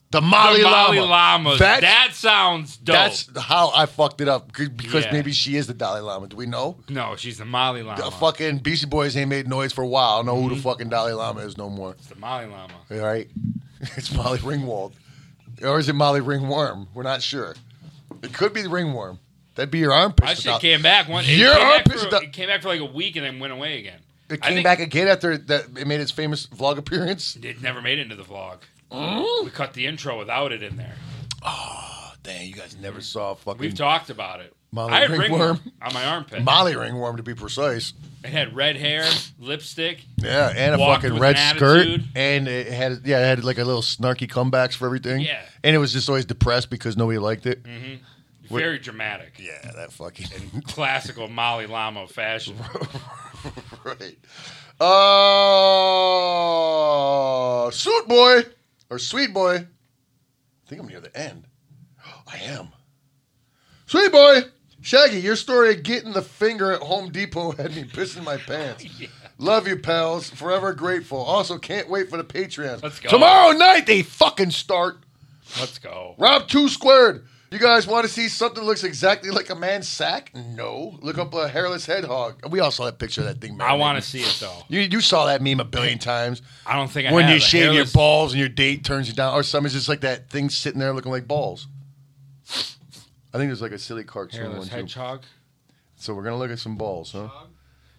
The Molly, the Molly Lamas. That's, that sounds dope. that's how I fucked it up c- because Yeah. maybe she is the Dalai Lama. Do we know? no, she's the Molly Lama. The fucking Beastie Boys ain't made noise for a while. I don't know who Mm-hmm. the fucking Dalai Lama is no more. It's the Molly Lama. All right. It's Molly Ringwald. Or is it Molly Ringworm? We're not sure. It could be the ringworm. That'd be your armpit. I should stop. came back one. It Your came back, armpit's for, not- it came back for like a week and then went away again. It I came think back again after that it made its famous vlog appearance. It never made it into the vlog. We cut the intro without it in there. Oh, dang, you guys never saw fucking We've talked about it. Molly I had Ringworm. ringworm on my armpit. Molly ringworm to be precise. It had red hair, lipstick. Yeah, and a Walked fucking with red an skirt. attitude. And it had yeah, it had like a little snarky comebacks for everything. Yeah. Mm. And it was just always depressed because nobody liked it. What- Very dramatic. Yeah, that fucking Classical Molly Lama fashion. right. Uh, suit boy or sweet boy. I think I'm near the end. I am. Sweet boy, Shaggy, your story of getting the finger at Home Depot had me pissing my pants. Love you, pals. Forever grateful. Also, can't wait for the Patreons. Let's go. Tomorrow night they fucking start. Let's go. Rob two squared. You guys want to see something that looks exactly like a man's sack? No. Look up a hairless head hog. We all saw that picture of that thing. I want to see it though. You you saw that meme a billion times. I don't think I when have you a shave your hairless- balls and your date turns you down, or something's just like that thing sitting there looking like balls. I think there's like a silly cartoon Hairless one too. hedgehog. So we're gonna look at some balls, huh?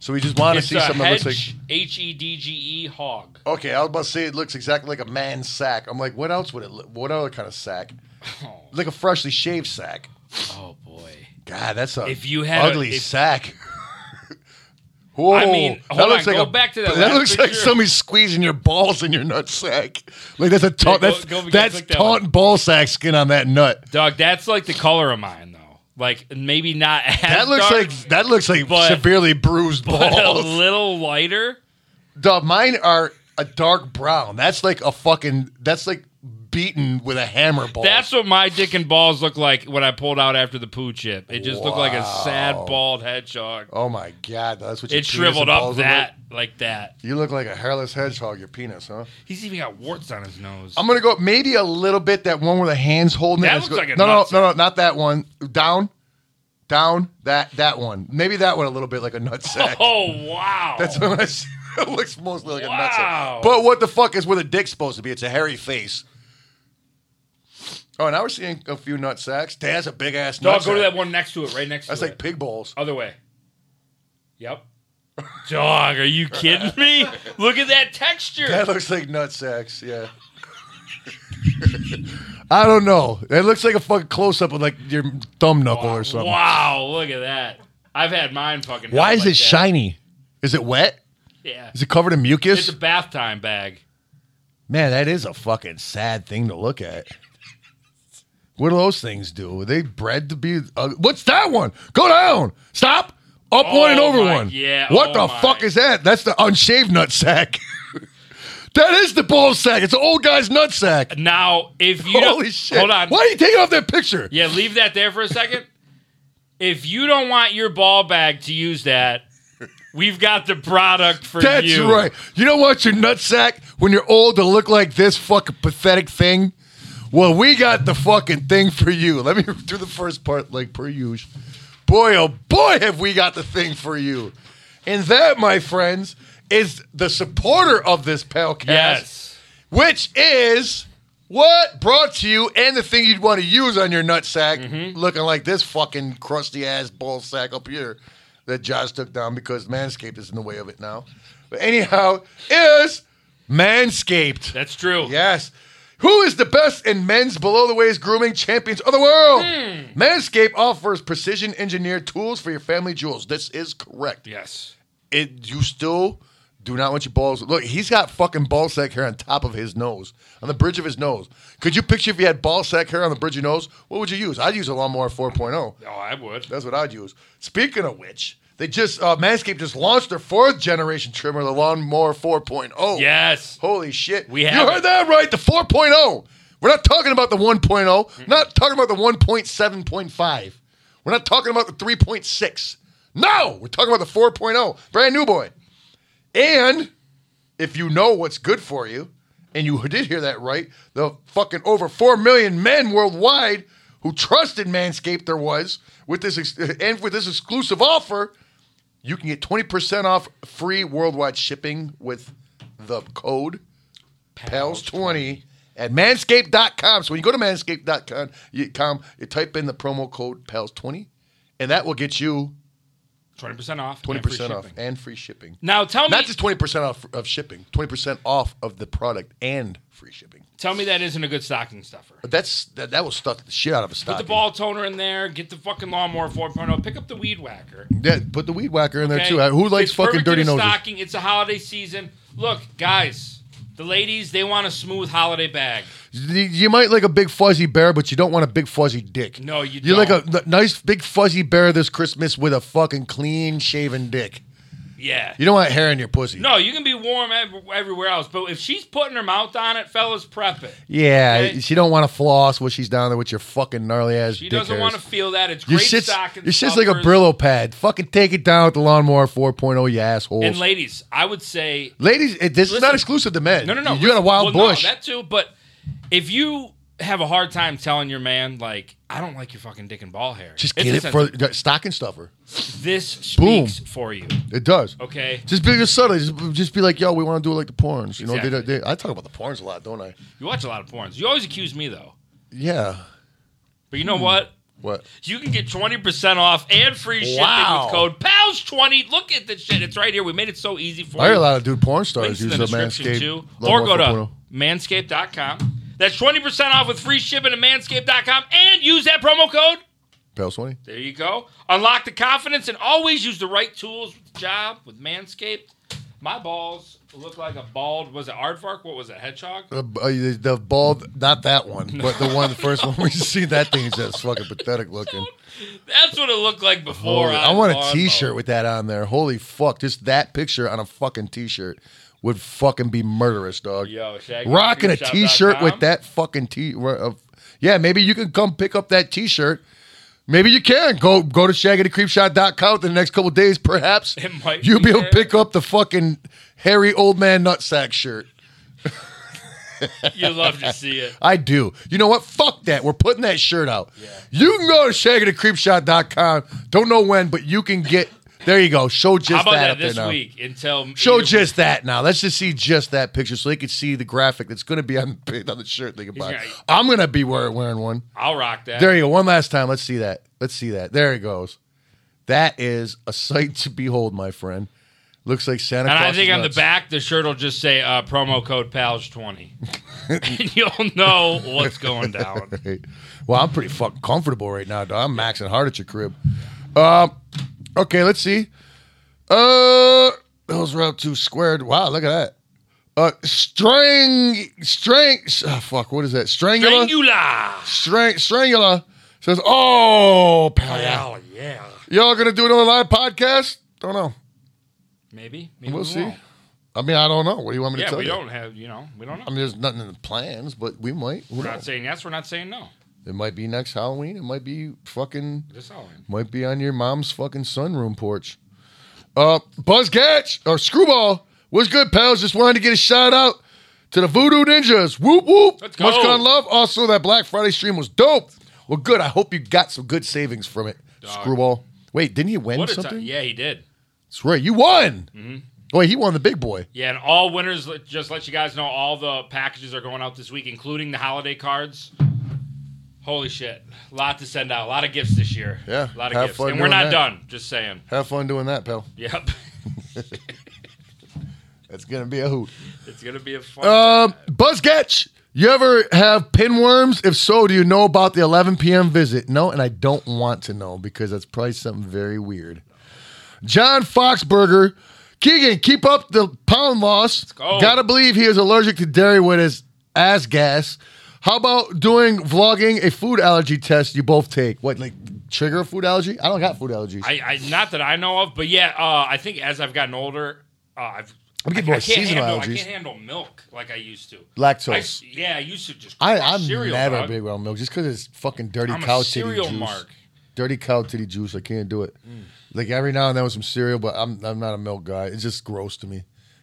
So we just want to It's see a something that looks hedge. like. H e d g e hog. Okay, I was about to say it looks exactly like a man's sack. I'm like, what else would it? look What other kind of sack? Oh, Like a freshly shaved sack. oh boy. God, that's a If you had a- ugly if- sack. Whoa, I mean, hold on, go back to that That last looks like picture. somebody squeezing your balls in your nut sack. Like that's a taunt. Yeah, go- that's go- go that's click that taunt ball sack skin on that nut. Dog, that's like the color of mine though. Like maybe not as That looks dark, like that looks like but- severely bruised but a balls. little lighter. Duh, mine are a dark brown. That's like a fucking. That's like beaten with a hammer ball. That's what my dick and balls look like when I pulled out after the poo chip. It just looked like a sad bald hedgehog. oh my god, that's what your It penis shriveled and up balls look that like that. like? You look like a hairless hedgehog. Your penis, huh? He's even got warts on his nose. I'm gonna go maybe a little bit that one where the hands holding. That it. It's looks go- like a no, no, nutsack. no, no, not that one. Down, down. That that one. Maybe that one a little bit like a nutsack. oh wow! That's what I see. It looks mostly like a Wow. nutsack. But what the fuck is where the dick's supposed to be? It's a hairy face. Oh, now we're seeing a few nut sacks. Dad's a big ass nut Dog, go to that one next to it, right next That's to like it. pig balls. Other way. Yep. Dog, are you kidding me? Look at that texture. That looks like nut sacks. Yeah. I don't know. It looks like a fucking close up of like your thumb knuckle or something. Wow, look at that. I've had mine fucking. Why held is like it shiny? Is it wet? that. Yeah. Is it covered in It's mucus? a bath time bag. Man, that is a fucking sad thing to look at. What do those things do? Are they bred to be? Uh, what's that one? Go down. Stop. Up Oh one and over my- one. yeah, What oh the my. fuck is that? That's the unshaved nut sack. that is the ball sack. It's an old guy's nut sack. Now, if you don't- Holy shit! hold on, Why are you taking off that picture? yeah, leave that there for a second. If you don't want your ball bag to use that, we've got the product for That's you. right. You don't want your nutsack when you're old to look like this fucking pathetic thing. Well, we got the fucking thing for you. Let me do the first part like per usual. Boy, oh boy, have we got the thing for you. And that, my friends, is the supporter of this Palcast, Yes. which is what brought to you and the thing you'd want to use on your nutsack, looking like this fucking crusty ass ball sack up here that Josh took down because Manscaped is in the way of it now. But anyhow, is Manscaped. That's true. Yes. Who is the best in men's below the waist grooming champions of the world? Manscaped offers precision engineered tools for your family jewels. This is correct. Yes. It you still do not want your balls. Look, he's got fucking ball sack hair on top of his nose, on the bridge of his nose. Could you picture if you had ball sack hair on the bridge of your nose? What would you use? I'd use a lawnmower 4.0. Oh, I would. That's what I'd use. Speaking of which, they just uh, Manscaped just launched their fourth generation trimmer, the Lawnmower 4.0. Yes. Holy shit. We you have heard it. that right. The 4.0. We're not talking about the 1.0. Not talking about the 1.7.5. We're not talking about the 3.6. No, we're talking about the 4.0. Brand new boy. And if you know what's good for you, and you did hear that right, the fucking over 4 million men worldwide who trusted Manscaped there was with this ex- and with this exclusive offer, you can get 20% off free worldwide shipping with the code PALS20 at manscaped.com. So when you go to manscaped.com, you, com, you type in the promo code PALS20, and that will get you Twenty percent off. and free 20% off shipping. and free shipping. Now tell me, Not just 20% off of shipping, 20% off of the product and free shipping. tell me that isn't a good stocking stuffer. But that's that, that will stuff the shit out of a stock. Put the ball toner in there. Get the fucking lawnmower 4.0. Pick up the weed whacker. Yeah, put the weed whacker in okay? there too. Who likes It's fucking perfect in dirty a noses? Stocking. It's a holiday season. Look, guys, the ladies they want a smooth holiday bag. You you might like a big fuzzy bear, but you don't want a big fuzzy dick. No, you You like a don't. n- nice big fuzzy bear this Christmas with a fucking clean shaven dick. Yeah. You don't want hair in your pussy. No, you can be warm ev- everywhere else, but if she's putting her mouth on it, fellas, prep it. Yeah, Okay. she don't want to floss while she's down there with your fucking gnarly ass. She dick doesn't hairs. want to feel that. It's Your great shit's, stocking. your shit's like a stuffers. Brillo pad. Fucking take it down with the lawnmower 4.0, you assholes. And ladies, I would say Ladies, it, this is Listen. not exclusive to men. No, no, no. You got a wild Well, bush. No, that too. But if you have a hard time telling your man, like, I don't like your fucking dick and ball hair. Just it's get it for offensive. the stocking stuffer. this Boom. speaks for you. It does. Okay, Just be subtle. Just, just be like, yo, we want to do it like the porns. You know, they, Exactly. don't- they, I talk about the porns a lot, don't I? you watch a lot of porns. You always accuse me though, Yeah. but you Hmm. know what? What? You can get twenty percent off and free shipping Wow. with code PALS twenty. Look at this shit; it's right here. We made it so easy for I hear a you. lot of dude porn stars Links in use the the description Manscaped. too, lawnmower oh. or go to 4.0. manscaped.com. That's twenty percent off with free shipping at manscaped.com, and use that promo code Pals 20. There you go. Unlock the confidence and always use the right tools with the job with Manscaped. My balls look like a bald. Was it aardvark? What was it? Hedgehog? Uh, b- uh, the, the bald, not that one, but the one, the first one we see. That thing's just fucking pathetic looking. That's what it looked like before. Holy- I I want was a on T-shirt both. with that on there. Holy fuck! Just that picture on a fucking T-shirt would fucking be murderous, dog. Yo, Shaggy. Rocking a t-shirt with that. that fucking t. uh, Yeah, maybe you can come pick up that t-shirt. Maybe you can go go to shaggythecreepshot.com within the next couple days. Perhaps It might you'll be be able to there. pick up the fucking hairy old man nutsack shirt. You love to see it. I do. You know what? Fuck that. We're putting that shirt out. You can go to shaggythecreepshot.com. Don't know when, but you can get. There you go. Show just How about that that up there this now. week? Until Show either just that now. Let's just see just that picture so they can see the graphic that's going to be on, on the shirt they can buy. gonna- I'm going to be wearing, wearing one. week. I'll rock that. There you go. One last time. Let's see that. Let's see that. There it goes. That is a sight to behold, my friend. Looks like Santa and Claus. I think is on the nuts. back, the shirt will just say uh, promo code PALS20. and you'll know what's going down. Right. Well, I'm pretty fucking comfortable right now, dog. I'm maxing hard at your crib. Um, okay, let's see. Uh, those were out two squared. Wow, look at that. Uh, string, string. ah, fuck, what is that? Strangula, Strangula. Strang, strangula. Says, oh, pal, yeah. Hell yeah. y'all gonna do another live podcast? Don't know. Maybe. Maybe We'll we see. won't. I mean, I don't know. What do you want me to Yeah, tell we you? don't have, you know, we don't know. I mean, there's nothing in the plans, but we might. Who we're not knows? saying yes, we're not saying no. It might be next Halloween. It might be fucking. This Halloween. Might be on your mom's fucking sunroom porch. Uh, Buzz Catch or Screwball, what's good, pals? Just wanted to get a shout out to the Voodoo Ninjas. Whoop whoop. Let's Much go. gone love. Also, that Black Friday stream was dope. Well, good. I hope you got some good savings from it, Screwball. Wait, didn't he win What a something? time. Yeah, Mm-hmm. he did. That's right. You won. Wait, he won the big boy. Yeah, and all winners, let- just let you guys know, all the packages are going out this week, including the holiday cards. Holy shit. A lot to send out. A lot of gifts this year. Yeah, A lot of have gifts. fun And we're doing not that. done. Just saying. Have fun doing that, pal. Yep. That's gonna be a hoot. it's going to be a fun. Um, Buzzcatch, you ever have pinworms? If so, do you know about the 11 p.m. visit? No, and I don't want to know because that's probably something very weird. John Foxberger, Keegan, keep up the pound loss. go. Gotta believe he is allergic to dairy with his ass gas. How about doing vlogging a food allergy test you both take? What, like trigger a food allergy? I don't got food allergies. I, I Not that I know of, but yeah, uh, I think as I've gotten older, uh, I've. I'm getting I- more I can't seasonal handle, I allergies. can't handle milk like I used to. Lactose. I s- yeah, I used to just. I, crush I'm cereal, never dog. big on milk just because it's fucking dirty I'm a cow titty cereal juice. mark. Dirty cow titty juice. I can't do it. Mm. Like every now and then with some cereal, but I'm I'm not a milk guy. It's just gross to me.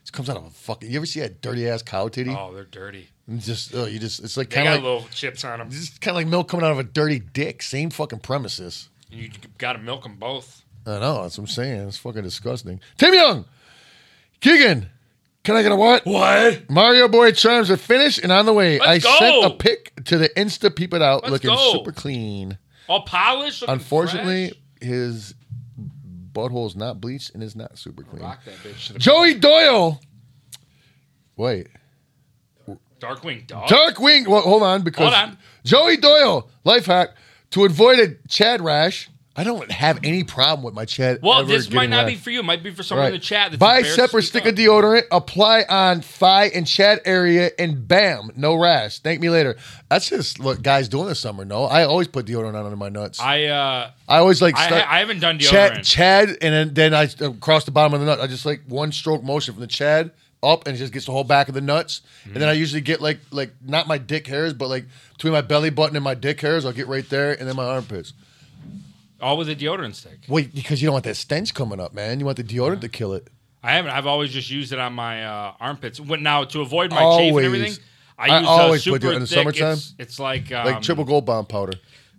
It comes out of a fucking. You ever see that dirty ass cow titty? Oh, they're dirty. And just ugh, you just it's like They kind got of like little chips on them. it's kind of like milk coming out of a dirty dick. Same fucking premises. You got to milk them both. I know that's what I'm saying. It's fucking disgusting. Tim Young, Keegan, can I get a what? What? Mario Boy charms are finished and on the way. Let's I sent go. a pic to the Insta. Peep it out, Let's looking go. super clean. All polished. looking Unfortunately, fresh. his butthole is not bleached and is not super clean. Rock that bitch to the Joey Doyle. Wait. Darkwing Dog. Darkwing. Well, hold on, because Oh. Hold on. Joey Doyle, life hack to avoid a Chad rash. I don't have any problem with my Chad. well, ever this might getting not rash. be for you. It might be for someone in the chat. That's Buy embarrassed separate to stick speak of up. deodorant, apply on thigh and Chad area, and bam, no rash. Thank me later. That's just what guys do in the summer. No, I always put deodorant on under my nuts. I, I uh, always like. I, start- I haven't done Chad, deodorant. Chad, and then, then I uh, cross the bottom of the nut. I just like one stroke motion from the Chad up, and it just gets the whole back of the nuts. And Mm-hmm. then I usually get like like not my dick hairs, but like between my belly button and my dick hairs, I'll get right there, and then my armpits. All with a deodorant stick. Wait, because you don't want that stench coming up, man. You want the deodorant to kill it. I haven't. I've always just used it on my uh, armpits. When, now to avoid my chafe Always. and everything, I, I use always a super put it in the thick, summertime. It's, it's like um, Like triple gold bomb powder.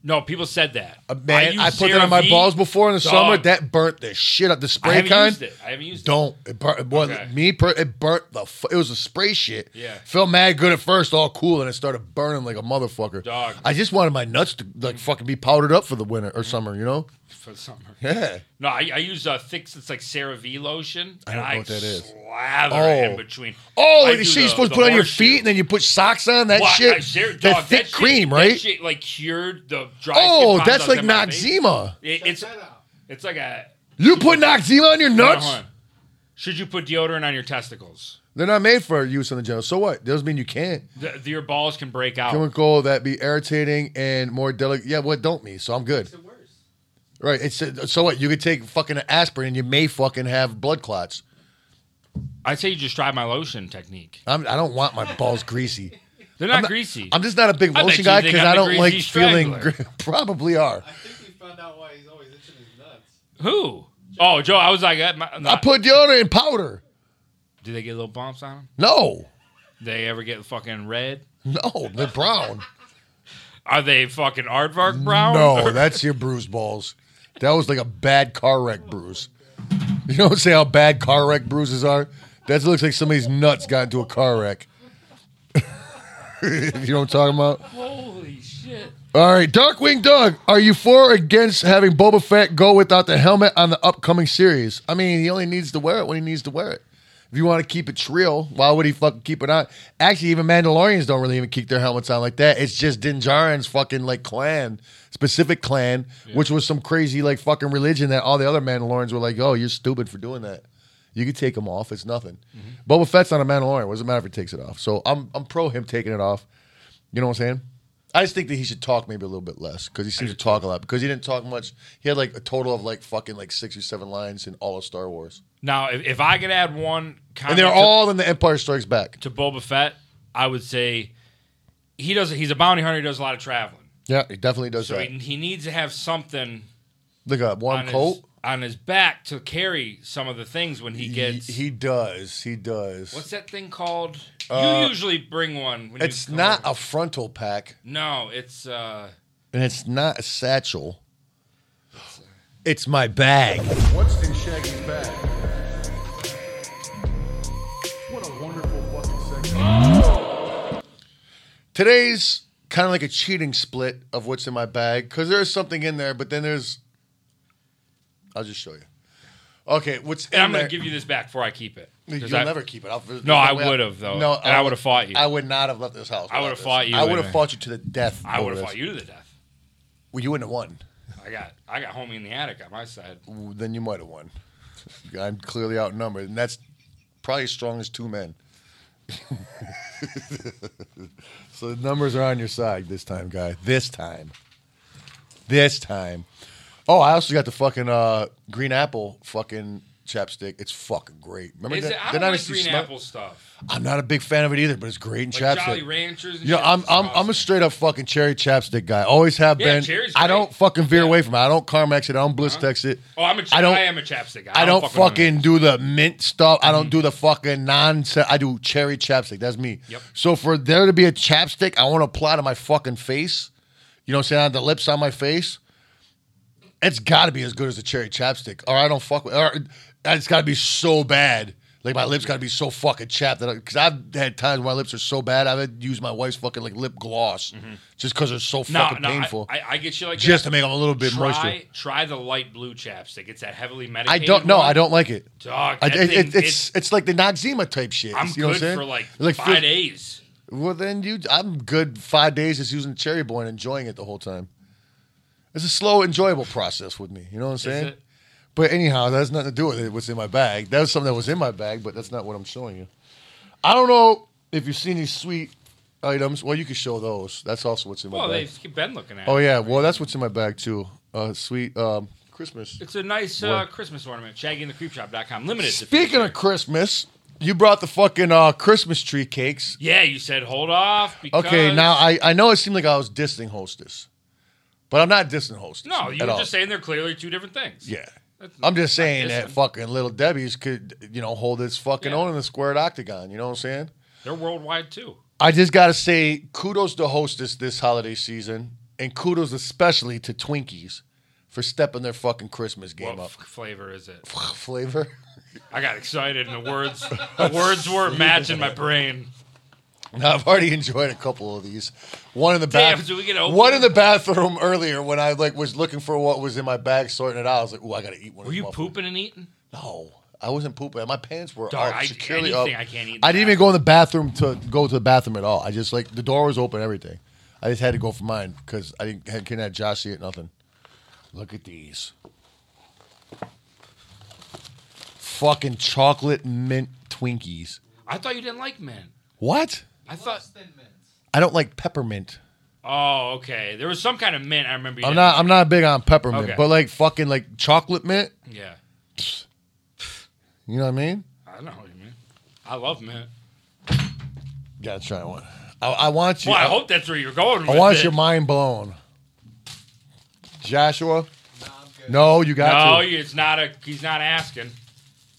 No, people said that. Uh, man, use I, put that on CeraVe. my balls before in the Dog. summer. That burnt the shit up. The I spray haven't kind. used it. I haven't used it. Don't. It burnt, it was, Okay. Me, per, it burnt the. F- it was a spray shit. Yeah. Felt mad good at first, all cool, and it started burning like a motherfucker. Dog. Mm. I just wanted my nuts to like fucking be powdered up for the winter or summer, you know? for summer. Yeah. No, I, I use a thick. It's like CeraVe lotion. I don't and know what that is. Slather it Oh. in between. Oh, I like do the shit you're the- supposed the to put on your horseshoe. feet and then you put socks on that Well, I- shit. I- Cer- dog, that that thick shit- cream, that right? shit, like cured the dry. oh, skin problems that's I like was having on my face. Noxzema. It- Check it's that out. it's like a You put Noxzema on your nuts? Hold on. Should you put deodorant on your testicles? They're not made for use on the genitals. So what? Doesn't mean you can't. The, the- your balls can break out. Chemical that be irritating and more delicate. Yeah, what don't me? So I'm good. It's the worst. uh, Right. It's so what you could take fucking aspirin and you may fucking have blood clots. I'd say you just try my lotion technique. I'm, I don't want my balls greasy. They're not not- greasy. I'm just not a big I bet lotion you guy think because I'm I the don't like greasy feeling. strangler. gr- Probably are. I think we found out why he's always itching his nuts. Who? Oh, Joe. I was like, uh, my, I put deodorant in powder. do they get little bumps on them? No, They ever get fucking red? no, they're brown. Are they fucking aardvark brown? No, that's your bruised balls. That was like a bad car wreck bruise. You don't say how bad car wreck bruises are. That looks like somebody's nuts got into a car wreck. you know what I'm talking about? Holy shit. All right, Darkwing Doug, are you for or against having Boba Fett go without the helmet on the upcoming series? I mean, he only needs to wear it when he needs to wear it. If you want to keep it real, why would he fucking keep it on? Actually, even Mandalorians don't really even keep their helmets on like that. It's just Din Djarin's fucking like clan, specific clan, which was some crazy like fucking religion that all the other Mandalorians were like, "Oh, you're stupid for doing that. You could take them off. It's nothing." Boba Fett's not a Mandalorian. What does it matter if he takes it off? So I'm I'm pro him taking it off. You know what I'm saying? I just think that he should talk maybe a little bit less because he seems to talk a lot. Because he didn't talk much. He had like a total of like fucking like six or seven lines in all of Star Wars, Now, if, if I could add one and comment they're to- all in the Empire Strikes Back. to Boba Fett, I would say he does. He's a bounty hunter. He does a lot of traveling, Yeah, he definitely does so that. he, he needs to have something like a warm on coat. his on his back to carry some of the things when he gets. he, he does. He does. what's that thing called? you usually bring one. When Uh, it's you come not over. a frontal pack, no, it's uh, and it's not a satchel. It's my bag. What's in Shaggy's bag? What a wonderful fucking segment. Oh! Today's kind of like a cheating split of what's in my bag because there's something in there, but then there's. I'll just show you. Okay, what's in and I'm there? gonna give you this back before I keep it. 'Cause You'll I- never keep it. I'll, No, I would've, though, and I would've fought you. I would not have left this house. I without would've this. fought you I would have anyway. fought you to the death. I would over have this. fought you to the death. Well, you wouldn't have won. I got I got homie in the attic on my side. Ooh, Then you might have won. I'm clearly outnumbered, and that's probably as strong as two men. so the numbers are on your side this time, guy. This time. This time. Oh, I also got the fucking uh, green apple fucking chapstick. It's fucking great. Remember Is that? it, I then don't like obviously green smell- apple stuff. I'm not a big fan of it either, but it's great in Like chapstick. Jolly Ranchers. And Yeah, shit. I'm It's I'm I'm a awesome. straight up fucking cherry chapstick guy. Always have Yeah, been. cherry's I don't great. fucking veer Yeah. away away from it. I don't Carmex it. I don't Bliss text it. Oh, I'm a. Ch- I I don't- don't. Mm-hmm. I am a chapstick. guy. I don't, own it. fucking do the mint stuff. I don't do the fucking non. I do cherry chapstick. That's me. Yep. So for there to be a chapstick, I want to apply to my fucking face. You know what I'm saying? On the lips on my face. It's got to be as good as the cherry chapstick, or I don't fuck with. Or it's got to be so bad. Like my lips got to be so fucking chapped that because I've had times where my lips are so bad I've had to use my wife's fucking like lip gloss just because they're so Mm-hmm. No, fucking no, I- painful, I, I get you like just that. to make them a little bit try, moisture. Try the light blue chapstick. It's that heavily I medicated. don't know. one. I don't like it. Dog, I, that it, thing- it- it's it's like the Noxzema type shit. I'm you know what good saying? for like, fif- five days. Well, then you, I'm good five days just using Cherry Boy and enjoying it the whole time. It's a slow, enjoyable process with me. You know what I'm saying? it? But anyhow, that has nothing to do with it. What's in my bag? That was something that was in my bag, but that's not what I'm showing you. I don't know if you've seen these sweet items. Well, you can show those. That's also what's in my Well, bag. they've been looking at. Oh it. yeah, well that's what's in my bag too. Uh, sweet um, Christmas. It's a nice uh, Christmas ornament. ShaggyandTheCreepShop.com. Limited. to Speaking of feature. Christmas, you brought the fucking uh, Christmas tree cakes. yeah, you said hold off. Because Okay, now I, I know it seemed like I was dissing hostess, but I'm not dissing hostess. No, you at were all. just saying they're clearly two different things. Yeah, That's I'm just not saying that dissing. fucking little Debbie's could you know hold its fucking Yeah. own in the squared octagon. You know what I'm saying? They're worldwide too. I just gotta say kudos to hostess this holiday season, and kudos especially to Twinkies for stepping their fucking Christmas game What up. f- flavor is it? Flavor. I got excited and the words the words weren't matching my brain. Now, I've already enjoyed a couple of these. One in the Damn, bath, so we get open? one in the bathroom earlier when I like was looking for what was in my bag, sorting it out. I was like, "Ooh, I gotta eat one." of Were these you muffins. pooping and eating? No, I wasn't pooping. My pants were Dog, up, I- securely anything up. I can't eat in I the didn't even go in the bathroom to go to the bathroom at all. I just like the door was open, everything. I just had to go for mine because I didn't had, couldn't have Josh see it. Nothing. Look at these. Fucking chocolate mint Twinkies. I thought you didn't like men. What? I Plus thought. thin mints. I don't like peppermint. Oh, okay. There was some kind of mint. I remember. You I'm didn't not. I'm not big on peppermint, Okay. but like fucking like chocolate mint. like. Yeah. You know what I mean? I don't know what you mean. I love mint. Gotta try one. I, I want you. Well, I I, hope that's where you're going. I with want it. your mind blown. Joshua, Nah, I'm good. no, you got No, to. it's not a. He's not asking.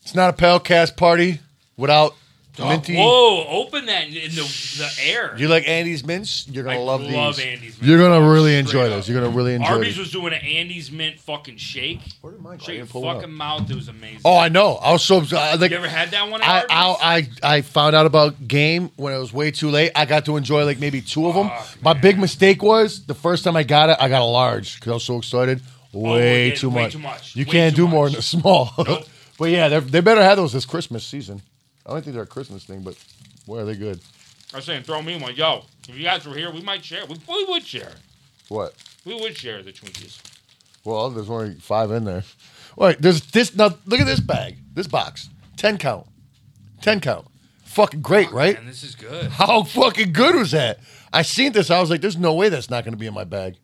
It's not a Palcast party without minty. Oh, Whoa! Open that in the, the air. You like Andy's mints? You're gonna I love, love these. Andy's mint. You're gonna really enjoy Straight those. up. You're gonna really enjoy. Arby's these. was doing an Andy's mint fucking shake. Where did mine go? I Shake your didn't pull it fucking mouth. It was amazing. Oh, I know. I was so I, like, you ever had that one? At I, Arby's? I I I found out about game when it was way too late. I got to enjoy like maybe two of them. Fuck, My big mistake was the first time I got it, I got a large because I was so excited. Way, yeah, too, Oh, way much. too much. You Way can't too do more in much. a small. Nope. but yeah, they're- they better have those this Christmas season. I don't think they're a Christmas thing, but boy, are they good. I was saying, throw me one, yo. If you guys were here, we might share. We, we would share. What? We would share the Twinkies. Well, there's only five in there. All right, there's this. Now look at this bag, this box, ten count, ten count. Fucking great, right? Man, this is good. How fucking good was that? I seen this. I was like, there's no way that's not going to be in my bag.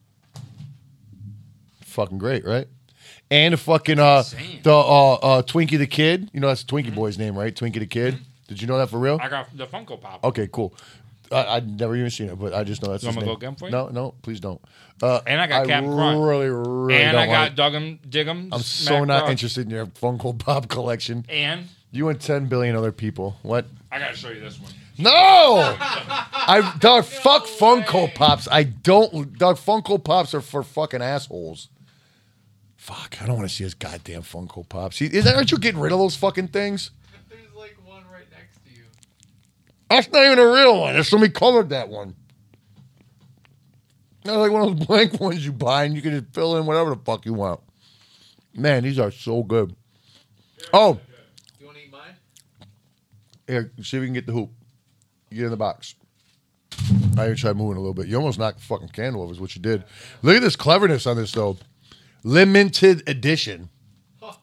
Fucking great, right? And the fucking uh, Insane. Mm-hmm. the uh, uh, Twinkie the Kid. You know that's Twinkie Boy's name, right? Twinkie the Kid. Did you know that for real? I got the Funko Pop. Okay, cool. I, I'd never even seen it, but I just know that's. You his want me name. to go get 'em for you? No, no, please don't. Uh, And I got I Cap'n Crunch. really, really and don't I want got it. Dug'em, Dig'em. I'm so not interested in your Funko Pop collection. And You and 10 billion other people. What? I gotta show you this one. No! I dog fuck Funko Pops. I don't dog Funko Pops are for fucking assholes. Fuck, I don't want to see his goddamn Funko Pops. See, Is that, aren't you getting rid of those fucking things? There's like one right next to you. That's not even a real one. That's somebody colored that one. That's like one of those blank ones you buy and you can just fill in whatever the fuck you want. Man, these are so good. Oh, You want to eat mine? Here, see if we can get the hoop. Get in the box. I even tried moving a little bit. You almost knocked the fucking candle over, is what you did. Look at this cleverness on this, though. Limited edition. Huh.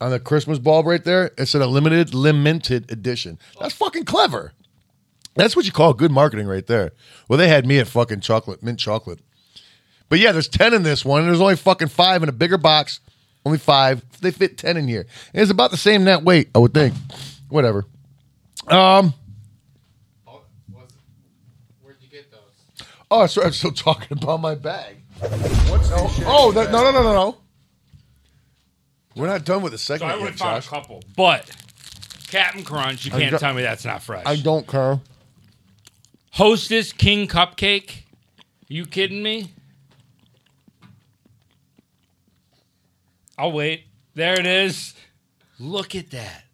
On the Christmas bulb right there, it said a limited, limited edition. That's fucking clever. That's what you call good marketing right there. Well, they had me at fucking chocolate, mint chocolate. But yeah, there's 10 in this one, and there's only fucking five in a bigger box. Only five. They fit 10 in here. And it's about the same net weight, I would think. Whatever. Um, Oh, was, where'd you get those? Oh, that's right. I'm still talking about my bag. What's in Shaggy's Oh, that, bag? no, no, no, no, no. We're not done with the So second I would yet, have found a Josh. couple. But Captain Crunch, you I can't don't- tell me that's not fresh. I don't care. Hostess King Cupcake. You kidding me? I'll wait. There it is. Look at that.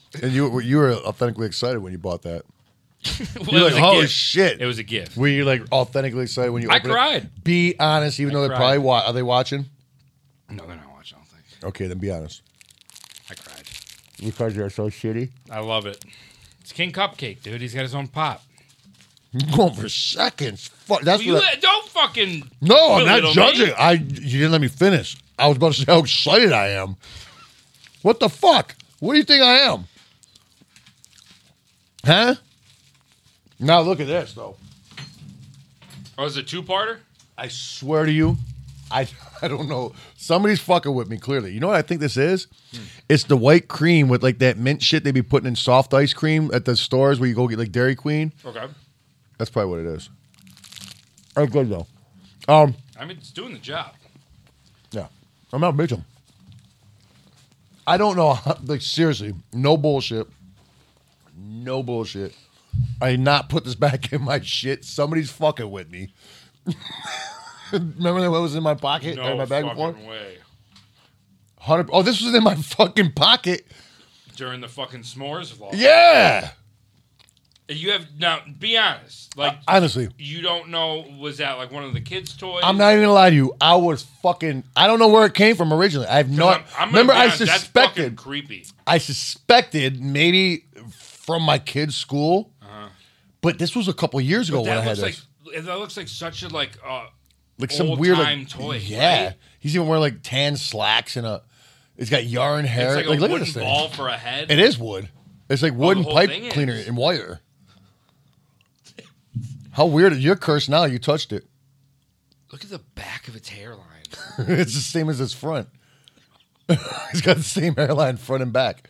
And you, you were authentically excited when you bought that. Well, You're it was like, a holy gift. shit. It was a gift. Were you like authentically excited when you? I opened it? cried. Be honest, even I though they're cried. probably wa- are they watching? No, they're not watching. I don't think. Okay, then be honest. I cried. Because you're so shitty. I love it. It's King Cupcake, dude. He's got his own pop. You're going for seconds. Fuck. That's You what. I- let- don't fucking. no, I'm belittle not me. judging. I you didn't let me finish. I was about to say how excited I am. What the fuck? What do you think I am? Huh? Now look at this though. Oh, is it two parter? I swear to you, I I don't know. Somebody's fucking with me clearly. You know what I think this is? It's the white cream with like that mint shit they be putting in soft ice cream at the stores where you go get like Dairy Queen. Okay. That's probably what it is. That's good though. Um, I mean, it's doing the job. yeah, I'm not bitching. I don't know. how- Like seriously, no bullshit. No bullshit. I did not put this back in my shit. Somebody's fucking with me. Remember what was in my pocket or No in my bag before? fucking way. Hundred. Oh, this was in my fucking pocket. During the fucking s'mores vlog. Yeah. You have now. Be honest. Like Honestly, you don't know. Was that like one of the kids' toys? I'm not even gonna lie to you. I was fucking. I don't know where it came from originally. I have no. I'm- I'm gonna remember, be I honest, that's fucking suspected. creepy. I suspected maybe from my kid's school, but this was a couple years ago when Oh, I Uh-huh. had That looks this. like that looks like such a like uh like some old weird time like, toy, Yeah, right? he's even wearing like tan slacks and a. It's got yarn hair. it's like like, a look at wooden this thing. ball for a head. It is wood. It's like wood and whole pipe thing cleaner is. and wire. How weird! You're cursed now. You touched it. Look at the back of its hairline. it's the same as his front. He's got the same hairline front and back.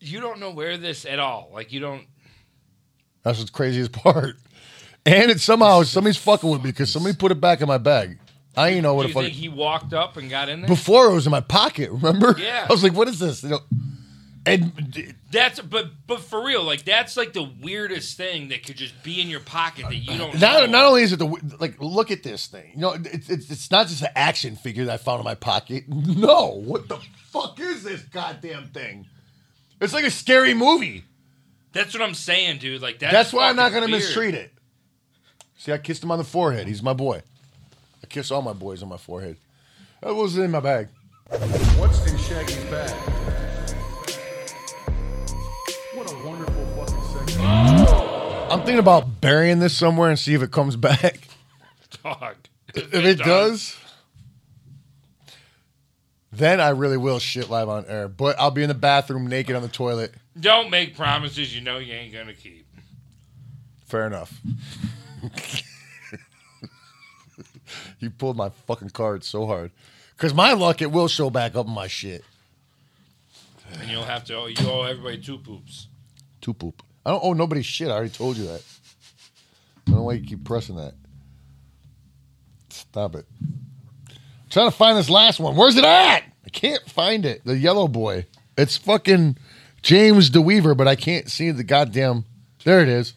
you don't know where this at all. Like you don't. That's what's craziest part. And it somehow somebody's fucking with me because somebody put it back in my bag. I ain't know what the Do you fuck. think he walked up and got in there? Before it was in my pocket, remember? Yeah. I was like, what is this? You know, and That's but but for real, like that's like the weirdest thing that could just be in your pocket that you don't. not, know. not only is it the like look at this thing you know it's, it's, it's not just an action figure that i found in my pocket no what the fuck is this goddamn thing it's like a scary movie that's what I'm saying, dude. Like that's that's why i'm not fucking gonna weird. mistreat it see i kissed him on the forehead he's my boy i kiss all my boys on my forehead that was in my bag What's in Shaggy's bag? What a wonderful fucking segment. i'm thinking about burying this somewhere and see if it comes back Dog. if it does then I really will shit live on air, but I'll be in the bathroom naked on the toilet. don't make promises you know you ain't gonna keep. Fair enough. you pulled my fucking card so hard. Cause my luck, it will show back up in my shit. and you'll have to you owe everybody two poops. Two poop. I don't owe nobody shit. I already told you that. I don't know why you keep pressing that. Stop it. trying to find this last one. Where's it at? I can't find it. The yellow boy. It's fucking James DeWeaver, but I can't see the goddamn. There it is.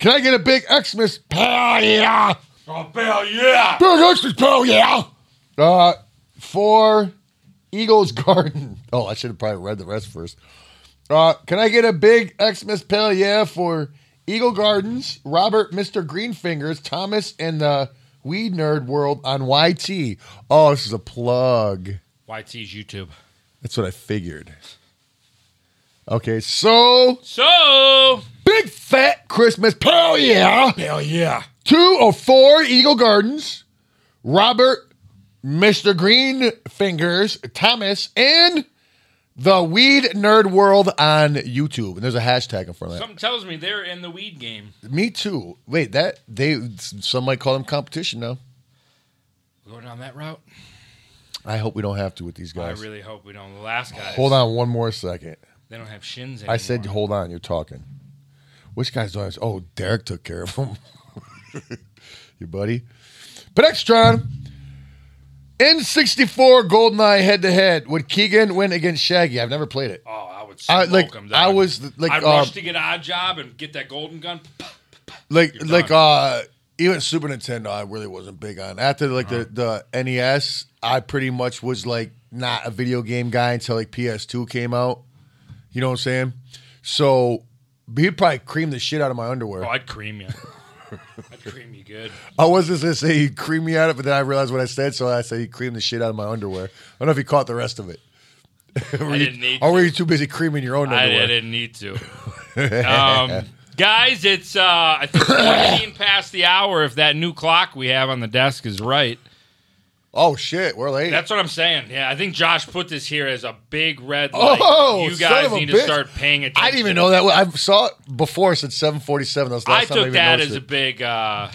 Can I get a big Xmas? Hell yeah! Oh Bill, yeah. Big Xmas, pal, yeah! Uh, for Eagles Garden. Oh, I should have probably read the rest first. Uh, can I get a big Xmas pill? Yeah, for Eagle Gardens, Robert, Mr. Greenfingers, Thomas, and the Weed Nerd World on YT. Oh, this is a plug. YT's YouTube. That's what I figured. Okay, so So big fat Christmas pill. Yeah, Hell yeah. two or four Eagle Gardens, Robert, Mr. Greenfingers, Thomas, and the Weed Nerd World on YouTube. And there's a hashtag in front of that. Something tells me they're in the weed game. Me too. Wait, that they some might call them competition now. We're going down that route. I hope we don't have to with these guys. I really hope we don't. The last guys. hold on one more second. They don't have shins anymore. I said, hold on, you're talking. Which guys do I? Oh, Derek took care of him. Your buddy. Pedextron. N64 Goldeneye head to head. Would Keegan win against Shaggy? I've never played it. Oh, I would smoke I, like, them. I was like, I'd uh, rush to get odd job and get that golden gun. like You're like uh even Super Nintendo I really wasn't big on. After like Uh-huh. the, the NES, I pretty much was like not a video game guy until like PS2 came out. You know what I'm saying? So he probably creamed the shit out of my underwear. Oh, I'd cream you. I'd cream you good. I was just gonna say he creamed me out of it, but then I realized what I said, so I said he creamed the shit out of my underwear. I don't know if he caught the rest of it. I didn't need. Or were you too busy creaming your own I, I underwear? didn't need to. Um, guys, it's uh, I think 14 past the hour. If that new clock we have on the desk is right. Oh shit, we're late. That's what I'm saying. Yeah, I think Josh put this here as a big red light. Oh, you son guys of a need to bitch. start paying attention. I didn't even know that. I saw it before. It said 747. That was the last I time I took even that noticed as a it. big. uh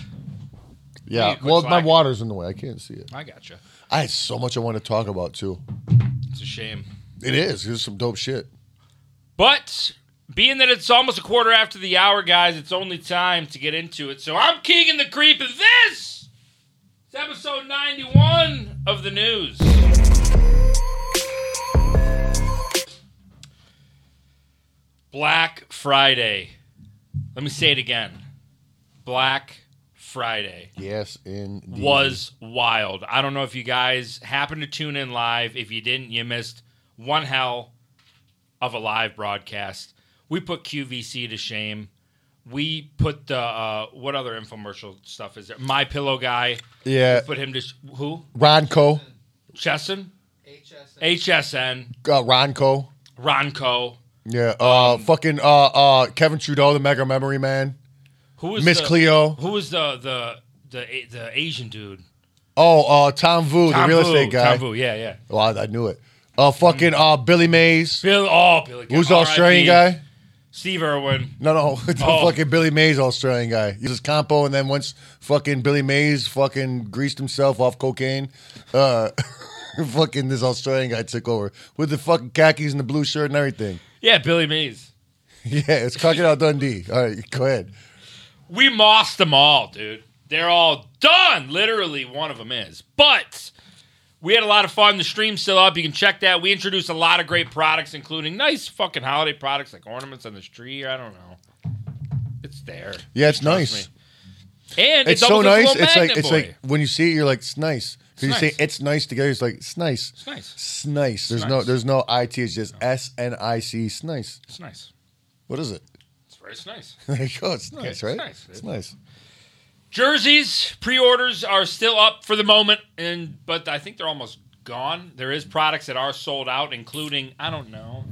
Yeah. Quit Well, my slacking. water's in the way. I can't see it. I gotcha. I had so much I want to talk about too. It's a shame, It is. Here's some dope shit. but being that it's almost a quarter after the hour, guys, it's only time to get into it. So I'm Keegan the Creep, and this is episode 91 of the news. Black Friday. Let me say it again. Black Friday. Yes, indeed. was wild. I don't know if you guys happened to tune in live. If you didn't, you missed one hell of a live broadcast. We put QVC to shame. We put the uh, what other infomercial stuff is there? My Pillow guy. yeah. Put him to sh- who? Ronco, Chesson, HSN. HSN, uh, Ronco. Ronco. Yeah. Uh, Um, fucking uh, uh, Kevin Trudeau, the Mega Memory Man. Who is Miss the- Cleo. Who was the the the the Asian dude? Oh, uh, Tom Vu, the Tom real Vu, estate guy. Tom Vu, yeah, yeah. Well, I, I knew it. Uh, fucking uh, Billy Mays. Bill, oh, Billy. Who's the RIP. Australian guy? Steve Irwin. No, no, the Oh. fucking Billy Mays Australian guy. He was compo, and then once fucking Billy Mays fucking greased himself off cocaine, uh, fucking this Australian guy took over with the fucking khakis and the blue shirt and everything. Yeah, Billy Mays. Yeah, it's Crocodile Dundee. All right, go ahead. We mossed them all, dude. They're all done. Literally, one of them is. But we had a lot of fun. The stream's still up. You can check that. We introduced a lot of great products, including nice fucking holiday products like ornaments on this tree. I don't know. It's there. Yeah, it's Trust nice. me. And it It's so doubles as nice. a little It's like magnet it's for you. like when you see it, you're like, it's nice. Because you It's say nice. it's nice together, it's like it's nice. It's nice. It's nice. There's no nice. there's no it. It's just s n i c. It's nice. It's nice. What is it? It's very it's nice. There you go. It's nice, it's right? nice, It's dude. nice. Jerseys pre-orders are still up for the moment, and but I think they're almost gone. There is products that are sold out, including I don't know.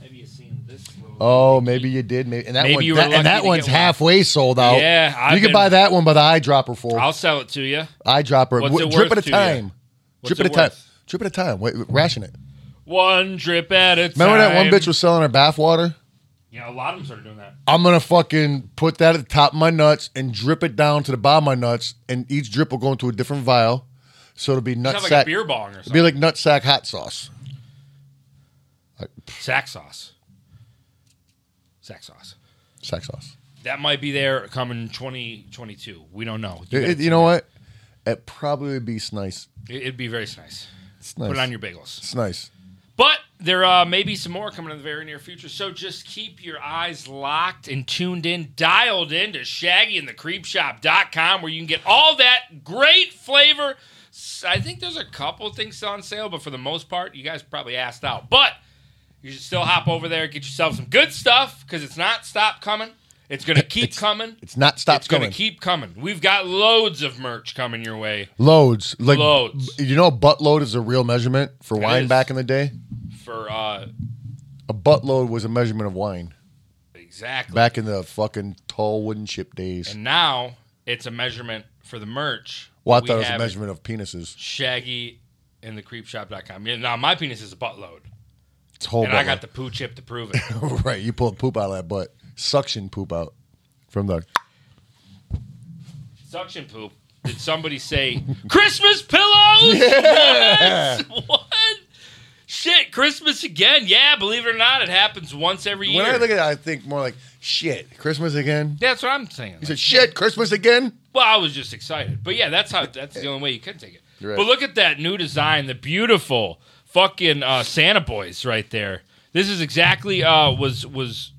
Maybe you've seen this. Little Oh, maybe you did. Maybe and that Maybe one, you were that- lucky and that to one's get one. halfway sold out. Yeah, I've you can been- buy that one by the eyedropper full. I'll sell it to you. eyedropper, What's w- it drip worth at to a you? time. What's Drip at a it time. worth? Drip at a time. Wait, ration it. One drip at a time. Remember that one bitch was selling her bath water? Yeah, a lot of them started doing that. I'm gonna fucking put that at the top of my nuts and drip it down to the bottom of my nuts, and each drip will go into a different vial, so it'll be nut Sounds like sack. a beer bong or it'll be something. like nut sack hot sauce. Sack sauce. Sack sauce. Sack sauce. That might be there coming 2022. We don't know. You It- gotta- it- you know what? It probably would be s- nice. it- It'd be very nice. It's nice. Put it on your bagels. It's nice. But there uh, may be some more coming in the very near future. So just keep your eyes locked and tuned in, dialed in to Shaggy and the Creepshop.com where you can get all that great flavor. S- I think there's a couple things still on sale, but for the most part, you guys probably asked out. But you should still hop over there, get yourself some good stuff because it's not stop coming. It's going to keep coming. It's not stops It's coming. to keep coming. We've got loads of merch coming your way Loads. Like Loads. b- You know, a buttload is a real measurement for wine is. back in the day. for uh, A buttload was a measurement of wine exactly. back in the fucking tall wooden chip days. And now it's a measurement for the merch. well, I We thought it was a have measurement of penises. Shaggy and the creepshop.com. Yeah, now my penis is a buttload. It's a whole. And I buttload. got the poo chip to prove it. right, you pulled poop out of that butt. Suction poop out from the. Suction poop. Did somebody say Christmas pillows? What? What? Shit, Christmas again. Yeah, believe it or not, it happens once every year. When I look at it, I think more like shit. Christmas again. That's what I'm saying. You said shit. Christmas again. Well, I was just excited. But yeah, that's how that's the only way you could take it. You're right. But look at that new design, the beautiful fucking uh, Santa boys right there. This is exactly uh, was was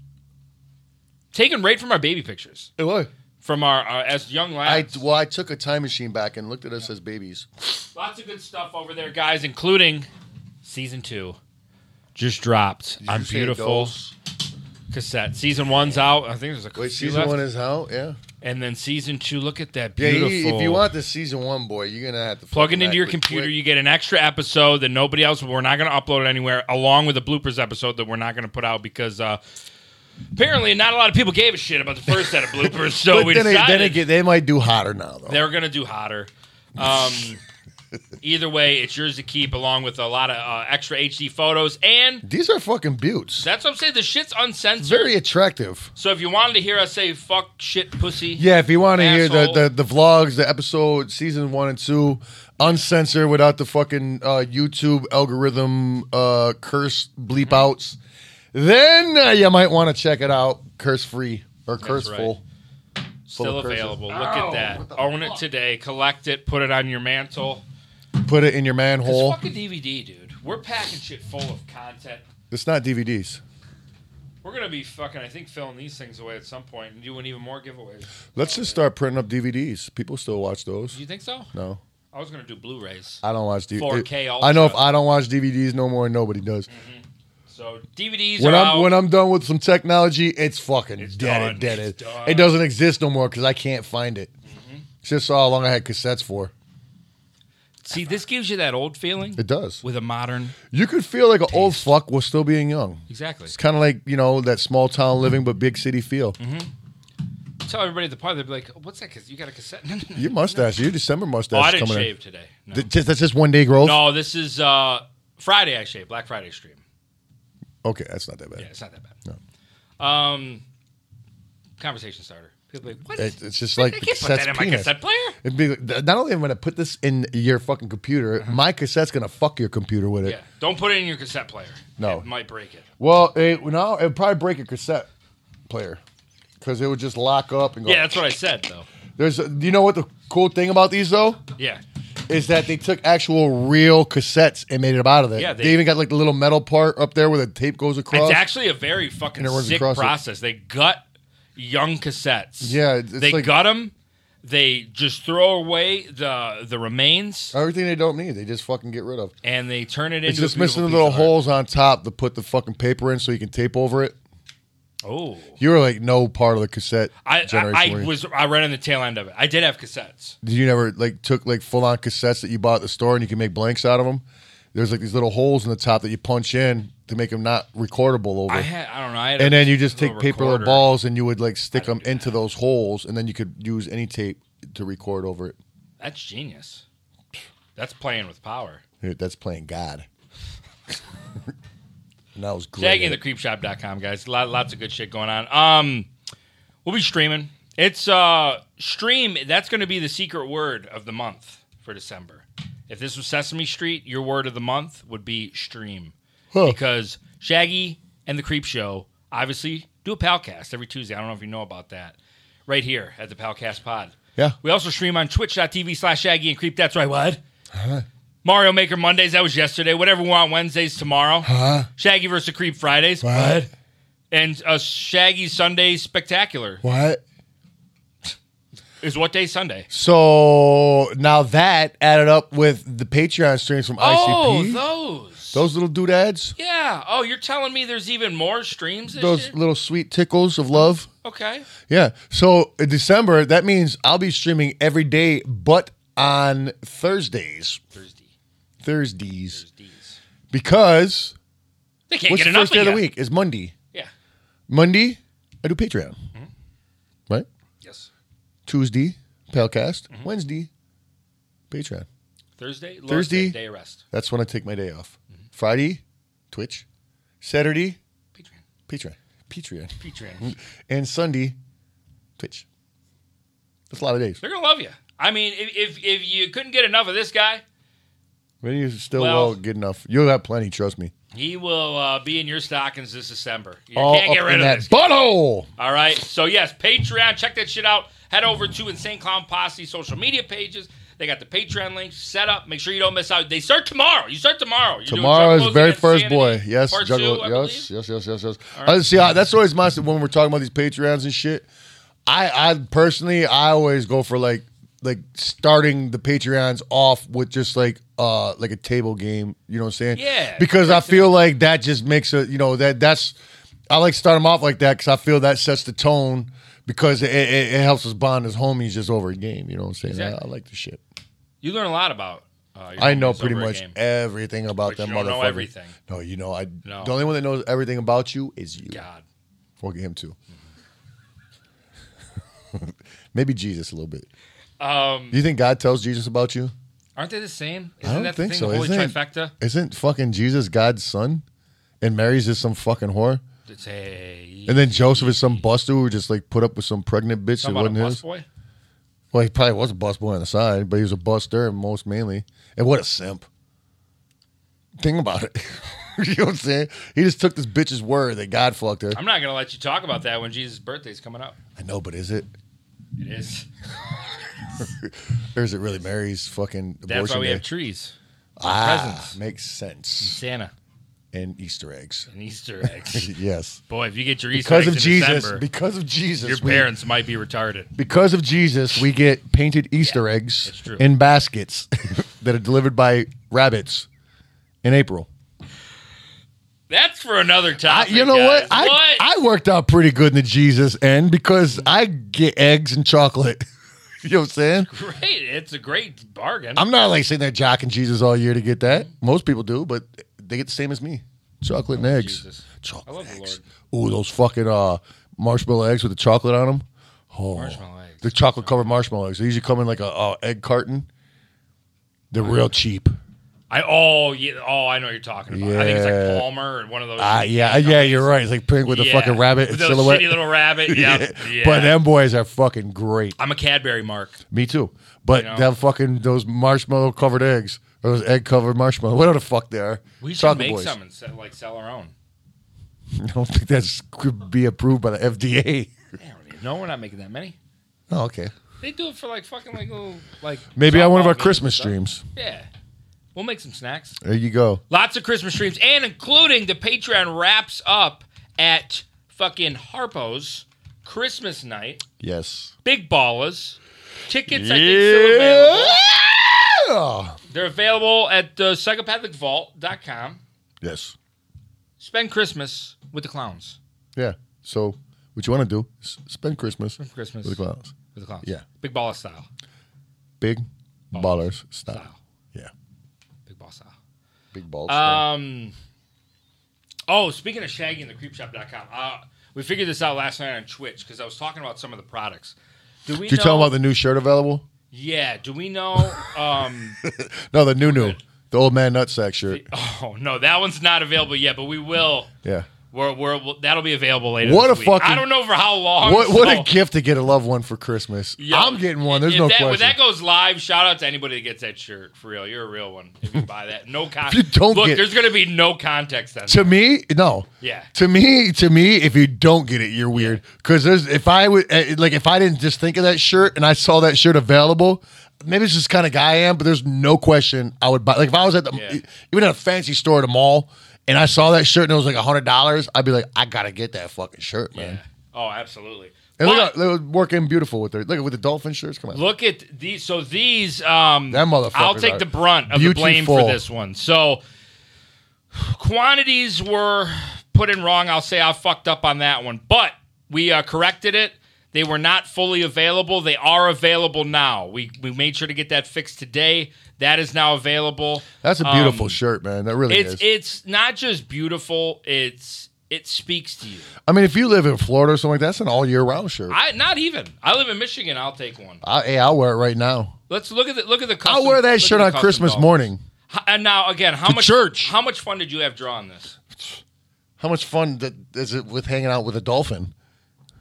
taken right from our baby pictures It was. from our, our as young I lads. well, I took a time machine back and looked at us as babies. Lots of good stuff over there, guys, including season two. Just dropped. Did you I'm say beautiful adults? cassette. Season one's out. I think there's a Wait, few season left. one is out. Yeah. and then season two. Look at that Yeah. beautiful. You, if you want the season one, boy, you're gonna have to Plug fucking it into your act computer. quick. You get an extra episode that nobody else. We're not going to upload it anywhere, along with a bloopers episode that we're not going to put out because uh, apparently not a lot of people gave a shit about the first set of bloopers. So But we then, they, decided then again, they might do hotter now though. they're going to do hotter. Um, either way, it's yours to keep, along with a lot of uh, extra HD photos, and These are fucking buttes. that's what I'm saying. The shit's uncensored. Very attractive. so if you wanted to hear us say "fuck," "shit," "pussy," Yeah, if you want to hear the, Asshole. the, the vlogs, the episode season one and two, uncensored without the fucking uh, YouTube algorithm uh, curse Mm-hmm. bleep outs, then uh, you might want to check it out, curse free or curseful. still of curses. available. Look at that. Own it today. Collect it. Put it on your mantle. Put it in your manhole. It's fucking DVD, dude. We're packing shit full of content. It's not DVDs. We're gonna be fucking, I think, filling these things away at some point and doing even more giveaways. Let's just start printing up DVDs. People still watch Do those. you think so? No, I was gonna do Blu-rays. I don't watch DVDs. 4K I know if Ultra. I don't watch DVDs no more, nobody does. Mm. So DVDs When are I'm out. when I'm done with some technology, it's fucking It's dead. done. It dead. It's it. done. Mm-hmm. It doesn't exist no more because I can't find it. It's just how long I had cassettes for. See, this gives you that old feeling It does. with a modern. You could feel like an old fuck while still being young. Exactly. It's kind of like you know that small town living but big city feel. Mm-hmm. Tell everybody at the party, they'd be like, "What's that? Cause you got a cassette." No, no, no. Your mustache, your December Oh, mustache, I is didn't coming. shave today. No. In. Th- just- that's just one day growth. no, this is uh, Friday. I shaved Black Friday stream. Okay, that's not that bad. Yeah, it's not that bad. Um, conversation starter. People be like, what? It- it's just I like can't put cassettes that in my penis. cassette player. It'd be, not only am I going to put this in your fucking computer, my cassette's going to fuck your computer with it. Uh-huh. Yeah, don't put it in your cassette player. No. it might break it. Well, it, no, it would probably break a cassette player because it would just lock up and go. Yeah, that's what I said though. There's, do you know what the cool thing about these though Yeah, is that they took actual real cassettes and made it out of it. Yeah, they, they- even got like the little metal part up there where the tape goes across. it's actually a very fucking And it runs sick across it. process. They gut young cassettes. Yeah, it's they like- gut them. They just throw away the the remains Everything they don't need, they just fucking get rid of. and they turn it into. It's a just missing the beautiful little piece of art. holes on top to put the fucking paper in so you can tape over it. Oh, You were like no part of the cassette I, generation. I were I you? was I ran on the tail end of it. I did have cassettes. Did you never like took like full on cassettes that you bought at the store and you can make blanks out of them? There's like these little holes in the top that you punch in to make them not recordable over. I had I don't know. I had and a then you just little take paper or recorder. balls and you would like stick them into those holes and then you could use any tape to record over it. That's genius. That's playing with power. Dude, that's playing God. and that was great. Shaggy and the creepshop.com, guys. Lot, lots of good shit going on. Um we'll be streaming. It's uh stream, that's gonna be the secret word of the month for December. If this was Sesame Street, your word of the month would be stream. Huh. Because Shaggy and the Creep Show obviously do a palcast every Tuesday. I don't know if you know about that. Right here at the Palcast Pod. Yeah. We also stream on twitch.tv slash Shaggy and Creep. That's right, what? Mario Maker Mondays, that was yesterday. Whatever we want Wednesdays tomorrow. Shaggy versus Creep Fridays. What? And a Shaggy Sunday Spectacular What? is what day Sunday? So now that added up with the Patreon streams from Oh, ICP, those. those little doodads, Yeah. Oh, you're telling me there's even more streams? This those year? little sweet tickles of love. okay. Yeah. So in December, that means I'll be streaming every day, but on Thursdays, Thursday. Thursdays, Thursdays. because They can't what's get the enough first day of ya. the week? Is Monday. Yeah. Monday, I do Patreon. Mm-hmm. Right. Yes. Tuesday, Palcast. Mm-hmm. Wednesday, Patreon. Thursday. Lord's Thursday. Day, day of rest. That's when I take my day off. Mm-hmm. Friday, Twitch. Saturday, Patreon. Patreon. Patreon. Patreon. And Sunday, Twitch. That's a lot of days. They're gonna love you. I mean, if, if if you couldn't get enough of this guy, But you still Well- well, good enough. You'll have plenty, trust me. he will uh, be in your stockings this December. You All can't get up rid in of that this. butthole. All right. So yes, Patreon. Check that shit out. Head over to Insane Clown Posse social media pages. They got the Patreon link set up. Make sure you don't miss out. They start tomorrow. You start tomorrow. You're doing Tomorrow is Juggalos very Against first Sanity, boy. Yes, part Juggalo- two, I yes, believe. yes, yes, yes, yes. I see. I, that's always my when we're talking about these Patreons and shit. I, I personally, I always go for like like starting the Patreons off with just like uh like a table game. You know what I'm saying? Yeah, Because I feel like that just makes a you know that that's I like start them off like that because I feel that sets the tone because it, it, it helps us bond as homies just over a game. You know what I'm saying? I, Exactly. I like the shit. You learn a lot about. Uh, your I know homies pretty over a much game. everything about But that you motherfucker. don't know everything. No, you know, I. No. The only one that knows everything about you is you. God. Fuck him too. Maybe Jesus a little bit. Um, Do you think God tells Jesus about you? aren't they the same? I Isn't don't that the think thing, so. The holy Isn't it- trifecta. Isn't fucking Jesus God's son? And Mary's just some fucking whore. It's a And then Joseph is some buster who just like put up with some pregnant bitch that something about a wasn't bus his. boy. Well, he probably was a bus boy on the side, but he was a buster and most mainly. And what a simp. Think about it. you know what I'm saying? He just took this bitch's word that God fucked her. I'm not gonna let you talk about that when Jesus' birthday's coming up. I know, but is it? It is. Or is it really Mary's fucking abortion? That's why we day? have trees, ah, presents. Makes sense. Santa, And Easter eggs. and Easter eggs. yes. Boy, if you get your Easter Because eggs of in Jesus. December, Because of Jesus. your we- parents might be retarded. because of Jesus, we get painted Easter eggs that's true. in baskets that are delivered by rabbits in April. That's for another I, topic. you know guys. what? I I worked out pretty good in the Jesus end because I get eggs and chocolate. you know what I'm saying? great. It's a great bargain. I'm not like sitting there jocking Jesus all year to get that. Most people do, but they get the same as me: chocolate and eggs. Oh, Jesus. Chocolate I love the eggs. Ooh, those fucking uh, marshmallow eggs with the chocolate on them. Oh, Marshmallow eggs. The chocolate covered marshmallow eggs. They usually come in like a uh, egg carton. They're real cheap. I oh yeah oh I know what you're talking about. I think it's Yeah. like Palmer or one of those. Ah, yeah, yeah, you're right. It's like pink with the Yeah. fucking rabbit With the silhouette. shitty little rabbit. Yeah, yeah. But them boys are fucking great. I'm a Cadbury Mark. Me too. But You know? them fucking those marshmallow covered eggs, or those egg covered marshmallow, whatever the fuck they are. We should Chocolate make boys. some and sell, like sell our own. I don't think that could be approved by the FDA. No, we're not making that many. Oh, okay. They do it for like fucking like little like. Maybe on one of softball our games and Christmas stuff. streams. Yeah, we'll make some snacks. There you go. Lots of Christmas streams, and including the Patreon wraps up at fucking Harpo's Christmas night. Yes. Big ballas. Tickets, I think, still available. Yeah. They're available at uh, psychopathicvault.com. Yes. Spend Christmas with the clowns. Yeah. So what you want to do is spend Christmas with Christmas the clowns. With the clowns. Yeah. Big baller style. Big Ballers. ballers style. Style. Yeah. Big ball style. Big balls. Um. Oh, speaking of Shaggy and the Creepshop.com, uh, we figured this out last night on Twitch because I was talking about some of the products. Do we? Did you know, tell them about the new shirt available? Yeah. Do we know? Um. No, the new new. The old man nutsack shirt. oh no, that one's not available yet, but we will. Yeah. We're, we're, we'll- that'll be available later. What this a week. fucking- I don't know for how long. What what so- a gift to get a loved one for Christmas. Yo, I'm getting one. There's if no that, When question. that goes live, shout out to anybody that gets that shirt. For real, you're a real one. If you buy that, no context. you don't look, get- there's gonna be no context on that. To me, no. Yeah. To me, to me, if you don't get it, you're weird. Because there's if I would eh, like if I didn't just think of that shirt and I saw that shirt available, maybe it's just kind of guy I am. But there's no question I would buy. Like if I was at the Yeah. even at a fancy store at a mall and I saw that shirt and it was like hundred dollars, I'd be like, I gotta get that fucking shirt, man. Yeah. Oh, absolutely. And look, But- at, they're working beautiful with their look at with the dolphin shirts. Come on, Look at these. So these, um, Them motherfuckers I'll take are the brunt of the blame for beautiful. this one. So quantities were put in wrong. I'll say I fucked up on that one, but we uh, corrected it. They were not fully available. They are available now. We we made sure to get that fixed today. That is now available. that's a Um, beautiful shirt, man. That really It's is. it's not just beautiful. It's it speaks to you. I mean, if you live in Florida or something like that, that's an all year round shirt. I not even. I live in Michigan. I'll take one. I, hey, I'll wear it right now. Let's look at the look at the. Custom, I'll wear look that at shirt the on custom Christmas dolls. morning. H- And now again, how To much church. How much fun did you have drawing this? How much fun th- is it with hanging out with a dolphin?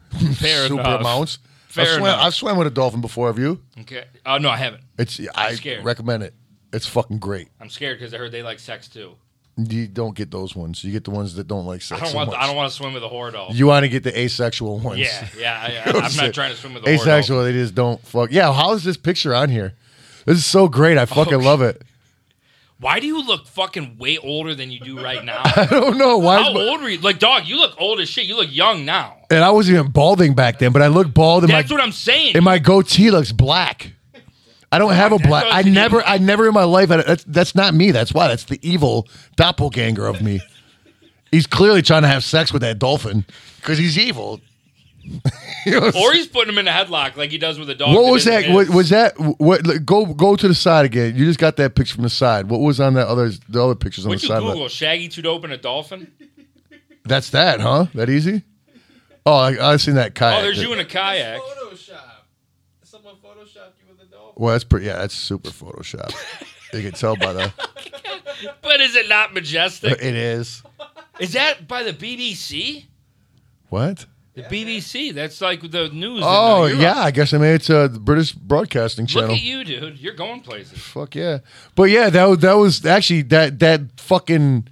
Fair Super enough. amounts. Fair I've swam, enough. I've swam with a dolphin before. Have you? Okay. Oh no, I haven't. It's I scared. recommend it. It's fucking great. I'm scared because I heard they like sex too. You don't get those ones. You get the ones that don't like I sex. don't so want. much. I don't want to swim with a whore doll. You want to get the asexual ones. yeah, yeah. I, I, I'm not trying to swim with a whore doll. asexual. They just don't fuck. Yeah. How is this picture on here? This is so great. I fucking Oh, love it. Why do you look fucking way older than you do right now? I don't know why. How old were you? Like, dog, you look old as shit. You look young now. and I wasn't even balding back then, but I look bald in my That's what I'm saying. and my goatee looks black. I don't have a black. I goes- never, I never in my life. Had a, that's that's not me. That's why. That's the evil doppelganger of me. He's clearly trying to have sex with that dolphin because he's evil. You know what I'm or saying? he's putting him in a headlock like he does with a dog. what was that? isn't What his. was that? What? look, Go go to the side again. You just got that picture from the side. What was on that other? The other pictures on What'd the you side. Google? of that? Shaggy to open a dolphin? That's that, huh? That easy? Oh, I, I've seen that kayak. Oh, there's you in a kayak. Photoshop. Someone photoshopped you with a dolphin. well, that's pretty. Yeah, that's super Photoshop. you can tell by the. But is it not majestic? It is. Is that by the BBC? What? The BBC. That's like the news. in, uh, Oh Europe. yeah, I guess I mean it's uh, the British Broadcasting Look Channel. at you, dude. You're going places. Fuck yeah, but yeah, that wa- that was actually that that fucking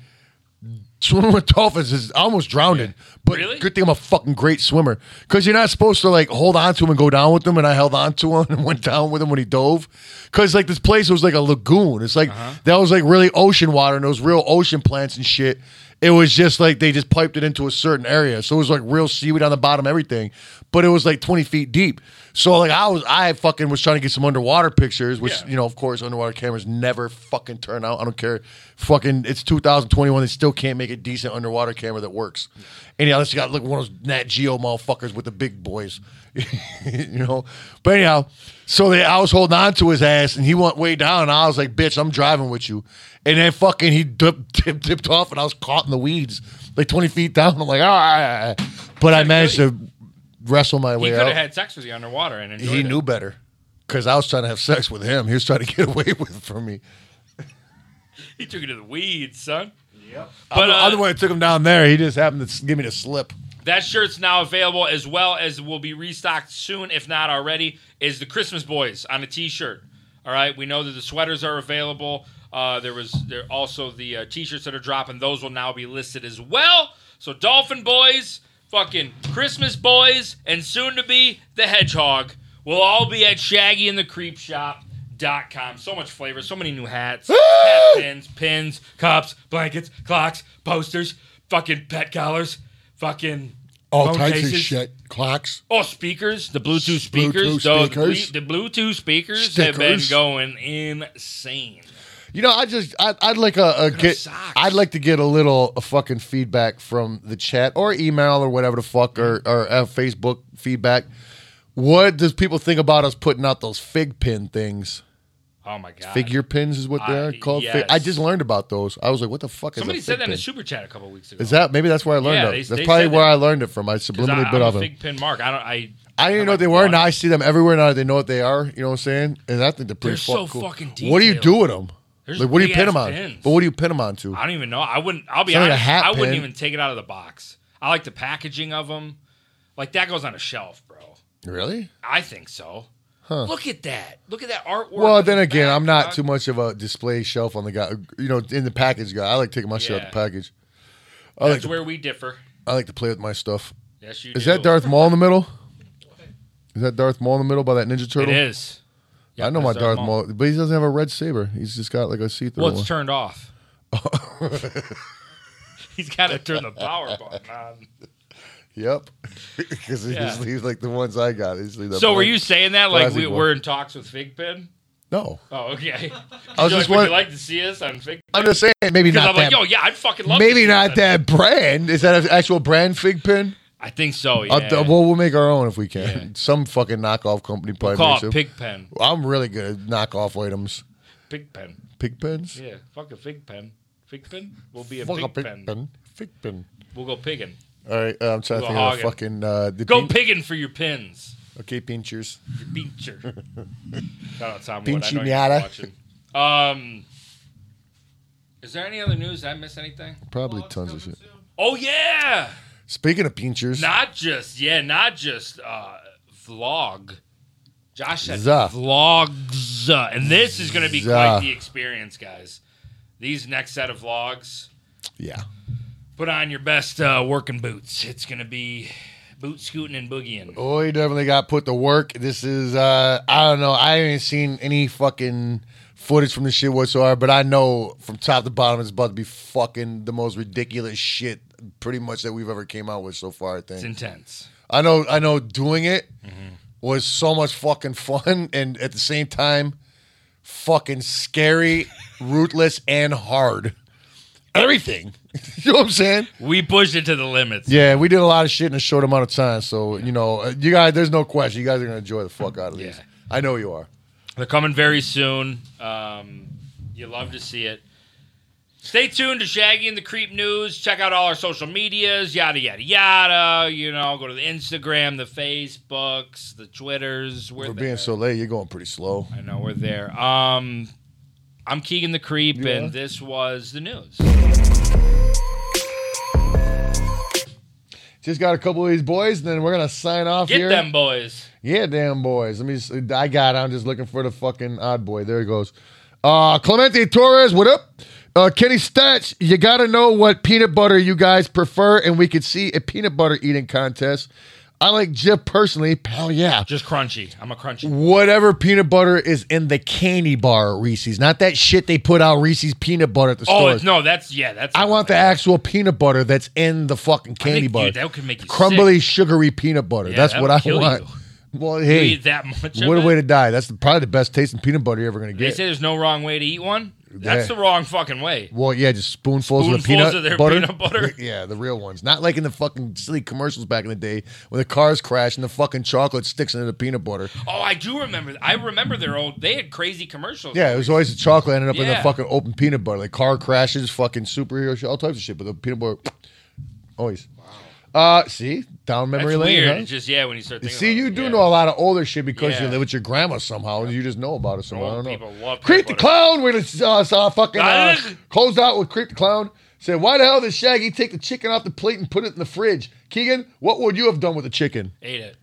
swimming with dolphins is I almost drowned. it. But Really? good thing I'm a fucking great swimmer because you're not supposed to like hold on to him and go down with him. And I held on to him and went down with him when he dove because like this place was like a lagoon. It's like Uh-huh. that was like really ocean water and those real ocean plants and shit. It was just like they just piped it into a certain area, so it was like real seaweed on the bottom, everything. But it was like 20 feet deep. So like I was, I fucking was trying to get some underwater pictures, which Yeah. you know, of course, underwater cameras never fucking turn out. I don't care. Fucking, it's 2021. They still can't make a decent underwater camera that works. Anyhow, this got like one of those Nat Geo motherfuckers with the big boys, you know. But anyhow, so they, I was holding on to his ass, and he went way down. And I was like, "Bitch, I'm driving with you." And then fucking he dipped, dipped, dipped off, and I was caught in the weeds, like 20 feet down. I'm like, ah. But I managed to wrestle my He way could out have had sex with you underwater and enjoyed he it. knew better because I was trying to have sex with him. He was trying to get away with it from me. He took it to the weeds, son. Yep. But uh, Other way, I took him down there. He just happened to s- give me the slip. that shirt's now available as well as will be restocked soon, if not already, is the Christmas Boys on a t-shirt. All right, we know that the sweaters are available. Uh, there was there also the uh, t-shirts that are dropping. Those will now be listed as well. So Dolphin Boys, fucking Christmas Boys, and soon to be the Hedgehog will all be at Shaggy and the Creep Shop. Dot com. So much flavor, so many new hats, hat pins, pins, cups, blankets, clocks, posters, fucking pet collars, fucking All phone types of cases. shit. Clocks. Oh, speakers, the Bluetooth speakers, Bluetooth those speakers. ble- the Bluetooth speakers have been Stickers. going insane. You know, I just I, I'd like a, a get socks. I'd like to get a little a fucking feedback from the chat or email or whatever the fuck or or uh, Facebook feedback. What does people think about us putting out those fig pin things? Oh my god! Figure pins is what they're I- called. Fig- I yes. just learned about those. I was like, what the fuck Somebody is a said fig that in pin? a super chat a couple weeks ago. Is that maybe that's where I learned Yeah, that? they- that's they probably said where that. I learned it from. I 'Cause I, subliminally I'm bit a of it. fig pin mark. I don't. I. I didn't I'm know like, what they were. what? Now I see them everywhere. Now they know what they are. You know what I'm saying? And I think they're pretty They're so fuck cool. fucking What do you do detailed. with them? There's Like, what do you pin big-ass them on? pins. But what do you pin them on to? I don't even know. I wouldn't. I'll be Sound like a honest. hat I wouldn't pin. even take it out of the box. I like the packaging of them. Like that goes on a shelf, bro. Really? I think so. Look at that. Look at that artwork. Well, on then the again, back, I'm not dog. too much of a display shelf on the guy. You know, in the package guy, I like taking my shit out Yeah. the package. I like, That's to, where we differ. I like to play with my stuff. Yes, you. Is do. that Darth Maul in the middle? Is that Darth Maul in the middle by that Ninja It Turtle? is. I know my that's Darth Maul. but he doesn't have a red saber. He's just got like a see-through Well, one. it's turned off. He's got to turn the power button on. yep, because he Yeah. just leaves like the ones I got. He's leave that So were blank. you saying that like Classic we, one. we're in talks with Figpin? No, Oh, okay. I was You're just like, would wondering- you like to see us on Figpin? I'm just saying maybe Because not I'm like, that. yo, yeah, I'd fucking love. to maybe see not that. that brand. Is that an actual brand fig pin? I think so. Yeah. I'll- well, we'll make our own if we can. Yeah. Some fucking knockoff company probably Call makes it it. Pigpen. I'm really good at knockoff items. Pigpen. Pig pens? Yeah. Fuck a Figpen. Figpen. We'll be a Fuck a pig Pigpen. pen. Fig pen. We'll go piggin. All right, uh, I'm trying to Go think of a hogging. fucking. Uh, the Go pin- piggin for your pins. Okay, pinchers. Your beecher. Shout out Tom Wood. I Pinchy know you're miata. watching. Um. Is there any other news? Did I miss anything? Probably tons of shit. Oh yeah. Speaking of pinchers, Not just yeah, not just uh, vlog. Josh said Za. vlogs, and this is going to be Za. quite the experience, guys. These next set of vlogs, yeah. put on your best uh, working boots. It's going to be boot scooting and boogieing. Oh, he definitely got put to work. This is, uh, I don't know. I ain't seen any fucking footage from this shit whatsoever, but I know from top to bottom it's about to be fucking the most ridiculous shit pretty much that we've ever came out with so far, I think. It's intense. I know I know doing it was so much fucking fun and at the same time fucking scary, rootless and hard. Everything. you know what I'm saying? We pushed it to the limits. Yeah, we did a lot of shit in a short amount of time, so you know, uh, you guys there's no question you guys are going to enjoy the fuck out of these. Yeah. I know you are. They're coming very soon. Um, you love to see it. Stay tuned to Shaggy and the Creep News. Check out all our social medias, yada yada yada. You know, go to the Instagram, the Facebooks, the Twitters. We're, We're there. being so late, you're going pretty slow. I know we're there. Um, I'm Keegan the Creep, You and are? this was the news. Just got a couple of these boys and then we're going to sign off Get here. them boys. Yeah, damn boys. Let me. Just, I got. it. I'm just looking for the fucking odd boy. There he goes. Uh, Clemente Torres, what up? Uh, Kenny Stats, you gotta know what peanut butter you guys prefer, and we could see a peanut butter eating contest. I like Jip personally. Hell yeah. Just crunchy. I'm a crunchy. Whatever peanut butter is in the candy bar, Reese's, not that shit they put out Reese's peanut butter at the Oh store. it's- no, that's yeah. That's I want the actual peanut butter that's in the fucking I candy think, bar. dude, that could make you Crumbly, Sick. sugary peanut butter. Yeah, that's that what would I kill want. Well, hey, You eat that much. of what a it? way to die. That's the, probably the best tasting peanut butter you're ever going to They get. say there's no wrong way to eat one. That's Yeah. the wrong fucking way. well, yeah, just spoonfuls, of the Spoonfuls peanut of their butter. peanut butter. Yeah, the real ones. Not like in the fucking silly commercials back in the day when the cars crash and the fucking chocolate sticks into the peanut butter. Oh, I do remember. I remember their old. They had crazy commercials. Yeah, it was always the chocolate ended up in the Yeah. fucking open peanut butter. Like car crashes, fucking superhero shit, all types of shit, but the peanut butter always. Uh, see, down That's memory lane. weird. huh? It's just yeah, when you start thinking. See, about you it, do yeah. know a lot of older shit because you Yeah. live with your grandma somehow, and you just know about it somehow. I Old don't know. people love Creep peanut the butter. clown. We just, uh, saw fucking uh, Ah! closed out with Creep the clown. Said, "Why the hell did Shaggy take the chicken off the plate and put it in the fridge?" Keegan, what would you have done with the chicken? Ate it.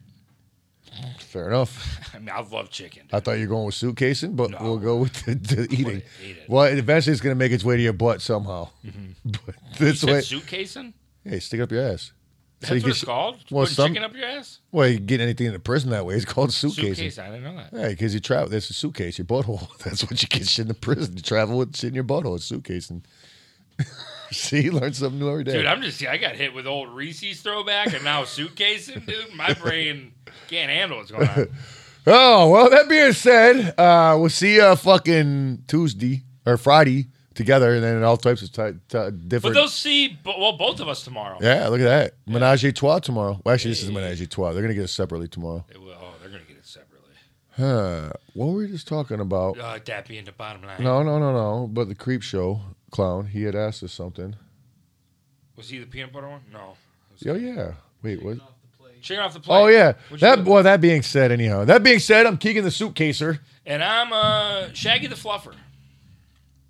Fair enough. I mean, I love chicken. I thought you were going with suitcasing, but No. we'll go with the, the eating. ate it. Mm-hmm. Well, eventually it's going to make its way to your butt somehow. But this Said way, suitcasing. hey, stick it up your ass. That's you what can it's sh- called. Well, Putting some- chicken up your ass. Well, you can get anything in the prison that way. It's called suitcasing. Suitcase. I didn't know that. Yeah, because you travel. That's a suitcase, your butthole. That's what you get shit in the prison. You travel with shit in your butthole. It's suitcase. And see, you learn something new every day. Dude, I'm just, I got hit with old Reese's throwback and now suitcasing, dude. My brain can't handle what's going on. oh, well, that being said, uh, we'll see you fucking Tuesday or Friday together, and then all types of ty- ty- But different. they'll see, bo- well, both of us tomorrow. yeah, look at that. Menage a trois tomorrow. Well, actually, this is Menage a trois. They're going to get us separately tomorrow. They will, oh, they're going to get it separately. Huh. What were we just talking about? Uh, that being the bottom line. No, no, no, no. But the creep show clown, he had asked us something. Was he the peanut butter one? No. Oh, yeah. Wait, what? off the plate. Chicken off the plate. Oh yeah. What'd you That do? well. That being said, anyhow. That being said, I'm Keegan the suitcaser. And I'm uh, Shaggy the Fluffer.